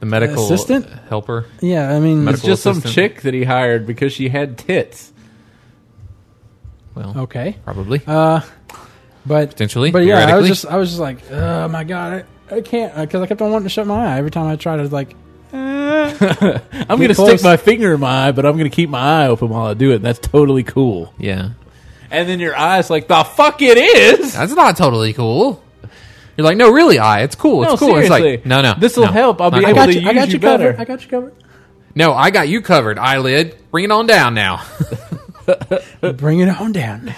[SPEAKER 5] the medical
[SPEAKER 3] assistant?
[SPEAKER 5] helper.
[SPEAKER 3] yeah. I mean,
[SPEAKER 4] It's
[SPEAKER 5] Medical-
[SPEAKER 4] just some
[SPEAKER 5] assistant.
[SPEAKER 4] chick that he hired because she had tits.
[SPEAKER 5] Well,
[SPEAKER 3] okay,
[SPEAKER 5] probably
[SPEAKER 3] but
[SPEAKER 5] Potentially,
[SPEAKER 3] but yeah, I was
[SPEAKER 5] theoretically.
[SPEAKER 3] just I was just like, oh my god, I, I can't because I kept on wanting to shut my eye every time I tried to like.
[SPEAKER 4] I'm going to stick
[SPEAKER 3] close.
[SPEAKER 4] my finger in my eye, but I'm going to keep my eye open while I do it. That's totally cool.
[SPEAKER 5] yeah.
[SPEAKER 4] And then your eye's like, the fuck
[SPEAKER 3] *laughs*
[SPEAKER 4] it is.
[SPEAKER 5] That's not totally cool. You're like, no, really, I. It's cool.
[SPEAKER 4] No,
[SPEAKER 5] It's cool. It's like,
[SPEAKER 4] seriously.
[SPEAKER 5] no, no.
[SPEAKER 4] This'll
[SPEAKER 5] no,
[SPEAKER 4] help. I'll
[SPEAKER 5] not
[SPEAKER 4] be
[SPEAKER 5] cool.
[SPEAKER 4] able
[SPEAKER 3] I
[SPEAKER 4] to
[SPEAKER 3] got you, I
[SPEAKER 4] use
[SPEAKER 3] got
[SPEAKER 4] you
[SPEAKER 3] you covered.
[SPEAKER 4] better.
[SPEAKER 3] I got you covered.
[SPEAKER 5] No, I got you covered, eyelid. Bring it on
[SPEAKER 3] *laughs*
[SPEAKER 5] down now.
[SPEAKER 3] Bring it on down.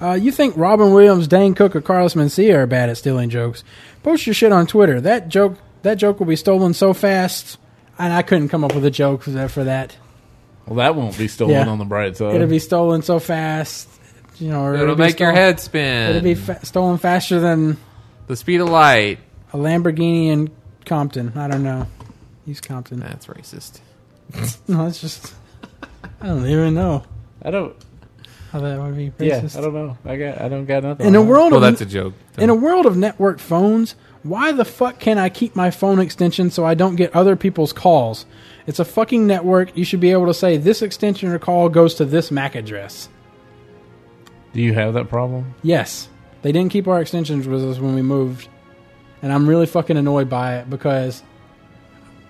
[SPEAKER 3] Uh, you think Robin Williams, Dane Cook, or Carlos Mencia are bad at stealing jokes? Post your shit on Twitter. That joke, that joke will be stolen so fast, and I couldn't come up with a joke for that. For that.
[SPEAKER 4] Well, that won't be stolen
[SPEAKER 3] Yeah.
[SPEAKER 4] on the bright side.
[SPEAKER 3] It'll be stolen so fast, you know. Or
[SPEAKER 5] It'll,
[SPEAKER 3] be
[SPEAKER 5] make your
[SPEAKER 3] stolen-
[SPEAKER 5] head spin.
[SPEAKER 3] It'll be fa- stolen faster than
[SPEAKER 5] the speed of light.
[SPEAKER 3] a Lamborghini in Compton. I don't know. Use Compton.
[SPEAKER 5] That's racist.
[SPEAKER 3] No, it's just. I don't even know
[SPEAKER 4] I don't.
[SPEAKER 3] how that would be
[SPEAKER 4] Yeah,
[SPEAKER 3] racist.
[SPEAKER 4] I don't know. I got. I don't got nothing.
[SPEAKER 3] in a
[SPEAKER 4] on that.
[SPEAKER 3] world
[SPEAKER 5] Well,
[SPEAKER 3] of
[SPEAKER 5] that's a joke.
[SPEAKER 3] in a world of network phones, why the fuck can't I keep my phone extension so I don't get other people's calls? It's a fucking network. You should be able to say this extension or call goes to this MAC address.
[SPEAKER 4] Do you have that problem?
[SPEAKER 3] Yes. They didn't keep our extensions with us when we moved. And I'm really fucking annoyed by it because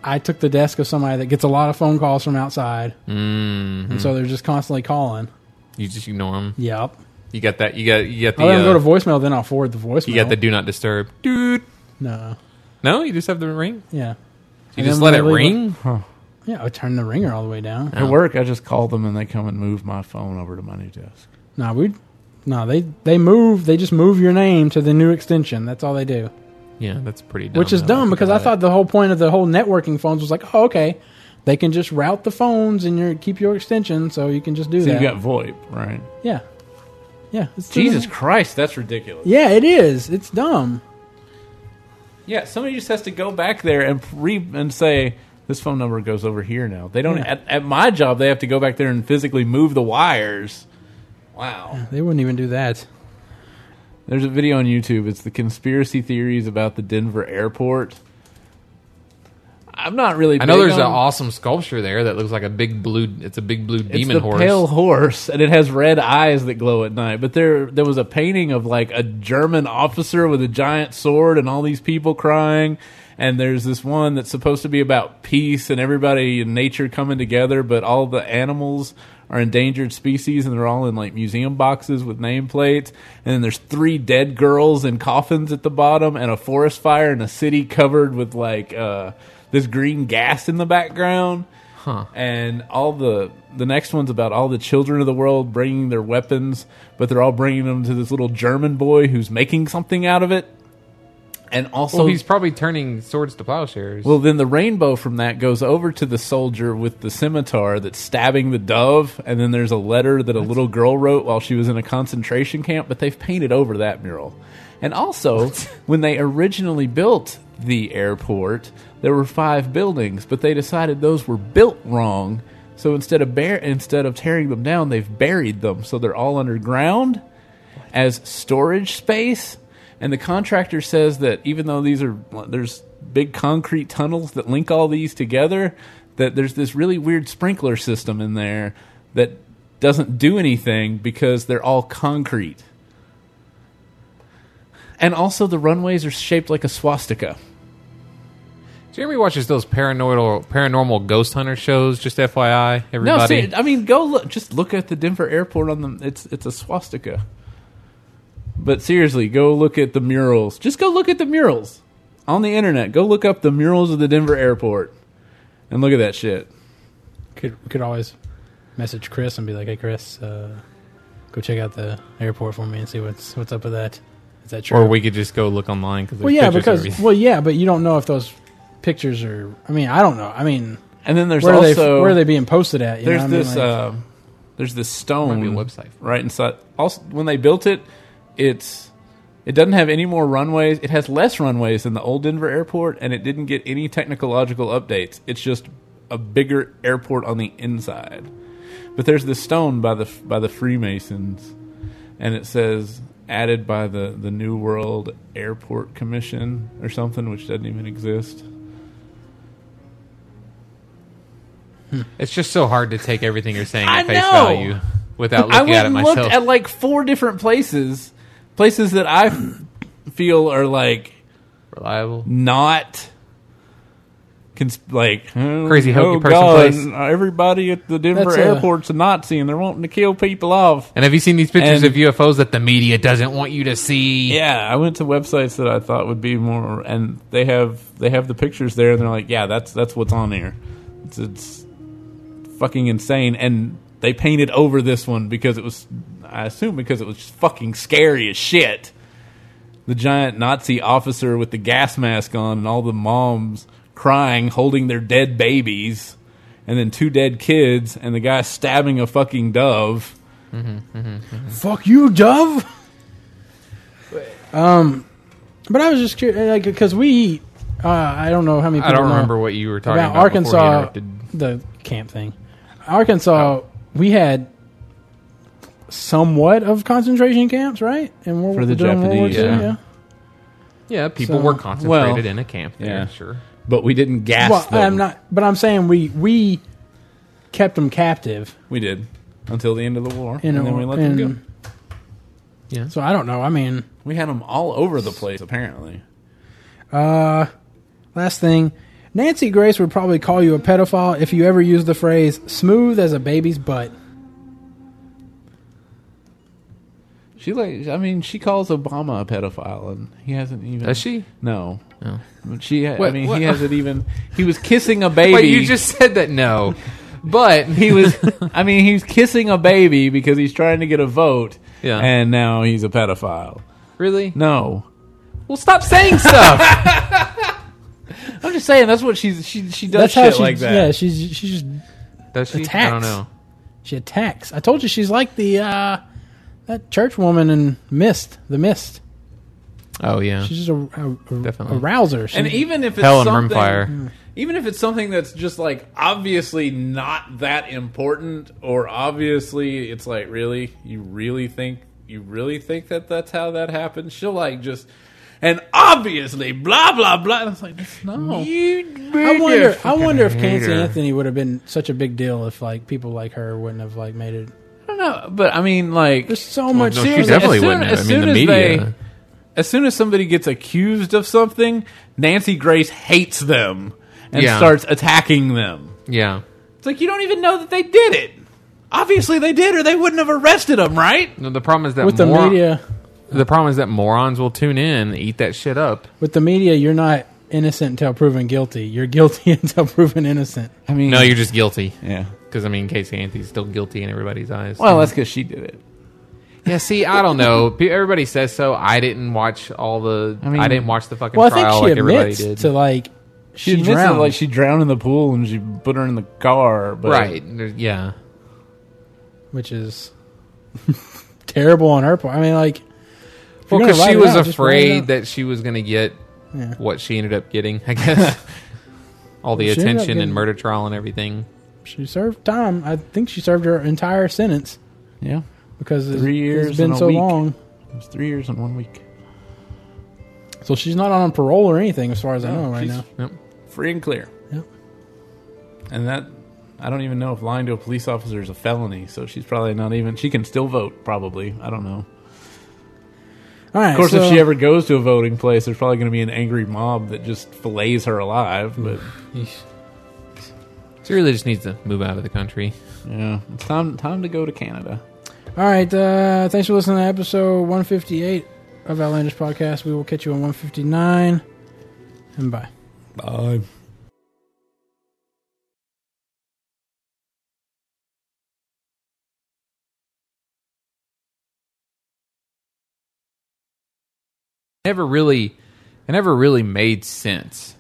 [SPEAKER 3] I took the desk of somebody that gets a lot of phone calls from outside.
[SPEAKER 5] Mm-hmm.
[SPEAKER 3] And so they're just constantly calling.
[SPEAKER 5] Mm, You just ignore them.
[SPEAKER 3] Yep.
[SPEAKER 5] You got that. You got. You got the.
[SPEAKER 3] I'll let them go
[SPEAKER 5] uh,
[SPEAKER 3] to voicemail, Oh, then I'll forward the voicemail.
[SPEAKER 5] you got the do not disturb. Dude.
[SPEAKER 3] No.
[SPEAKER 5] No, you just have the ring.
[SPEAKER 3] Yeah.
[SPEAKER 5] You
[SPEAKER 3] And
[SPEAKER 5] just
[SPEAKER 3] then
[SPEAKER 5] let
[SPEAKER 3] when
[SPEAKER 5] it
[SPEAKER 3] they leave-
[SPEAKER 5] ring.
[SPEAKER 3] Yeah, I turned the ringer all the way down.
[SPEAKER 4] At work, I just call them and they come and move my phone over to my new desk.
[SPEAKER 3] No, we no, they they move they just move your name to the new extension. That's all they do.
[SPEAKER 5] Yeah, that's pretty. dumb.
[SPEAKER 3] Which is
[SPEAKER 5] now
[SPEAKER 3] dumb
[SPEAKER 5] think
[SPEAKER 3] because I
[SPEAKER 5] about it.
[SPEAKER 3] thought the whole point of the whole networking phones was like, oh, okay, they can just route the phones and your keep your extension, so you can just do
[SPEAKER 4] So
[SPEAKER 3] that.
[SPEAKER 4] you got VoIP, right?
[SPEAKER 3] yeah, yeah. It's
[SPEAKER 4] Jesus Christ, that's ridiculous.
[SPEAKER 3] Yeah, it is. It's dumb.
[SPEAKER 4] Yeah, somebody just has to go back there and re- and say this phone number goes over here now. They don't
[SPEAKER 3] Yeah.
[SPEAKER 4] at, at my job. They have to go back there and physically move the wires. Wow.
[SPEAKER 3] They wouldn't even do that.
[SPEAKER 4] There's a video on YouTube. It's the conspiracy theories about the Denver airport. I- I'm not really.
[SPEAKER 5] I know
[SPEAKER 4] big
[SPEAKER 5] there's
[SPEAKER 4] on,
[SPEAKER 5] an awesome sculpture there that looks like a big blue. It's a big blue
[SPEAKER 4] it's
[SPEAKER 5] demon
[SPEAKER 4] the
[SPEAKER 5] horse.
[SPEAKER 4] pale horse, and it has red eyes that glow at night. But there, there was a painting of like a German officer with a giant sword, and all these people crying. And there's this one that's supposed to be about peace and everybody and nature coming together, but all the animals are endangered species, and they're all in like museum boxes with nameplates. And then there's three dead girls in coffins at the bottom, and a forest fire, and a city covered with like uh, this green gas in the background. And all the the next one's about all the children of the world bringing their weapons, but they're all bringing them to this little German boy who's making something out of it. And also,
[SPEAKER 5] Well, he's probably turning swords to plowshares.
[SPEAKER 4] well, then the rainbow from that goes over to the soldier with the scimitar that's stabbing the dove, and then there's a letter that a little girl wrote while she was in a concentration camp, but they've painted over that mural. And also, when they originally built the airport, there were five buildings, but they decided those were built wrong. So instead of bar- instead of tearing them down, they've buried them, so they're all underground as storage space. And the contractor says that even though these are there's big concrete tunnels that link all these together, that there's this really weird sprinkler system in there that doesn't do anything because they're all concrete. And also the runways are shaped like a swastika.
[SPEAKER 5] Jeremy watches those paranormal paranormal ghost hunter shows. Just FYI, everybody.
[SPEAKER 4] No, see, I mean, go look. Just look at the Denver airport on them. It's it's a swastika. But seriously, go look at the murals. Just go look at the murals on the internet. Go look up the murals of the Denver airport, and look at that shit.
[SPEAKER 3] Could we could always message Chris and be like, "Hey, Chris, uh, go check out the airport for me and see what's what's up with that. Is that true?"
[SPEAKER 5] or we could just go look online because
[SPEAKER 3] well, yeah, because well, yeah, but you don't know if those pictures are. I mean, I don't know. I mean,
[SPEAKER 4] And then there's
[SPEAKER 3] where are
[SPEAKER 4] also
[SPEAKER 3] they where are they being posted at? You know
[SPEAKER 4] there's
[SPEAKER 3] what I mean?
[SPEAKER 4] this
[SPEAKER 3] Like-
[SPEAKER 4] uh, there's this stone
[SPEAKER 5] Might be a website.
[SPEAKER 4] right inside. Also, when they built it, it's it doesn't have any more runways. It has less runways than the old Denver airport, and it didn't get any technological updates. It's just a bigger airport on the inside. But there's this stone by the by the Freemasons, and it says added by the the New World Airport Commission or something, which doesn't even exist.
[SPEAKER 5] it's just so hard to take everything you're saying
[SPEAKER 4] I
[SPEAKER 5] at face
[SPEAKER 4] know!
[SPEAKER 5] value without
[SPEAKER 4] I
[SPEAKER 5] looking
[SPEAKER 4] went
[SPEAKER 5] at it
[SPEAKER 4] and looked
[SPEAKER 5] myself.
[SPEAKER 4] at like four different places, places that I *clears throat* feel are like
[SPEAKER 5] Reliable.
[SPEAKER 4] not cons- like oh,
[SPEAKER 5] Crazy hokey
[SPEAKER 4] oh
[SPEAKER 5] person
[SPEAKER 4] God,
[SPEAKER 5] place. uh,
[SPEAKER 4] Everybody at the Denver
[SPEAKER 3] That's a-
[SPEAKER 4] airport's a Nazi, and they're wanting to kill people off.
[SPEAKER 5] And have you seen these pictures
[SPEAKER 4] And-
[SPEAKER 5] of UFOs that the media doesn't want you to see?
[SPEAKER 4] Yeah, I went to websites that I thought would be more, and they have they have the pictures there, and they're like, yeah, that's that's what's on here. It's, it's fucking insane, and they painted over this one because it was, I assume, because it was just fucking scary as shit. The giant Nazi officer with the gas mask on, and all the moms crying, holding their dead babies, and then two dead kids, and the guy stabbing a fucking dove.
[SPEAKER 3] Fuck you, Dove. Um, but I was just curious, like, because we eat. Uh, I don't know how many.
[SPEAKER 5] I
[SPEAKER 3] People
[SPEAKER 5] don't
[SPEAKER 3] know
[SPEAKER 5] remember what you were talking
[SPEAKER 3] about,
[SPEAKER 5] about. Before he
[SPEAKER 3] Arkansas.
[SPEAKER 5] interrupted.
[SPEAKER 3] The camp thing, Arkansas.
[SPEAKER 4] Oh.
[SPEAKER 3] We had somewhat of concentration camps, right? And World
[SPEAKER 4] For the
[SPEAKER 3] during World War
[SPEAKER 4] Japanese,
[SPEAKER 3] II,
[SPEAKER 5] yeah. Yeah, people
[SPEAKER 3] So-
[SPEAKER 5] were concentrated
[SPEAKER 4] well,
[SPEAKER 5] in a camp. There,
[SPEAKER 4] yeah.
[SPEAKER 5] sure.
[SPEAKER 4] But we didn't gas
[SPEAKER 3] Well,
[SPEAKER 4] them.
[SPEAKER 3] I'm not, but I'm saying we we kept them captive.
[SPEAKER 4] We did until the end of the war,
[SPEAKER 3] You know,
[SPEAKER 4] and then we let
[SPEAKER 3] and,
[SPEAKER 4] them go.
[SPEAKER 5] Yeah.
[SPEAKER 3] So I don't know. I mean,
[SPEAKER 4] We had them all over the place, apparently.
[SPEAKER 3] Uh, last thing, Nancy Grace would probably call you a pedophile if you ever used the phrase "smooth as a baby's butt."
[SPEAKER 4] She like, I mean, she calls Obama a pedophile, and he hasn't even.
[SPEAKER 5] Does she?
[SPEAKER 4] No,
[SPEAKER 5] No.
[SPEAKER 4] she. I
[SPEAKER 5] What-
[SPEAKER 4] mean,
[SPEAKER 5] what-
[SPEAKER 4] he hasn't even.
[SPEAKER 5] *laughs*
[SPEAKER 4] He was kissing a baby.
[SPEAKER 5] Wait, you just said that
[SPEAKER 4] *laughs*
[SPEAKER 5] no, but *laughs*
[SPEAKER 4] He was. I mean, he's kissing a baby because he's trying to get a vote.
[SPEAKER 5] Yeah.
[SPEAKER 4] And now he's a pedophile.
[SPEAKER 5] really.
[SPEAKER 4] No,
[SPEAKER 5] Well, stop saying stuff.
[SPEAKER 4] *laughs* I'm just saying that's what she's. She she
[SPEAKER 3] That's
[SPEAKER 4] does
[SPEAKER 3] how
[SPEAKER 4] shit
[SPEAKER 3] she,
[SPEAKER 4] like that.
[SPEAKER 3] yeah, she's she just
[SPEAKER 5] Does she? I don't
[SPEAKER 3] Attacks.
[SPEAKER 5] know.
[SPEAKER 3] she attacks. I told you she's like the uh that church woman in Mist, the Mist.
[SPEAKER 5] Oh yeah.
[SPEAKER 3] She's just a, a, a-
[SPEAKER 5] Definitely.
[SPEAKER 3] a rouser. She,
[SPEAKER 4] and even if it's
[SPEAKER 5] Hell and
[SPEAKER 4] something,
[SPEAKER 3] Mm.
[SPEAKER 5] Rimfire.
[SPEAKER 4] even if it's something that's just like obviously not that important, or obviously it's like really, you really think you really think that that's how that happens. She'll like just. and obviously blah blah blah. And I was like, no,
[SPEAKER 3] I wonder. I wonder if Clancy Anthony would have been such a big deal if like people like her wouldn't have like made it.
[SPEAKER 4] I don't know. But I mean, like,
[SPEAKER 3] There's so much.
[SPEAKER 5] no, she
[SPEAKER 3] seriously,
[SPEAKER 5] definitely
[SPEAKER 4] as soon,
[SPEAKER 5] wouldn't have.
[SPEAKER 4] as
[SPEAKER 5] I mean,
[SPEAKER 4] soon
[SPEAKER 5] the
[SPEAKER 4] as
[SPEAKER 5] media.
[SPEAKER 4] they, as soon as somebody gets accused of something, Nancy Grace hates them and
[SPEAKER 5] Yeah.
[SPEAKER 4] starts attacking them.
[SPEAKER 5] Yeah.
[SPEAKER 4] It's like you don't even know that they did it. Obviously, they did, or they wouldn't have arrested them, right?
[SPEAKER 5] No, the problem is that
[SPEAKER 3] with the
[SPEAKER 5] mor-
[SPEAKER 3] media,
[SPEAKER 5] The problem is that morons will tune in, eat that shit up.
[SPEAKER 3] with the media, you're not innocent until proven guilty. You're guilty *laughs* until proven innocent.
[SPEAKER 4] I mean,
[SPEAKER 5] No, you're just guilty.
[SPEAKER 4] yeah.
[SPEAKER 5] Because I mean, Casey Anthony's still guilty in everybody's eyes.
[SPEAKER 4] Well, that's because she did it.
[SPEAKER 5] yeah. See, I don't know. Pe- Everybody says so. I didn't watch all the. I,
[SPEAKER 4] mean-
[SPEAKER 5] didn't watch the fucking
[SPEAKER 3] Well, I
[SPEAKER 5] trial
[SPEAKER 3] think she
[SPEAKER 5] like everybody did.
[SPEAKER 3] admits to like she,
[SPEAKER 4] She, admits that,
[SPEAKER 3] drowned.
[SPEAKER 4] like she drowned in the pool and she put her in the car. But
[SPEAKER 5] right. There's- Yeah.
[SPEAKER 3] which is *laughs* terrible on her part. I mean, like, if you're
[SPEAKER 5] Well,
[SPEAKER 3] gonna
[SPEAKER 5] because
[SPEAKER 3] write
[SPEAKER 5] she
[SPEAKER 3] it
[SPEAKER 5] was
[SPEAKER 3] out, just write it out.
[SPEAKER 5] afraid that she was going to get
[SPEAKER 3] Yeah.
[SPEAKER 5] what she ended up getting. I guess
[SPEAKER 3] *laughs*
[SPEAKER 5] all the
[SPEAKER 3] She ended up
[SPEAKER 5] attention and
[SPEAKER 3] getting-
[SPEAKER 5] murder trial and everything.
[SPEAKER 3] she served time. I think she served her entire sentence
[SPEAKER 4] yeah,
[SPEAKER 3] because it's-
[SPEAKER 4] Three
[SPEAKER 3] it's
[SPEAKER 4] years
[SPEAKER 3] been
[SPEAKER 4] and a
[SPEAKER 3] so
[SPEAKER 4] week.
[SPEAKER 3] long.
[SPEAKER 4] it was three years and one week.
[SPEAKER 3] So she's not on parole or anything, as far as I know, right
[SPEAKER 4] she's-
[SPEAKER 3] now.
[SPEAKER 4] Free and clear.
[SPEAKER 3] Yep.
[SPEAKER 4] And that, I don't even know if lying to a police officer is a felony. So she's probably not even. She can still vote, probably. I don't know.
[SPEAKER 3] All right.
[SPEAKER 4] Of course,
[SPEAKER 3] so-
[SPEAKER 4] if she ever goes to a voting place, there's probably going to be an angry mob that just fillets her alive. But
[SPEAKER 5] She really just needs to move out of the country.
[SPEAKER 4] yeah, it's time time to go to Canada.
[SPEAKER 3] All right. Uh, thanks for listening to episode 158 of Outlandish Podcast. We will catch you on 159. And bye.
[SPEAKER 4] Bye.
[SPEAKER 5] never really it never really made sense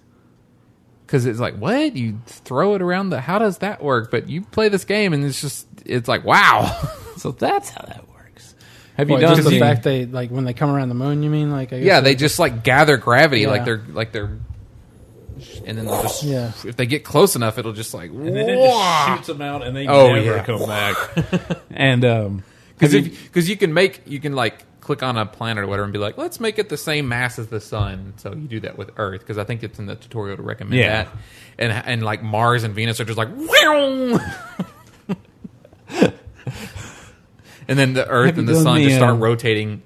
[SPEAKER 5] because it's like what you throw it around the how does that work but you play this game and it's just it's like wow *laughs*
[SPEAKER 4] So that's how that works. Have
[SPEAKER 3] What,
[SPEAKER 4] you done
[SPEAKER 3] just the
[SPEAKER 4] the-
[SPEAKER 3] fact they like when they come around the moon? You mean like I guess
[SPEAKER 5] yeah they just like gather gravity
[SPEAKER 3] Yeah.
[SPEAKER 5] like they're like they're and then they'll just
[SPEAKER 3] Yeah.
[SPEAKER 5] if they get close enough it'll just like
[SPEAKER 4] and then it just shoots them out, and they
[SPEAKER 5] Oh,
[SPEAKER 4] never
[SPEAKER 5] yeah.
[SPEAKER 4] come back. *laughs* and um,
[SPEAKER 5] because
[SPEAKER 4] have you-
[SPEAKER 5] you, you can make you can like click on a planet or whatever and be like let's make it the same mass as the sun so you do that with earth because i think it's in the tutorial to recommend
[SPEAKER 4] Yeah.
[SPEAKER 5] that and and like mars and venus are just like wow *laughs* and then the earth
[SPEAKER 4] Have you
[SPEAKER 5] and the
[SPEAKER 4] done
[SPEAKER 5] sun
[SPEAKER 4] the,
[SPEAKER 5] just start
[SPEAKER 4] um,
[SPEAKER 5] rotating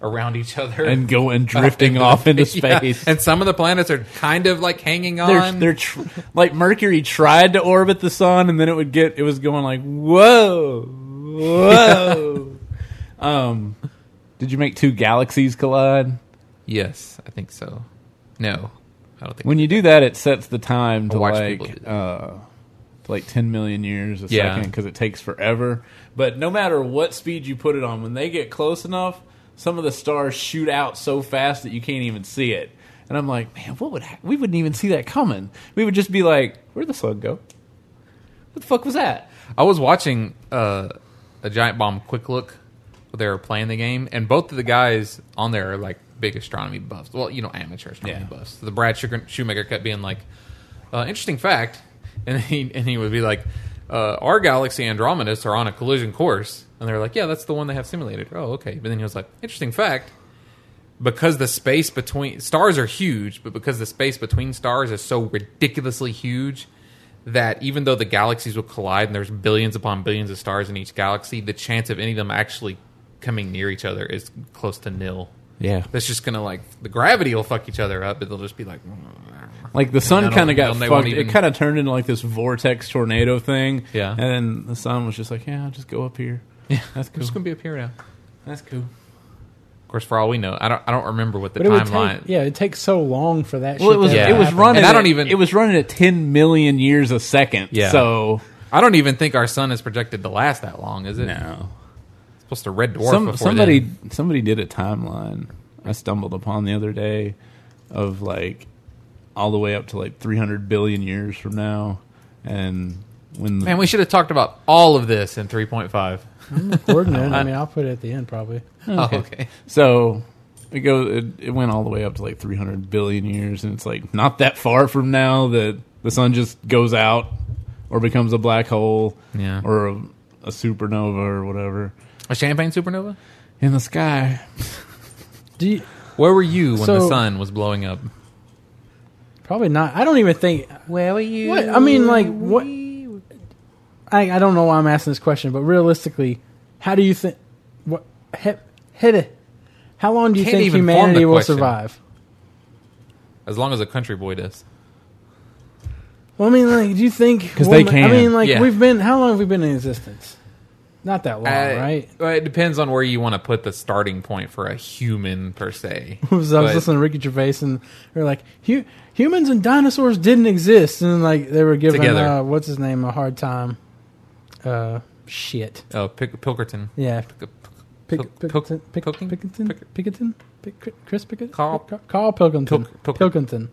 [SPEAKER 5] around each other *laughs*
[SPEAKER 4] and go *laughs* and drifting off into
[SPEAKER 5] Yeah.
[SPEAKER 4] space.
[SPEAKER 5] and some of the planets are kind of like hanging on
[SPEAKER 4] they're, they're tr- like Mercury tried to orbit the sun, and then it would get it was going like whoa, *laughs* whoa. um, did you make two galaxies collide?
[SPEAKER 5] yes i think so no i don't think
[SPEAKER 4] When you do that, it sets the time to
[SPEAKER 5] watch
[SPEAKER 4] like
[SPEAKER 5] people do that.
[SPEAKER 4] uh, to like ten million years a
[SPEAKER 5] Yeah.
[SPEAKER 4] second because it takes forever. But no matter what speed you put it on, when they get close enough, some of the stars shoot out so fast that you can't even see it. And I'm like, man, what would ha- we wouldn't even see that coming? We would just be like, where'd the sun go? What the fuck was that?
[SPEAKER 5] I was watching uh, a Giant Bomb quick look. They were playing the game, and both of the guys on there are like big astronomy buffs. Well, you know, amateur astronomy
[SPEAKER 4] Yeah.
[SPEAKER 5] buffs. The Brad Sugar- Shoemaker kept being like, uh, "Interesting fact," *laughs* and he and he would be like, uh, "Our galaxy Andromeda's are on a collision course," and they were like, "Yeah, that's the one they have simulated." Oh, okay. But then he was like, "Interesting fact." Because the space between stars are huge, but because the space between stars is so ridiculously huge, that even though the galaxies will collide and there's billions upon billions of stars in each galaxy, the chance of any of them actually coming near each other is close to nil.
[SPEAKER 4] Yeah,
[SPEAKER 5] That's just gonna like the gravity will fuck each other up, but they'll just be like, "Mm."
[SPEAKER 4] Like the sun
[SPEAKER 5] And
[SPEAKER 4] kind
[SPEAKER 5] that'll-
[SPEAKER 4] of got
[SPEAKER 5] then they
[SPEAKER 4] fucked.
[SPEAKER 5] won't even-
[SPEAKER 4] It kind of turned into like this vortex tornado thing.
[SPEAKER 5] Yeah.
[SPEAKER 4] And then the sun was just like, yeah, I'll just go up here.
[SPEAKER 5] yeah,
[SPEAKER 4] That's
[SPEAKER 5] we're
[SPEAKER 4] cool.
[SPEAKER 5] just gonna be up here now.
[SPEAKER 4] That's cool.
[SPEAKER 5] Of course, for all we know, I don't I don't remember what the
[SPEAKER 3] But it would
[SPEAKER 5] timeline.
[SPEAKER 3] take, yeah, it takes so long for that.
[SPEAKER 4] Well,
[SPEAKER 3] shit
[SPEAKER 4] it was
[SPEAKER 3] to
[SPEAKER 5] Yeah.
[SPEAKER 4] it was
[SPEAKER 3] happen.
[SPEAKER 4] running.
[SPEAKER 5] And I don't
[SPEAKER 4] at-
[SPEAKER 5] even-
[SPEAKER 4] It was running at ten million years a second.
[SPEAKER 5] Yeah.
[SPEAKER 4] So
[SPEAKER 5] I don't even think our sun is projected to last that long, is it?
[SPEAKER 4] no.
[SPEAKER 5] It's supposed to red dwarf
[SPEAKER 4] Some,
[SPEAKER 5] before
[SPEAKER 4] somebody
[SPEAKER 5] then.
[SPEAKER 4] somebody did a timeline I stumbled upon the other day of like all the way up to like three hundred billion years from now, and when the
[SPEAKER 5] Man, we should have talked about all of this in three point five.
[SPEAKER 3] Gordon, man,
[SPEAKER 4] *laughs*
[SPEAKER 3] I mean, I'll put it at the end probably.
[SPEAKER 5] Oh, *laughs* okay.
[SPEAKER 4] So it go it, it went all the way up to like 300 billion years and it's like not that far from now that the sun just goes out or becomes a black hole
[SPEAKER 5] Yeah.
[SPEAKER 4] or a, a supernova or whatever
[SPEAKER 5] A champagne supernova?
[SPEAKER 4] in the sky.
[SPEAKER 3] Do you,
[SPEAKER 5] Where were you when the
[SPEAKER 3] So-
[SPEAKER 5] sun was blowing up?
[SPEAKER 3] Probably not. I don't even think.
[SPEAKER 5] Where were you?
[SPEAKER 3] What I mean, like what? I I don't know why I'm asking this question, but realistically, how do you think? What hit hit it? How long do you
[SPEAKER 5] Can't
[SPEAKER 3] think
[SPEAKER 5] even form the
[SPEAKER 3] humanity will
[SPEAKER 5] question.
[SPEAKER 3] survive?
[SPEAKER 5] As long as a country boy does.
[SPEAKER 3] Well, I mean, like, do you think?
[SPEAKER 5] *laughs*
[SPEAKER 4] 'Cause they
[SPEAKER 3] woman- I
[SPEAKER 4] can.
[SPEAKER 3] mean, like,
[SPEAKER 5] Yeah.
[SPEAKER 3] we've been how long have we been in existence? Not that long,
[SPEAKER 5] Uh,
[SPEAKER 3] right? *laughs*
[SPEAKER 5] Well, it depends on where you want to put the starting point for a human per
[SPEAKER 4] *laughs*
[SPEAKER 5] se.
[SPEAKER 3] I was, I was
[SPEAKER 5] But-
[SPEAKER 3] listening to Ricky Gervais, and they're like, "Hu- humans and dinosaurs didn't exist, and like they were giving
[SPEAKER 5] Together.
[SPEAKER 3] uh, what's his name a hard time. Uh, shit.
[SPEAKER 5] Oh, Pick, Pilkerton.
[SPEAKER 3] Yeah,
[SPEAKER 5] Pick-
[SPEAKER 3] Pick-
[SPEAKER 5] Pil-
[SPEAKER 3] Pickerton,
[SPEAKER 5] Pil-
[SPEAKER 3] Pick-
[SPEAKER 5] Pilking?
[SPEAKER 3] Pickerton,
[SPEAKER 5] Pick-
[SPEAKER 3] Pickerton, Pick- Cri- Chris Pickerton,
[SPEAKER 5] Carl-
[SPEAKER 3] Carl Pilkington,
[SPEAKER 5] Pilk- Pilk-
[SPEAKER 3] Pilkington,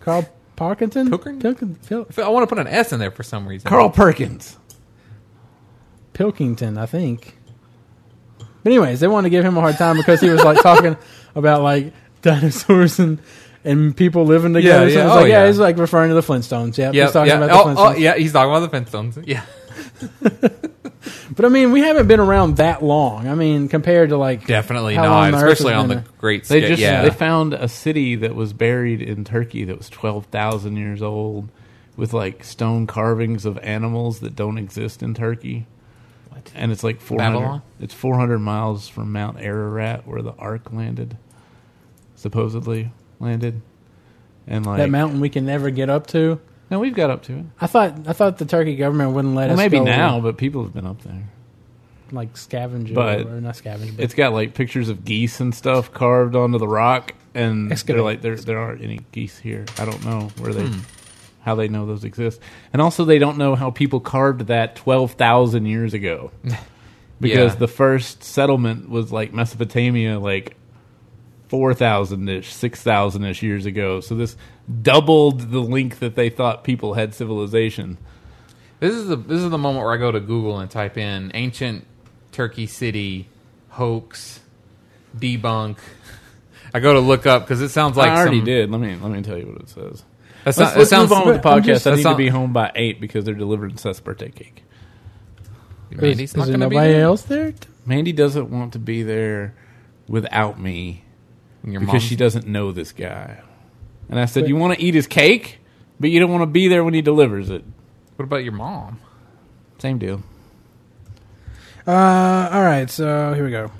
[SPEAKER 3] Carl Parkington,
[SPEAKER 5] Pilkern?
[SPEAKER 3] Pilkin- Pil-
[SPEAKER 5] I want to put an S in there for some reason.
[SPEAKER 1] Carl Perkins.
[SPEAKER 3] Pilkington, I think. But anyways, they wanted to give him a hard time because he was
[SPEAKER 5] *laughs*
[SPEAKER 3] like talking about like dinosaurs and and people living together.
[SPEAKER 5] Yeah,
[SPEAKER 3] so
[SPEAKER 5] yeah,
[SPEAKER 3] it's
[SPEAKER 5] oh,
[SPEAKER 3] like, yeah,
[SPEAKER 5] yeah.
[SPEAKER 3] he's like referring to the Flintstones. Yeah,
[SPEAKER 5] Yeah,
[SPEAKER 3] he's talking
[SPEAKER 5] yeah.
[SPEAKER 3] about
[SPEAKER 5] Oh,
[SPEAKER 3] the
[SPEAKER 5] oh,
[SPEAKER 3] Flintstones.
[SPEAKER 5] yeah, he's talking about the Flintstones. *laughs* Yeah.
[SPEAKER 3] But I mean, we haven't been around that long. I mean, compared to like
[SPEAKER 5] Definitely
[SPEAKER 3] How long
[SPEAKER 5] not,
[SPEAKER 3] the Earth has
[SPEAKER 5] especially on
[SPEAKER 3] been
[SPEAKER 5] the
[SPEAKER 3] there.
[SPEAKER 5] great
[SPEAKER 4] They
[SPEAKER 5] scale.
[SPEAKER 4] just
[SPEAKER 5] yeah.
[SPEAKER 4] they found a city that was buried in Turkey that was twelve thousand years old, with like stone carvings of animals that don't exist in Turkey. What? And it's like four hundred.
[SPEAKER 5] Babylon?
[SPEAKER 4] It's four hundred miles from Mount Ararat where the Ark landed, supposedly landed, and like
[SPEAKER 3] that mountain we can never get up to.
[SPEAKER 4] No, we've got up to it.
[SPEAKER 3] I thought I thought the Turkey government wouldn't let
[SPEAKER 4] Well,
[SPEAKER 3] us
[SPEAKER 4] maybe
[SPEAKER 3] go,
[SPEAKER 4] now, but people have been up there.
[SPEAKER 3] like scavenge
[SPEAKER 4] But-
[SPEAKER 3] or not scavenge, but
[SPEAKER 4] It's got like pictures of geese and stuff carved onto the rock, and
[SPEAKER 3] Excavate.
[SPEAKER 4] they're like there there aren't any geese here. I don't know where they
[SPEAKER 5] Hmm.
[SPEAKER 4] how they know those exist, and also they don't know how people carved that twelve thousand
[SPEAKER 5] *laughs*
[SPEAKER 4] years ago, because
[SPEAKER 5] Yeah.
[SPEAKER 4] the first settlement was like Mesopotamia, like four thousand ish, six thousand ish years ago. So this doubled the length that they thought people had civilization.
[SPEAKER 5] This is the this is the moment where I go to Google and type in ancient Turkey city hoax debunk. I go to look up because it sounds like
[SPEAKER 4] I already
[SPEAKER 5] some,
[SPEAKER 4] did. Let me let me tell you what it says.
[SPEAKER 5] That
[SPEAKER 4] Let's,
[SPEAKER 5] so-
[SPEAKER 4] let's
[SPEAKER 5] uh, it sounds,
[SPEAKER 4] move on with
[SPEAKER 5] *laughs*
[SPEAKER 4] the
[SPEAKER 3] I'm
[SPEAKER 4] podcast.
[SPEAKER 3] just-
[SPEAKER 4] I
[SPEAKER 5] that
[SPEAKER 4] need
[SPEAKER 5] sound-
[SPEAKER 4] to be home by eight because they're delivering Seth's birthday cake.
[SPEAKER 3] Wait,
[SPEAKER 5] Mandy's
[SPEAKER 3] is
[SPEAKER 5] not
[SPEAKER 3] there
[SPEAKER 5] gonna be
[SPEAKER 3] nobody
[SPEAKER 5] there.
[SPEAKER 3] else there?
[SPEAKER 4] Mandy doesn't want to be there without me
[SPEAKER 5] Your
[SPEAKER 4] because
[SPEAKER 5] mom-
[SPEAKER 4] she doesn't know this guy. And I said, "You want to eat his cake, but you don't want to be there when he delivers it."
[SPEAKER 5] What about your mom?
[SPEAKER 4] Same deal.
[SPEAKER 3] Uh, all right, so here we go.